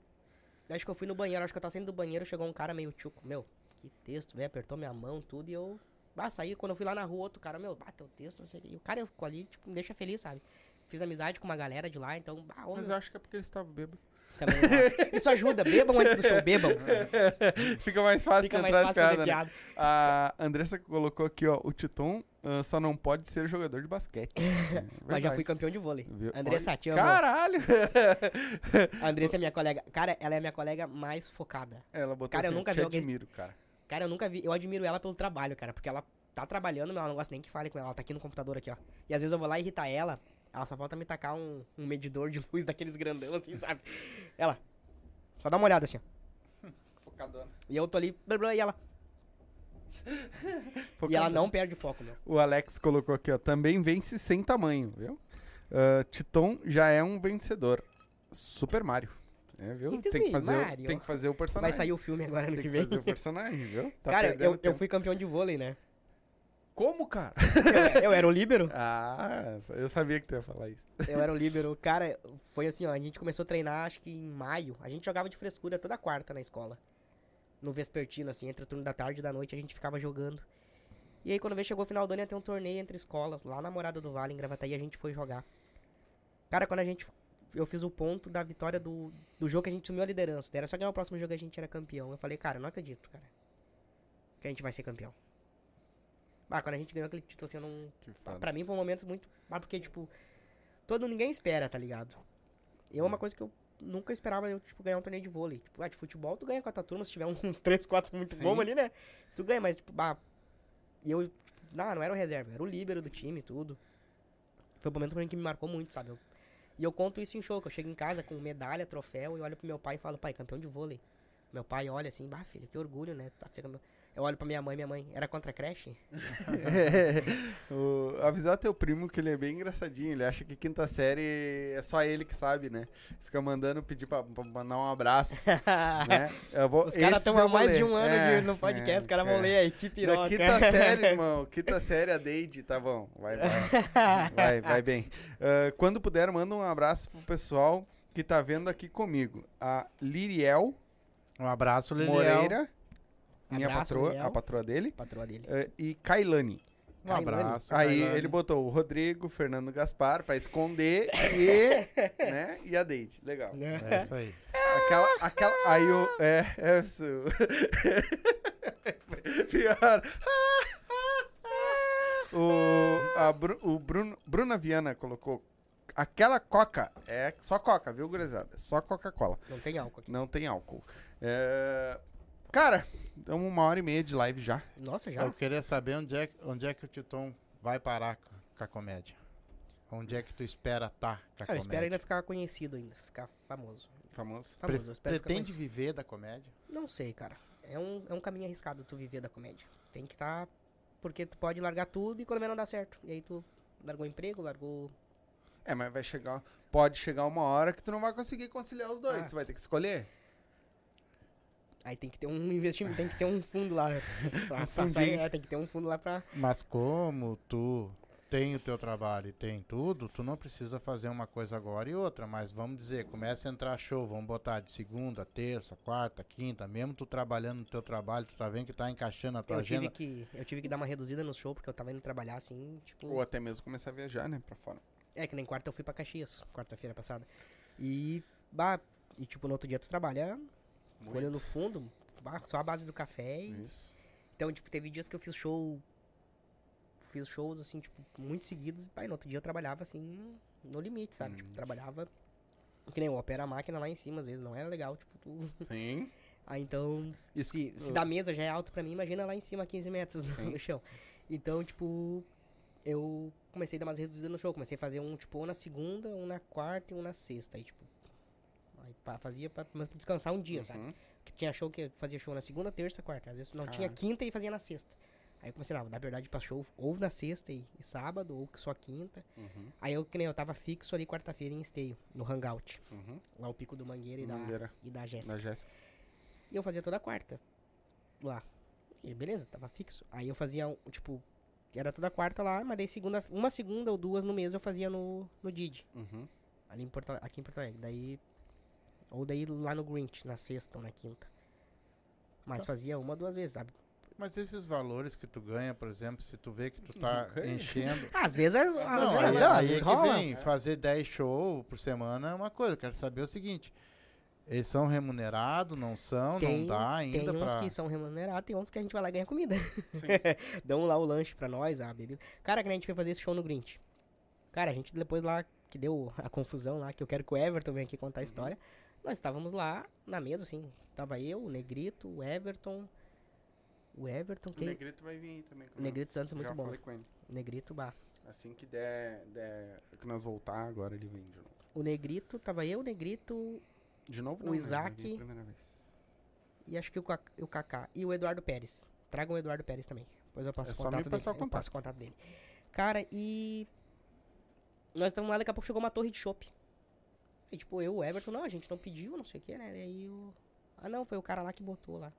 C: Acho que eu fui no banheiro, acho que eu tava saindo do banheiro, chegou um cara meio tchuco, meu, que texto, velho, apertou minha mão, tudo, e eu. Ah, saí, quando eu fui lá na rua, outro cara, meu, bateu o texto, não sei o quê. E o cara ficou ali, tipo, me deixa feliz, sabe? Fiz amizade com uma galera de lá, então, ah, ô,
A: Mas
C: meu,
A: eu acho que é porque ele estava bêbado.
C: também, ó. Isso ajuda, bebam antes do show, bebam.
A: Fica mais fácil
C: Fica
A: de
C: mais
A: entrar
C: fácil
A: de
C: fazer
A: piada, né?
C: piada.
A: A Andressa colocou aqui, ó, o Titon ah, só não pode ser jogador de basquete. É
C: Mas já
A: verdade.
C: fui campeão de vôlei.
A: Viu?
C: Andressa, te amo.
A: Caralho!
C: A Andressa é minha colega. Cara, ela é minha colega mais focada.
A: Ela botou
C: Cara, eu
A: assim,
C: nunca
A: te
C: vi alguém-
A: admiro, cara.
C: Cara, eu nunca vi. Eu admiro ela pelo trabalho, cara, porque ela tá trabalhando, mas ela não gosta nem que fale com ela. Ela tá aqui no computador aqui, ó. E às vezes eu vou lá irritar ela, ela só falta me tacar um, um medidor de luz daqueles grandão, assim, sabe? Ela. Só dá uma olhada assim, ó.
A: Focadona.
C: E eu tô ali, blá, blá, e ela. E ela não perde o foco, meu.
A: O Alex colocou aqui, ó. Também vence sem tamanho, viu? Ah, Titon já é um vencedor. Super Mario. É, viu?
C: Então,
A: Tem que,
C: sim,
A: fazer o,
C: Mario.
A: tem que fazer o
C: Vai
A: personagem.
C: sair o filme agora
A: tem
C: ano que
A: que
C: vem.
A: fazer o personagem, viu? Tá
C: cara,
A: perdendo
C: eu, eu
A: tempo.
C: fui campeão de vôlei, né?
A: Como, cara?
C: Eu, eu era o líbero.
A: Ah, eu sabia que tu ia falar isso.
C: Eu era o líbero. Cara, foi assim, ó. A gente começou a treinar, acho que em maio. A gente jogava de frescura toda quarta na escola. No vespertino, assim, entre o turno da tarde e da noite, a gente ficava jogando. E aí, quando veio, chegou o final do ano, ia ter um torneio entre escolas, lá na Morada do Vale, em Gravataí, a gente foi jogar. Cara, quando a gente... Eu fiz o ponto da vitória do, do jogo que a gente sumiu a liderança. Daí Era só ganhar o próximo jogo e a gente era campeão. Eu falei, cara, eu não acredito, cara. Que a gente vai ser campeão. Ah, quando a gente ganhou aquele título, assim, eu não...
A: Que
C: Pra-
A: foda.
C: Pra mim foi um momento muito. Ah, porque, tipo, todo ninguém espera, tá ligado? E é
A: Hum.
C: uma coisa que eu nunca esperava eu, tipo, ganhar um torneio de vôlei. Tipo, ah, de futebol tu ganha com a tua turma, se tiver uns 3, 4 muito
A: Sim.
C: bom ali, né? Tu ganha, mas, tipo, bah. E eu, tipo, não, não era o reserva, era o líbero do time e tudo. Foi um momento pra mim que me marcou muito, sabe? Eu- e eu conto isso em show, que eu chego em casa com medalha, troféu, e olho pro meu pai e falo, pai, campeão de vôlei. Meu pai olha assim, bah, filho, que orgulho, né? Tá sendo campeão." Eu olho pra minha mãe, minha mãe, era contra a creche?
A: O- avisar teu primo que ele é bem engraçadinho. Ele acha que quinta série é só ele que sabe, né? Fica mandando pedir pra, pra mandar um abraço. né? Eu vou-
C: Os caras
A: esse
C: estão há
A: eu vou
C: mais
A: ler.
C: de um ano
A: É,
C: de- no podcast,
A: é,
C: os caras vão
A: é.
C: ler aí, que piroca.
A: Da quinta série, irmão. Quinta série, a Deide, tá bom. Vai, vai. vai, vai bem. Ah, quando puder, manda um abraço pro pessoal que tá vendo aqui comigo. A Liriel
B: Um abraço, Liliel.
A: Moreira. minha
C: Abraço,
A: patroa,
C: Daniel.
A: a patroa dele,
C: Patroa dele.
A: eh, e Kailani.
B: Um abraço.
A: Aí
B: Kailani.
A: ele botou o Rodrigo, Fernando Gaspar pra esconder e, né, e a Deide. Legal.
C: Né?
B: É isso aí.
A: Aquela, aquela, aí o, é, é isso. Pior. O, a Bru- o Bruno, Bruna Viana colocou, aquela coca, é só coca, viu, gurizada? É Só Coca-Cola,
C: Não tem álcool aqui.
A: não tem álcool. É, cara, damos uma hora e meia de live já.
C: Nossa, já? Ah,
B: Eu queria saber onde é, onde é que o Titon vai parar co- com a comédia. Onde é que tu espera estar com a
C: Ah, eu
B: comédia?
C: espero ainda ficar conhecido ainda, ficar famoso.
A: Famoso.
C: Famoso,
B: Pre-
C: eu espero ficar
B: Pretende
C: conhecido.
B: viver da comédia?
C: Não sei, cara. É um, é um caminho arriscado tu viver da comédia. Tem que estar... Tá, porque tu pode largar tudo e quando menos não dá certo. E aí tu largou o emprego, largou...
A: É, mas vai chegar, pode chegar uma hora que tu não vai conseguir conciliar os dois,
C: Ah.
A: tu vai ter que escolher.
C: Aí tem que ter um investimento, tem que ter um fundo lá. Pra passar,
A: fundinho.
C: é, tem que ter um fundo lá pra...
B: Mas como tu tem o teu trabalho e tem tudo, tu não precisa fazer uma coisa agora e outra, mas vamos dizer, começa a entrar show, vamos botar de segunda, terça, quarta, quinta, mesmo tu trabalhando no teu trabalho, tu tá vendo que tá encaixando a tua
C: Eu tive,
B: agenda.
C: que, eu tive que dar uma reduzida no show, porque eu tava indo trabalhar assim, tipo...
A: Ou até mesmo começar a viajar, né, pra fora.
C: É, que nem quarta eu fui pra Caxias, quarta-feira passada. E, bah, e tipo, no outro dia tu trabalha, com o olho no fundo, bah, só a base do café. e-
A: Isso.
C: Então, tipo, teve dias que eu fiz show, fiz shows, assim, tipo, muito seguidos. E, bah, e no outro dia eu trabalhava, assim, no limite, sabe? Tipo, trabalhava, que nem eu, opera a máquina lá em cima, às vezes, não era legal, tipo, tu...
A: Sim. Hum.
C: Aí, então,
A: Isso.
C: se, se da mesa já é alto pra mim, imagina lá em cima, 15 metros no chão. Então, tipo, eu comecei a dar umas reduzidas no show. Comecei a fazer um, tipo, ou na segunda, um na quarta e um na sexta. Aí, tipo, aí pa- fazia pra, mas pra descansar um dia, sabe?
A: Uhum.
C: Que tinha show que fazia show na segunda, terça, quarta. Às vezes não tinha
A: Caralho.
C: quinta e fazia na sexta. Aí eu comecei, não, vou dar prioridade pra show ou na sexta e, e sábado, ou só quinta.
A: Uhum.
C: Aí eu, que nem eu, tava fixo ali quarta-feira em esteio, no Hangout.
A: Uhum.
C: Lá o Pico do Mangueira e da,
A: Mangueira.
C: e da Jéssica.
A: Da Jéssica.
C: E eu fazia toda quarta. Lá. E beleza, tava fixo. Aí eu fazia, um, tipo, era toda quarta lá, mas daí segunda, uma segunda ou duas no mês eu fazia no, no Didi,
A: Uhum.
C: ali em Porto, aqui em Porto Alegre. Daí. Ou daí lá no Grinch, na sexta ou na quinta.
B: Tá.
C: Mas fazia uma, duas vezes, sabe?
B: Mas esses valores que tu ganha, por exemplo, se tu vê que tu tá
A: ganha.
B: enchendo,
C: Às vezes, às, às
B: Não,
C: vezes,
B: aí,
C: não, às
B: aí é
C: vezes
B: que
C: rola.
B: vem, fazer 10 shows por semana é uma coisa. Eu quero saber o seguinte, eles são remunerados, não são,
C: Tem-
B: é não dá
C: Tem
B: ainda
C: uns
B: pra...
C: que são remunerados, tem uns que a gente vai lá ganhar comida.
A: Sim.
C: Dão lá o lanche pra nós, a bebida. Cara, que nem a gente foi fazer esse show no Grinch. Cara, a gente depois lá, que deu a confusão lá, que eu quero que o Everton venha aqui contar a história. Nós estávamos lá na mesa, assim. Tava eu, o Negrito, o Everton. O Everton,
A: O
C: quem?
A: Negrito vai vir aí também. com
C: O Negrito
A: nós.
C: Santos é muito
A: Já
C: bom.
A: Falei com ele.
C: Negrito, bah.
A: Assim que der, der- que nós voltar, agora ele vem de novo.
C: O Negrito, tava eu, o Negrito
A: De novo
C: O
A: não, né?
C: Isaac-
A: Ele veio a primeira vez.
C: e acho que o, Ca- o Kaká. E o Eduardo Pérez. Tragam o Eduardo Pérez também. Depois eu passo
A: É
C: o
A: só
C: contato
A: me
C: dele.
A: passar o
C: Eu passo o contato dele. Cara, e. Nós estamos lá, daqui a pouco chegou uma torre de chopp. E tipo, eu, o Everton, não, a gente não pediu, não sei o que, né? E aí o. Ah, não, foi o cara lá que botou lá.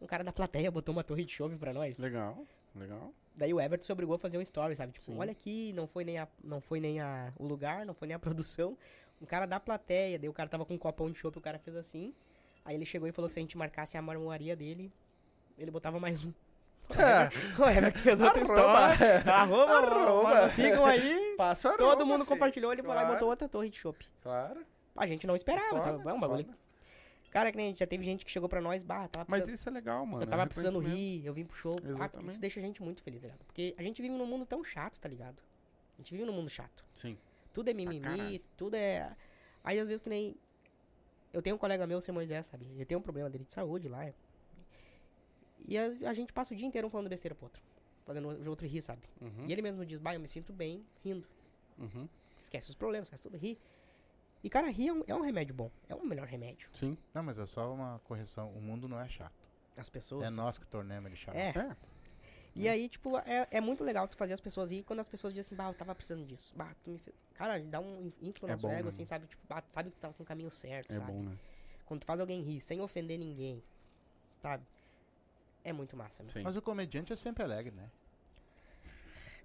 C: Um cara da plateia botou uma torre de chopp pra nós.
A: Legal, legal.
C: Daí o Everton se obrigou a fazer um story, sabe? Tipo,
A: Sim.
C: olha aqui, não foi nem, a, não foi nem a, o lugar, não foi nem a produção. Um cara da plateia, daí o cara tava com um copão de chopp, o cara fez assim. Aí ele chegou e falou que se a gente marcasse a marmoraria dele, ele botava mais um. o Everton fez outra
A: Arroba.
C: história. Arroba,
A: Arroba.
C: arroba. Sigam aí.
A: Passa
C: Todo mundo compartilhou, ele foi lá e
A: Claro.
C: botou outra torre de chopp.
A: Claro.
C: A gente não esperava,
A: Foda,
C: sabe? É um bagulho.
A: foda.
C: Cara, que nem já teve gente que chegou pra nós, barra, tava
A: Mas
C: precisando-
A: isso é legal, mano.
C: eu tava precisando rir, eu vim pro show. Ah,
A: Exatamente.
C: isso deixa a gente muito feliz, tá ligado? Porque a gente vive num mundo tão chato, tá ligado? A gente vive num mundo chato.
A: Sim.
C: Tudo é
A: caralho.
C: mimimi, tudo é. Aí às vezes que nem. Eu tenho um colega meu, o seu Moisés, sabe? Ele tem um problema dele de saúde lá. é. E a, a gente passa o dia inteiro um falando besteira pro outro. Fazendo o outro rir, sabe?
A: Uhum,
C: E ele mesmo diz, bah, eu me sinto bem rindo.
A: uhum.
C: Esquece os problemas, esquece tudo, ri. E cara, rir é um, é um remédio bom. É o melhor remédio.
A: Sim.
B: Não, mas é só uma correção. O mundo não é chato.
C: As pessoas.
B: É nós que tornamos ele chato.
C: É.
A: É.
C: E aí, tipo, é, é muito legal tu fazer as pessoas rir quando as pessoas dizem assim, bah, eu tava precisando disso. Bah, tu me fez... Cara, dá um in- info no
A: É
C: nosso
A: bom,
C: ego,
A: né?
C: assim, sabe? Tipo, bah, tu sabe que tu tava no caminho certo,
A: É
C: sabe?
A: bom, né?
C: Quando tu faz alguém rir, sem ofender ninguém, sabe? É muito massa, meu.
A: Sim.
B: Mas o comediante é sempre alegre, né?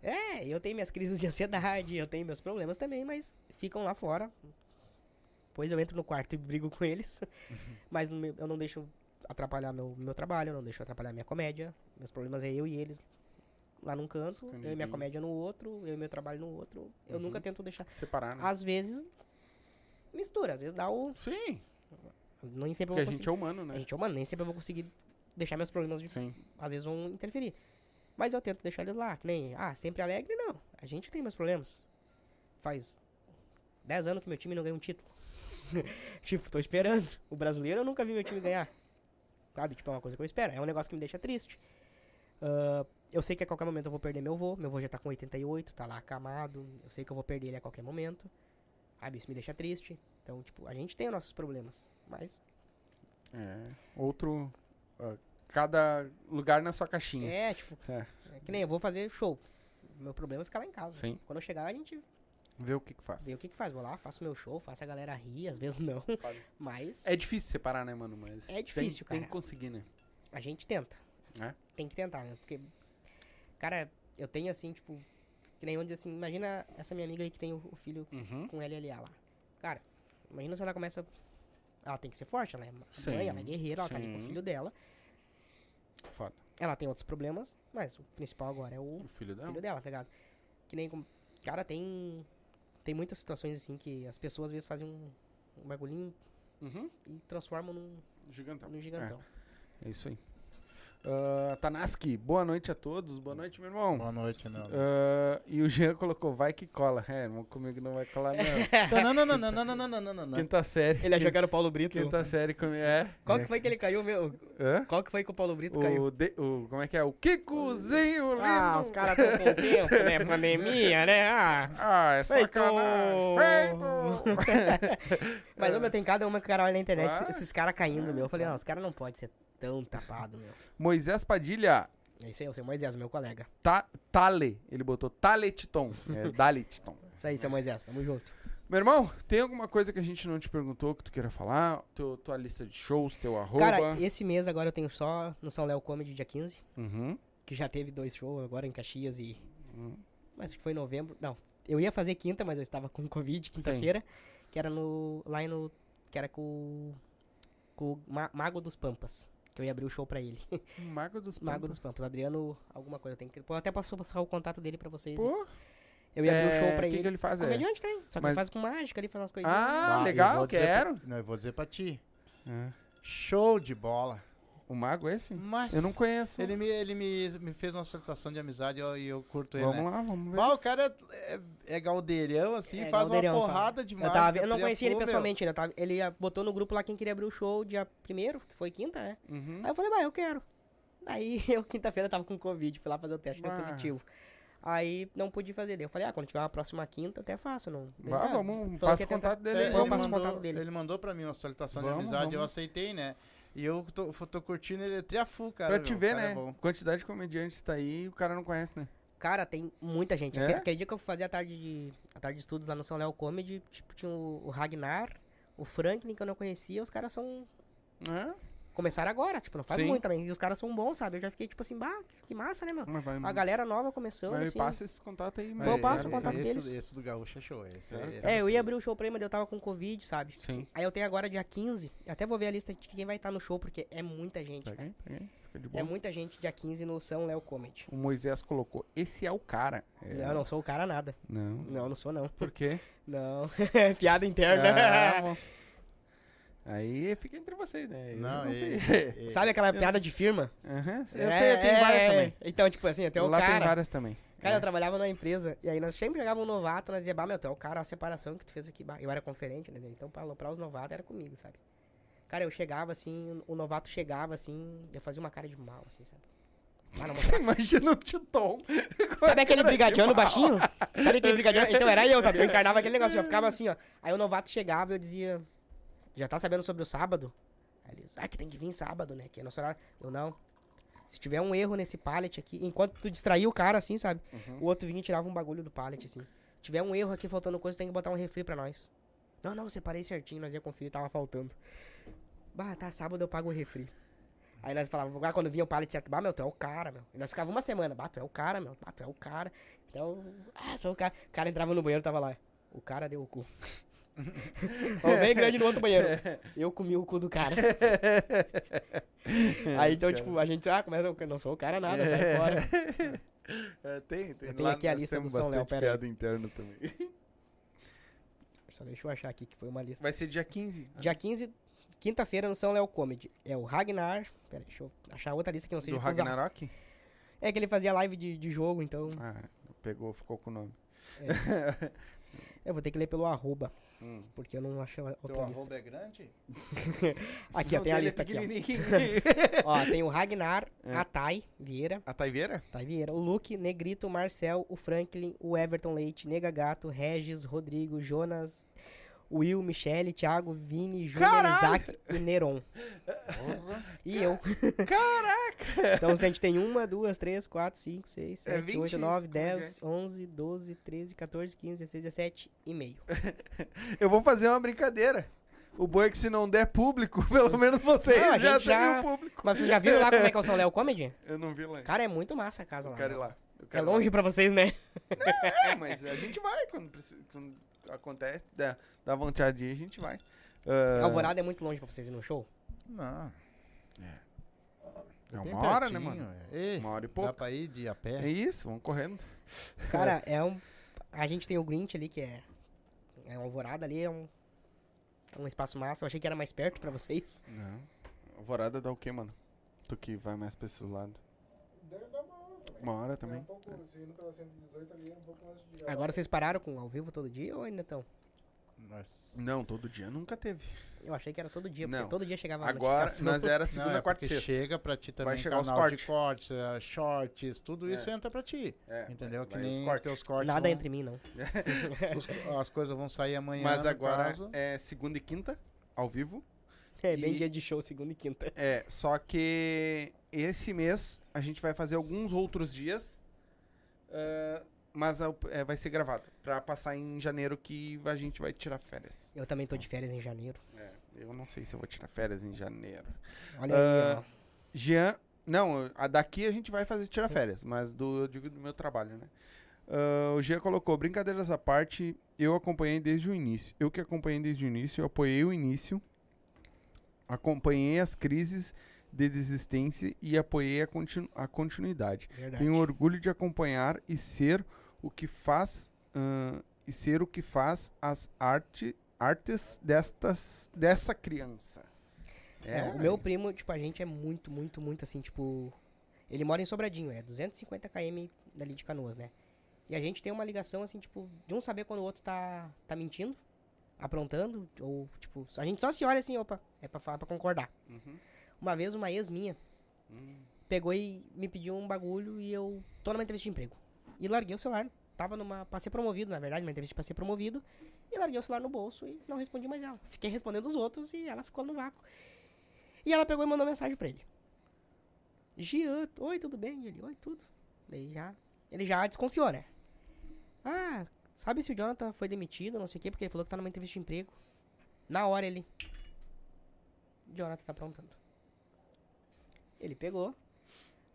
C: É, eu tenho minhas crises de ansiedade, eu tenho meus problemas também, mas ficam lá fora. Pois eu entro no quarto e brigo com eles. mas no meu- eu não deixo atrapalhar meu, meu trabalho, não deixou atrapalhar minha comédia. Meus problemas é eu e eles lá num canto,
A: Entendi,
C: eu e minha
A: entendi.
C: comédia no outro, eu e meu trabalho no outro. Eu
A: Uhum.
C: nunca tento deixar.
A: Separar, né?
C: Às vezes mistura, às vezes dá o.
A: Sim,
C: Nem sempre
A: porque
C: eu
A: a
C: vou
A: gente
C: conseguir.
A: é humano,
C: A
A: né?
C: gente é humano, nem sempre eu vou conseguir deixar meus problemas de
A: Sim.
C: às vezes vão interferir. Mas eu tento deixar eles lá, que nem, ah, sempre alegre, não. A gente tem meus problemas. Faz 10 anos que meu time não ganha um título. tipo, tô esperando. O brasileiro eu nunca vi meu time ganhar. Sabe? Tipo, é uma coisa que eu espero. É um negócio que me deixa triste. Ah, eu sei que a qualquer momento eu vou perder meu vô. Meu vô já tá com 88, tá lá acamado. Eu sei que eu vou perder ele a qualquer momento. Sabe? Isso me deixa triste. Então, tipo, a gente tem os nossos problemas. Mas
A: É. Outro. ah, cada lugar na sua caixinha.
C: É, tipo,
A: É.
C: é. que nem eu vou fazer show. Meu problema é ficar lá em casa.
A: Sim.
C: Quando eu chegar, a gente
A: Vê o que, que faz.
C: vê o que que faz. Vou lá, faço meu show, faço a galera rir, às vezes não.
A: Claro.
C: Mas
A: É difícil separar, né, mano? Mas
C: É
A: tem-
C: difícil,
A: tem,
C: cara.
A: que conseguir, né?
C: a gente tenta.
A: É.
C: Tem que tentar, né? Porque, cara, eu tenho assim, tipo, que nem onde assim, imagina essa minha amiga aí que tem o o filho
A: Uhum.
C: com LLA lá. Cara, imagina se ela começa. Ela tem que ser forte, ela é mãe, ela é
A: Sim,
C: guerreira, ela tá ali com o
A: sim.
C: filho dela.
A: Foda.
C: Ela tem outros problemas, mas o principal agora é o
A: O filho dela.
C: filho dela, tá ligado? Que nem. com- Cara, tem. Tem muitas situações assim que as pessoas às vezes fazem um, um bagulhinho
A: Uhum.
C: e transformam num,
A: Gigantão.
C: num gigantão.
A: É isso aí. Ah, Tanaski, boa noite a todos. Boa noite, meu irmão.
B: Boa noite, meu amigo.
A: Ah, e o Jean colocou, vai que cola. É, não- comigo não vai colar, não.
B: Tá, Não, não, não, não, não, não, não, não, não, não, não.
A: Quinta série.
C: Né? Ele ia jogar o Paulo Brito.
A: Quinta série comigo. É.
C: Qual que foi que ele caiu, meu?
A: Hã?
C: Qual que foi que o Paulo Brito caiu?
A: O, de- o- Como é que é? O Kikuzinho lindo.
C: Ah, os caras estão com tempo, né? Pandemia, né? Ah.
A: Ah, é
C: Feito!
A: sacanagem. Feito!
C: Mas, ô, meu, tem cada uma que o cara olha na internet,
A: Ah.
C: esses caras caindo, meu. Eu falei, não, os caras não podem ser tão tapado, meu.
A: Moisés Padilha,
C: É isso aí, o seu Moisés, meu colega.
A: ta, Tale. Ele botou Taletiton. É Daliton.
C: Isso aí, seu Moisés, tamo junto.
A: Meu irmão, tem alguma coisa que a gente não te perguntou que tu queira falar? Teu, tua lista de shows, teu arroba.
C: Cara, esse mês agora eu tenho só no São Léo Comedy, dia 15.
A: Uhum.
C: que já teve dois shows agora em Caxias e.
A: Hum.
C: Mas acho que foi em novembro. Não, eu ia fazer quinta, mas eu estava com Covid, quinta-feira. Que era no. Lá no. Que era com. o- Com o Ma- Mago dos Pampas. Que eu ia abrir o show pra ele.
A: Mago dos
C: Mago
A: Pampas.
C: dos Pampas. Adriano, alguma coisa. Tem que, eu até posso passar o contato dele pra vocês. hein?
A: Pô,
C: Eu ia abrir o show
A: é,
C: pra
A: o que
C: ele.
A: que ele faz? É?
C: Comediante também. Só que
A: Mas-
C: ele faz com mágica ali, faz umas coisinhas.
A: Ah,
B: eu
A: legal,
B: vou dizer
A: quero.
B: pra- Não, eu vou dizer pra ti.
A: É.
B: Show de bola.
A: O Mago é esse?
B: Mas
A: Eu não conheço.
B: ele, me, ele me, me fez uma solicitação de amizade e eu, e eu curto ele,
A: Vamos
B: né?
A: lá, vamos ver.
B: Mas o cara é, é, é galdeirão, assim,
C: É,
B: faz
C: Galdeirão,
B: uma
C: fala.
B: porrada de
C: Eu,
B: mágica,
C: tava, eu não
B: tria
C: conhecia ele
B: full, meu.
C: pessoalmente, né? Eu tava- ele ah, botou no grupo lá quem queria abrir o show dia primeiro, que foi quinta, né?
A: Uhum.
C: Aí eu falei, bah, eu quero. Aí eu quinta-feira tava com Covid, fui lá fazer o teste, deu
A: Bah.
C: positivo. Aí não pude fazer. Daí eu falei, ah, quando tiver uma próxima quinta, até faço. Não. Ele,
A: Vá,
C: ah, falou
A: vamos,
C: que
A: passa
C: ia
A: o
C: tentar.
A: contato
B: É,
A: dele.
B: ele,
C: Vamos passar o
B: mandou,
C: contato dele.
B: ele mandou pra mim uma solicitação
A: Vamos,
B: de amizade, eu
A: vamos.
B: aceitei, né? E eu tô, f- tô curtindo ele é triafu, cara.
A: pra te
B: meu, o
A: ver,
B: cara é
A: né?
B: bom.
A: Quantidade de comediantes tá aí e o cara não conhece, né?
C: Cara, tem muita gente.
A: É?
C: Aquele, aquele dia que eu fazia a tarde de, a tarde de estudos lá no São Léo Comedy, tipo, tinha o, o Ragnar, o Franklin, que eu não conhecia. Os caras são...
A: É,
C: Começaram agora, tipo, não faz
A: Sim.
C: muito também. E os caras são bons, sabe? Eu já fiquei, tipo assim, bah, que massa, né, meu?
A: mas vai
C: A galera nova começando,
A: Hum. Mas me
C: assim.
A: passa esse contato aí,
C: Vou, eu
A: mas-
C: passo o
A: cara,
C: contato
B: É, esse,
C: deles.
B: Esse do Gaúcho é show. Esse,
A: É.
B: esse-
C: É, eu ia abrir o show pra ele, mas eu tava com Covid, sabe?
A: Sim.
C: Aí eu tenho agora dia 15. eu Até vou ver a lista de quem vai estar no show, porque é muita gente, cara.
A: Peguei, peguei. Fica de boa.
C: É muita gente dia 15 no São Léo Comedy.
A: O Moisés colocou, esse é o cara. É,
C: Não, Eu não sou o cara nada.
A: Não.
C: Não, não sou não.
A: Por quê?
C: Não. Piada
A: Ah,
C: interna.
A: bom. aí fica entre vocês, né? Eu
B: Não,
A: já sei.
B: e- e-
C: Sabe aquela piada de firma?
A: Aham, eu sei, eu tenho várias também.
C: Então, tipo assim, até o
A: Lá tem
C: cara.
A: várias também.
C: Cara,
A: É.
C: eu trabalhava numa empresa e aí nós sempre jogava um novato, nós dizia, bah, meu, tu é o cara, a separação que tu fez aqui. Bah, eu era conferente, né? Então, pra aloprar os novatos era comigo, sabe? Cara, eu chegava assim, o novato chegava assim, eu fazia uma cara de mal, assim, sabe? Ah, não, mas
A: Você imagina o Titon.
C: Sabe aquele brigadiano
A: de mal.
C: baixinho? Sabe aquele brigadiano? Então era eu, sabe? Eu encarnava aquele negócio, eu ficava assim, ó. Aí o novato chegava e eu dizia, já tá sabendo sobre o sábado? Aí ele, ah, que tem que vir sábado, né? Que é nosso horário. Eu, não. Se tiver um erro nesse pallet aqui, enquanto tu distraía o cara, assim, sabe? O outro vinha e tirava um bagulho do pallet, assim. Se tiver um erro aqui, faltando coisa, tem que botar um refri pra nós. Não, não, separei certinho, nós ia conferir, tava faltando. Bah, tá, sábado eu pago o refri. Aí nós falávamos, ah, quando vinha o pallet certo, bah, meu, tu é o cara, meu. E nós ficava uma semana, bah, tu é o cara, meu, bah, tu é o cara. Então, ah, sou o cara. O cara entrava no banheiro, tava lá. O cara deu o cu. Ou bem grande no outro banheiro. Eu comi o cu do cara. Aí então, tipo, a gente, ah, começa, eu não sou o cara nada, sai fora.
A: É, tem, tem.
C: Eu tenho
A: Lá
C: aqui a
A: nós
C: lista
A: temos
C: do São Léo,
A: bastante
C: pera aí.
A: piada interna também.
C: Só deixa eu achar aqui que foi uma lista.
A: Vai ser dia 15.
C: Dia 15, quinta-feira, no São Léo Comedy. É o Ragnar. Pera, deixa eu achar outra lista que não seja
A: do
C: com os a-
A: Ragnarok?
C: É que ele fazia live de, de jogo, então
A: Ah, pegou, ficou com o nome.
C: eu vou ter que ler pelo arroba,
A: Hum.
C: porque eu não achei a-
B: Teu
C: outra lista.
B: arroba é grande?
C: Aqui, ó,
A: Não,
C: tem a
A: dele é
C: lista aqui, ó.
A: pequenininho.
C: Ó, tem o Ragnar,
A: É.
C: a Thay Vieira,
A: A Taiveira?
C: Thay Tá, Vieira, o Luke, Negrito, o Marcel, o Franklin, o Everton Leite, Nega Gato, Regis, Rodrigo, Jonas, Will, Michele, Thiago, Vini, Júnior,
A: Caralho!
C: Isaac e Neron. E eu. Caraca! então, se a gente tem uma, duas, três, quatro, cinco, seis,
A: É
C: sete,
A: 20
C: oito, nove,
A: comediantes.
C: dez, onze, doze, treze, 14, 15, 16, 17 e meio.
A: Eu vou fazer uma brincadeira. O bom é que se não der público, pelo menos vocês
C: Não, a
A: já
C: gente
A: têm
C: já-
A: o público.
C: Mas vocês já viram lá como é que é o São Léo Comedy?
A: Eu não vi lá. ainda.
C: Cara, é muito massa a casa
A: Eu
C: lá.
A: quero ir
C: né?
A: lá. Eu
C: É
A: quero ir lá.
C: longe pra vocês, né?
A: É, mas a gente vai quando, preci- quando acontece, dá, dá vontade de ir, a gente vai. Ah,
C: Alvorada é muito longe pra vocês ir no show.
B: Não.
A: É
B: tá bem
A: uma hora, né,
B: pertinho,
A: mano?
B: é. Ei,
A: Uma hora e
B: dá
A: pouco.
B: pra ir de ir a
A: É
B: pé.
A: isso, vamos correndo.
C: Cara, é um. A gente tem o Grinch ali, que é. É uma alvorada ali, é um. é um espaço massa. Eu achei que era mais perto pra vocês.
A: Não. Alvorada dá o quê, mano? Tu que vai mais pra esse lado.
D: Deve dar uma hora também.
A: Uma hora
D: É um
A: também?
D: pouco, se indo pela 118 ali, é um pouco mais de
C: Agora vocês pararam com ao vivo todo dia ou ainda estão?
B: Nós-
A: Não, todo dia nunca teve.
C: Eu achei que era todo dia,
A: Não.
C: porque todo dia chegava uma
A: Agora,
C: notificação.
A: mas era
B: Não,
A: segunda,
B: é
A: quarta e
B: porque
A: sexta.
B: chega pra ti também
A: chegar os
B: canal
A: cortes.
B: de cortes, eh, shorts, tudo isso entra pra ti.
A: É,
B: entendeu?
A: vai-
B: Que
A: vai os
B: nem
A: cortes.
B: teus cortes.
C: Nada
B: vão-
C: entre mim, não.
B: os- as coisas vão sair amanhã.
A: Mas
B: no
A: agora
B: caso.
A: é segunda e quinta, ao vivo.
C: É bem
A: E-
C: dia de show, segunda e quinta.
A: É, só que esse mês a gente vai fazer alguns outros dias, ah, mas a- é, vai ser gravado, pra passar em janeiro que a gente vai tirar férias.
C: Eu também tô de férias em janeiro.
A: É, eu não sei se eu vou tirar férias em janeiro.
C: Olha
A: Ah,
C: aí, ó.
A: Jean, não, a daqui a gente vai fazer tirar férias, mas do, eu digo do meu trabalho, né? Ah, o Jean colocou, brincadeiras à parte, eu acompanhei desde o início. Eu que acompanhei desde o início, eu apoiei o início, acompanhei as crises de desistência e apoiei a, continu- a continuidade.
C: Verdade.
A: Tenho orgulho de acompanhar e ser o que faz ah, e ser o que faz as arte, artes destas dessa criança.
C: É, o meu primo, tipo, a gente é muito, muito, muito assim, tipo. Ele mora em Sobradinho, é 250 km dali de Canoas, né? E a gente tem uma ligação, assim, tipo, de um saber quando o outro tá, tá mentindo, aprontando, ou, tipo, a gente só se olha assim, opa, é pra falar, pra concordar.
A: Uhum.
C: Uma vez, uma ex minha
A: Hum.
C: pegou e me pediu um bagulho e eu tô numa entrevista de emprego. E larguei o celular, tava numa, pra ser promovido, na verdade, uma entrevista pra ser promovido, e larguei o celular no bolso e não respondi mais ela. Fiquei respondendo os outros e ela ficou no vácuo. E ela pegou e mandou mensagem pra ele. Gian, oi, tudo bem? E ele, oi, tudo. Daí já, ele já desconfiou, né? Ah, sabe se o Jonathan foi demitido, não sei o quê, porque ele falou que tá numa entrevista de emprego. Na hora ele. Jonathan tá aprontando. Ele pegou.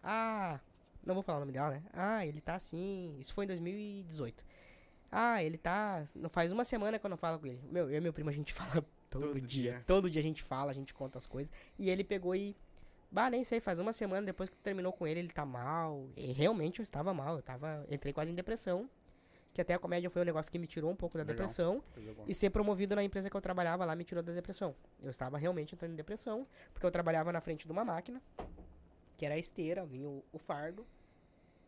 C: Ah, não vou falar o nome dela, né? Ah, ele tá assim. Isso foi em 2018. Ah, ele tá. Não faz uma semana que eu não falo com ele. Meu, eu e meu primo a gente fala todo,
A: Todo
C: dia.
A: dia.
C: Todo dia a gente fala, a gente conta as coisas. E ele pegou e. Bah, nem sei, faz uma semana depois que tu terminou com ele, ele tá mal. E realmente eu estava mal, eu tava. Entrei quase em depressão. Que até a comédia foi um negócio que me tirou um pouco da
A: Legal.
C: depressão.
A: Coisa boa.
C: E ser promovido na empresa que eu trabalhava lá me tirou da depressão. Eu estava realmente entrando em depressão, porque eu trabalhava na frente de uma máquina, que era a esteira, vinha o, o fardo,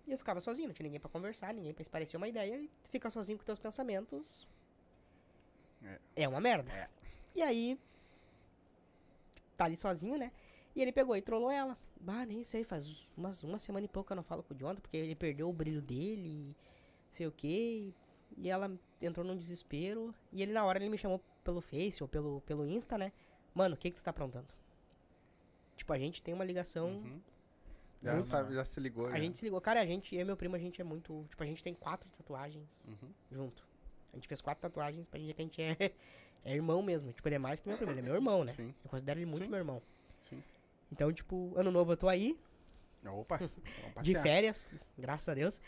C: e eu ficava sozinho, não tinha ninguém pra conversar, ninguém pra esparecer uma ideia, e tu fica sozinho com teus pensamentos. É, uma merda. E aí, tá ali sozinho, né? E ele pegou e trollou ela. Bah, nem sei, faz umas, uma semana e pouco que eu não falo com o Jonathan, porque ele perdeu o brilho dele, sei o quê. E ela entrou num desespero. E ele, na hora, ele me chamou pelo Face ou pelo, pelo Insta, né? Mano, o que que tu tá aprontando? Tipo, a gente tem uma ligação...
A: Uhum. é. Já,
C: Muito-
A: sabe, já se ligou.
C: A
A: já.
C: gente se ligou. Cara, a gente, eu e meu primo, a gente é muito... Tipo, a gente tem quatro tatuagens
A: Uhum.
C: junto. A gente fez quatro tatuagens pra gente que a gente é, é irmão mesmo. Tipo, ele é mais que meu primo, ele é meu irmão, né?
A: Sim.
C: Eu considero ele muito
A: Sim.
C: meu irmão.
A: Sim.
C: Então, tipo, ano novo eu tô aí,
A: Opa, vamos
C: de
A: passear.
C: férias, graças a Deus.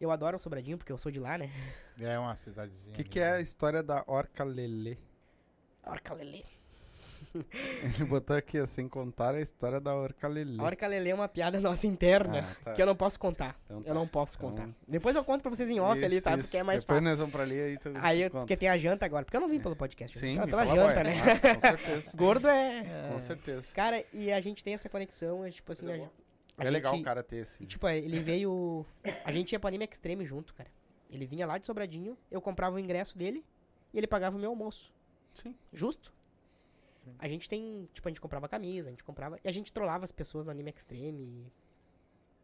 C: Eu adoro o Sobradinho, porque eu sou de lá, né?
B: É uma cidadezinha.
A: O que,
B: ali,
A: que é
B: né?
A: a história da Orca Lelê?
C: Orca Lelê.
A: Ele botou aqui, ó, sem contar a história da Orca Lelê.
C: A Orca Lelê é uma piada nossa interna,
A: Ah, tá.
C: que é um eu não posso contar.
A: Então tá.
C: Eu não posso
A: Então-
C: contar. Depois eu conto pra vocês é em off ali,
A: Isso,
C: tá?
A: isso.
C: Porque é mais
A: Depois
C: fácil.
A: nós vamos pra ali aí tu
C: Aí, eu- assim,
A: tu conta.
C: porque tem a janta agora. Porque eu não vim pelo podcast.
A: Sim,
C: pela,
A: me
C: pela
A: fala
C: janta,
A: agora.
C: né?
A: Ah, com certeza.
C: Gordo é...
A: Com certeza.
C: Cara, e a gente tem essa conexão, é, tipo assim... a- a
A: É legal o
C: gente-
A: cara ter esse.
C: E, tipo, ele veio. A gente ia pro Anime Extreme junto, cara. Ele vinha lá de Sobradinho, eu comprava o ingresso dele e ele pagava o meu almoço.
A: Sim.
C: Justo? A gente tem. Tipo, a gente comprava camisa, a gente comprava. E a gente trollava as pessoas no Anime Extreme. e-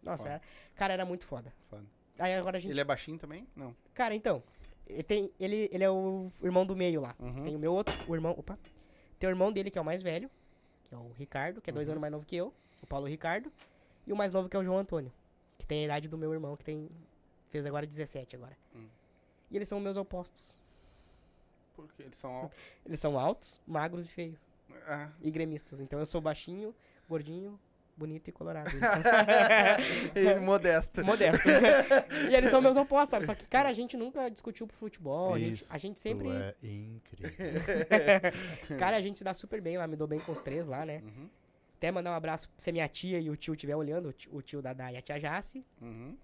C: Nossa,
A: Foda.
C: era- cara, era muito foda.
A: Foda.
C: Aí agora a gente.
A: Ele é baixinho também? Não.
C: Cara, então. Ele, tem- ele, ele é o irmão do meio lá.
A: Uhum.
C: Tem o meu outro. O irmão. Opa. Tem o irmão dele, que é o mais velho, que é o Ricardo, que é
A: Uhum.
C: dois anos mais novo que eu, o Paulo Ricardo. E o mais novo, que é o João Antônio, que tem a idade do meu irmão, que tem. Fez agora 17 agora.
A: Hum.
C: E eles são meus opostos.
A: Porque eles são altos.
C: Eles são altos, magros e feios.
A: Ah.
C: E gremistas. Então eu sou baixinho, gordinho, bonito e colorado. Eles
A: e modesto.
C: são modesto. e eles são meus opostos, sabe? Só que, cara, a gente nunca discutiu pro futebol. A gente, a gente
B: Isto
C: sempre.
B: É incrível.
C: Cara, a gente se dá super bem lá, me dou bem com os três lá, né?
A: Uhum.
C: Até mandar um abraço se a minha tia e o tio estiver olhando, o ti- o tio da Dai e a tia Jace,
A: Uhum.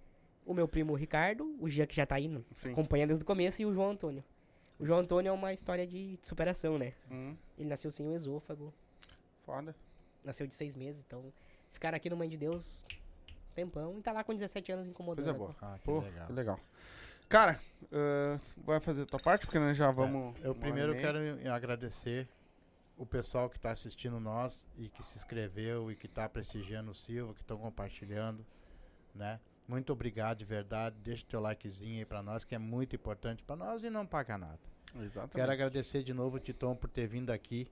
C: o meu primo Ricardo, o Gia que já tá indo,
A: Sim.
C: acompanhando desde o começo, e o João Antônio. O João Antônio é uma história de superação, né?
A: Uhum.
C: Ele nasceu sem o esôfago,
A: Foda.
C: nasceu de seis meses, então ficaram aqui no Mãe de Deus um tempão e tá lá com 17 anos incomodando. né?
A: Coisa boa.
B: Ah, que
A: Pô,
B: legal.
A: que legal. Cara, ah, vai fazer a tua parte, porque nós já vamos.
B: Eu
A: uma
B: primeiro
A: hora e meia.
B: quero em- agradecer o pessoal que está assistindo nós e que se inscreveu e que está prestigiando o Silva, que estão compartilhando, né? Muito obrigado de verdade. Deixa o teu likezinho aí para nós, que é muito importante para nós e não paga nada.
A: Exatamente.
B: Quero agradecer de novo o Titon por ter vindo aqui,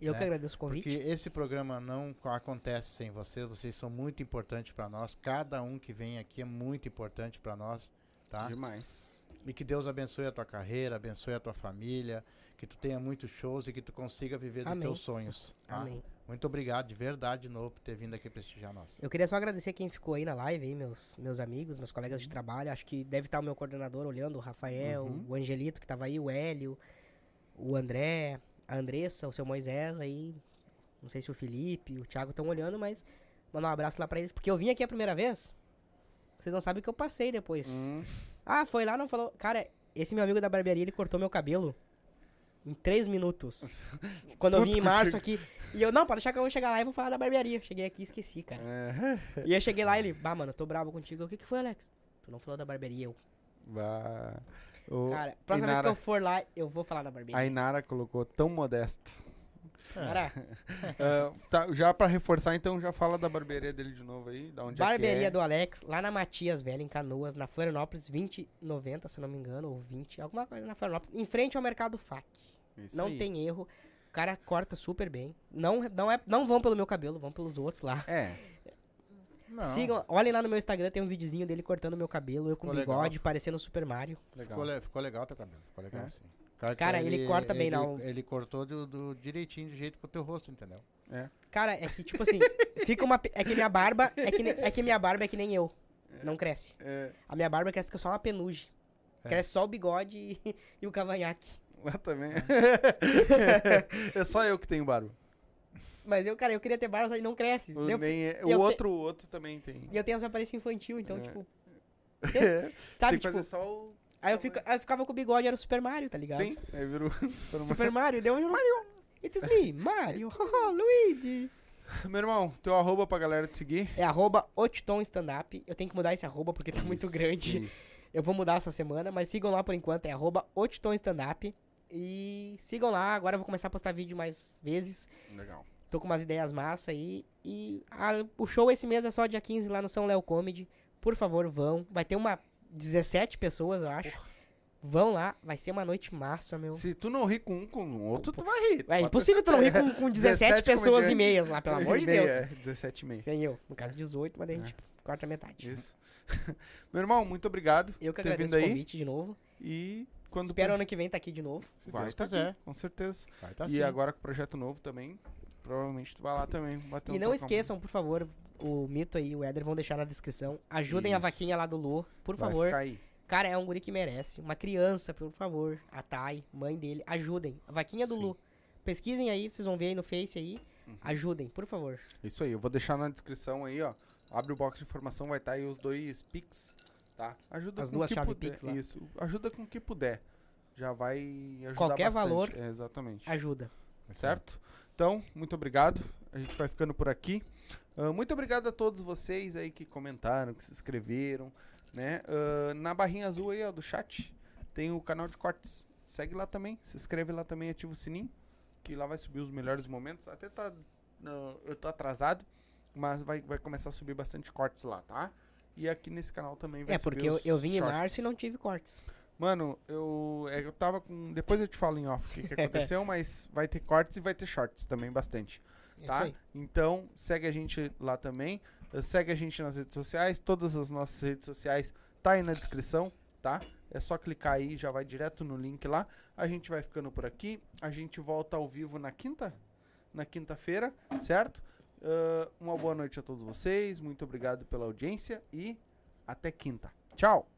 C: E eu que
B: É,
C: agradeço o convite.
B: porque esse programa não co- acontece sem vocês. Vocês são muito importantes para nós. Cada um que vem aqui é muito importante para nós, tá?
A: Demais.
B: E que Deus abençoe a tua carreira, abençoe a tua família, que tu tenha muitos shows e que tu consiga viver dos
C: Amém.
B: teus sonhos. tá?
C: Amém.
B: Muito obrigado, de verdade, de novo, por ter vindo aqui prestigiar nós.
C: Eu queria só agradecer quem ficou aí na live, aí, meus, meus amigos, meus colegas de trabalho. Acho que deve estar o meu coordenador olhando, o Rafael,
A: Uhum.
C: o Angelito que tava aí, o Hélio, o André, a Andressa, o seu Moisés aí. Não sei se o Felipe, o Thiago estão olhando, mas mandar um abraço lá pra eles. Porque eu vim aqui a primeira vez, vocês não sabem o que eu passei depois.
A: Hum,
C: Ah, foi lá, não falou. Cara, esse meu amigo da barbearia, ele cortou meu cabelo em três minutos. Quando eu
A: Puto
C: vim em março aqui. E eu, não, pode deixar que eu vou chegar lá e vou falar da barbearia. Cheguei aqui e esqueci, cara.
A: é.
C: E eu cheguei lá e ele, bah, mano, eu tô bravo contigo. Eu, O que que foi, Alex? Tu não falou da barbearia, eu.
A: Bah. O
C: Cara, é próxima vez que
A: Inara.
C: eu for lá, eu vou falar da barbearia.
A: A Inara colocou tão modesto.
C: Cara,
A: Ah, tá, já pra reforçar, então já fala da barbearia dele de novo aí. Da onde
C: barbearia
A: é que é.
C: do Alex, lá na Matias Velho, em Canoas, na Florianópolis, 2090, se eu não me engano, ou 20, alguma coisa na Florianópolis, em frente ao Mercado Fac.
A: Isso
C: não
A: aí.
C: tem erro. O cara corta super bem. Não, não, é, não vão pelo meu cabelo, vão pelos outros lá.
A: É.
B: Não,
C: Sigam, olhem lá no meu Instagram, tem um videozinho dele cortando meu cabelo, eu com
B: Ficou legal.
C: bigode, parecendo o Super Mario.
A: Legal.
B: ficou, le- ficou legal teu cabelo, ficou legal
A: É?
B: sim. Cara,
C: Cara, ele corta bem,
B: ele-
C: não.
B: Ele cortou do, do direitinho, do jeito com o teu rosto, entendeu?
C: Cara, é que tipo assim, fica uma. pe- É que minha barba. É que, ne- é que minha barba é que nem eu. Não cresce.
A: É,
C: A minha barba cresce, fica só uma penugem.
B: É.
C: Cresce só o bigode e, e o cavanhaque.
A: lá também. é só eu que tenho barba.
C: Mas eu, cara, eu queria ter barba e não cresce.
A: O,
C: Eu-
A: nem é-
C: eu
A: o
C: te-
A: outro, o outro também tem.
C: E eu tenho essa aparência infantil, então,
A: É.
C: tipo.
A: É, tem que
C: Sabe,
A: fazer
C: tipo,
A: só o.
C: aí eu, fico- aí eu ficava com o bigode, era o Super Mario, tá ligado?
A: Sim, aí virou. Super Mario.
C: Super Mario, deu um. Mario! It's me, Mario! Haha, Luigi!
A: Meu irmão, teu arroba pra galera te seguir.
C: É arroba Otiton Standup. Eu tenho que mudar esse arroba porque tá muito
A: Isso,
C: grande.
A: Isso.
C: Eu vou mudar essa semana, mas sigam lá por enquanto, é arroba Otiton Standup. E sigam lá, agora eu vou começar a postar vídeo mais vezes.
A: Legal.
C: Tô com umas ideias massa aí. E a- o show esse mês é só dia 15 lá no São Léo Comedy. Por favor, vão. Vai ter uma 17 pessoas, eu acho. Vão lá, vai ser uma noite massa, meu.
A: Se tu não rir com um, com o outro, tu vai rir.
C: É imposseias tu não rir com, com 17
A: 17
C: pessoas e
A: comediantes.
C: meias lá, pelo amor de Deus.
A: É, 17 e meio.
C: Tem eu, no caso 18, mas daí a gente corta a metade.
A: É. Isso. Meu irmão, muito obrigado.
C: Eu que
A: por ter
C: agradeço
A: vindo
C: o
A: aí.
C: convite de novo.
A: E quando
C: Espero
A: pu-
C: ano que vem tá aqui de novo.
B: Se
A: vai
B: Deus
A: tá
B: quiser.
A: aqui, com certeza.
B: Vai tá
A: e
B: sim.
A: agora com o projeto novo também. Provavelmente tu vai lá também. Bater
C: e
A: um
C: não
A: trocão.
C: esqueçam, por favor, o Mito aí, o Éder vão deixar na descrição. Ajudem a
A: Isso.
C: vaquinha lá do Lu, por
A: Vai
C: favor.
A: ficar aí.
C: Cara, é um guri que merece. Uma criança, por favor. A Thay, mãe dele, ajudem. A vaquinha do
A: Sim. Uhum.
C: Lu. Pesquisem aí, vocês vão ver aí no Face aí. Ajudem, por favor.
A: Isso aí, eu vou deixar na descrição aí, ó. Abre o box de informação, vai estar aí os dois Pix, tá? Ajuda
C: As
A: com o
C: duas
A: que
C: chave
A: puder.
C: Pix lá.
A: Isso, ajuda com o que puder. Já vai ajudar
C: Qualquer
A: bastante.
C: valor.
A: É, exatamente.
C: Ajuda.
A: Certo? Então, muito obrigado. A gente vai ficando por aqui. Ah, muito obrigado a todos vocês aí que comentaram, que se inscreveram, né? Ah, na barrinha azul aí, ó, do chat, tem o canal de cortes. Segue lá também, se inscreve lá também, ativa o sininho, que lá vai subir os melhores momentos. Até tá... ah, eu tô atrasado, mas vai, vai começar a subir bastante cortes lá, tá? E aqui nesse canal também vai
C: É,
A: subir
C: porque eu,
A: os
C: eu vim em
A: shorts.
C: março e não tive cortes.
A: Mano, eu, é, eu tava com. Depois eu te falo em off o que, que aconteceu, mas vai ter cortes e vai ter shorts também bastante.
C: É
A: Tá?
C: isso aí.
A: Então, segue a gente lá também. eh, Segue a gente nas redes sociais. Todas as nossas redes sociais tá aí na descrição, tá? É só clicar aí, já vai direto no link lá. A gente vai ficando por aqui. A gente volta ao vivo na quinta, na quinta-feira, certo? Eh, Ah, uma boa noite a todos vocês. Muito obrigado pela audiência e até quinta. Tchau!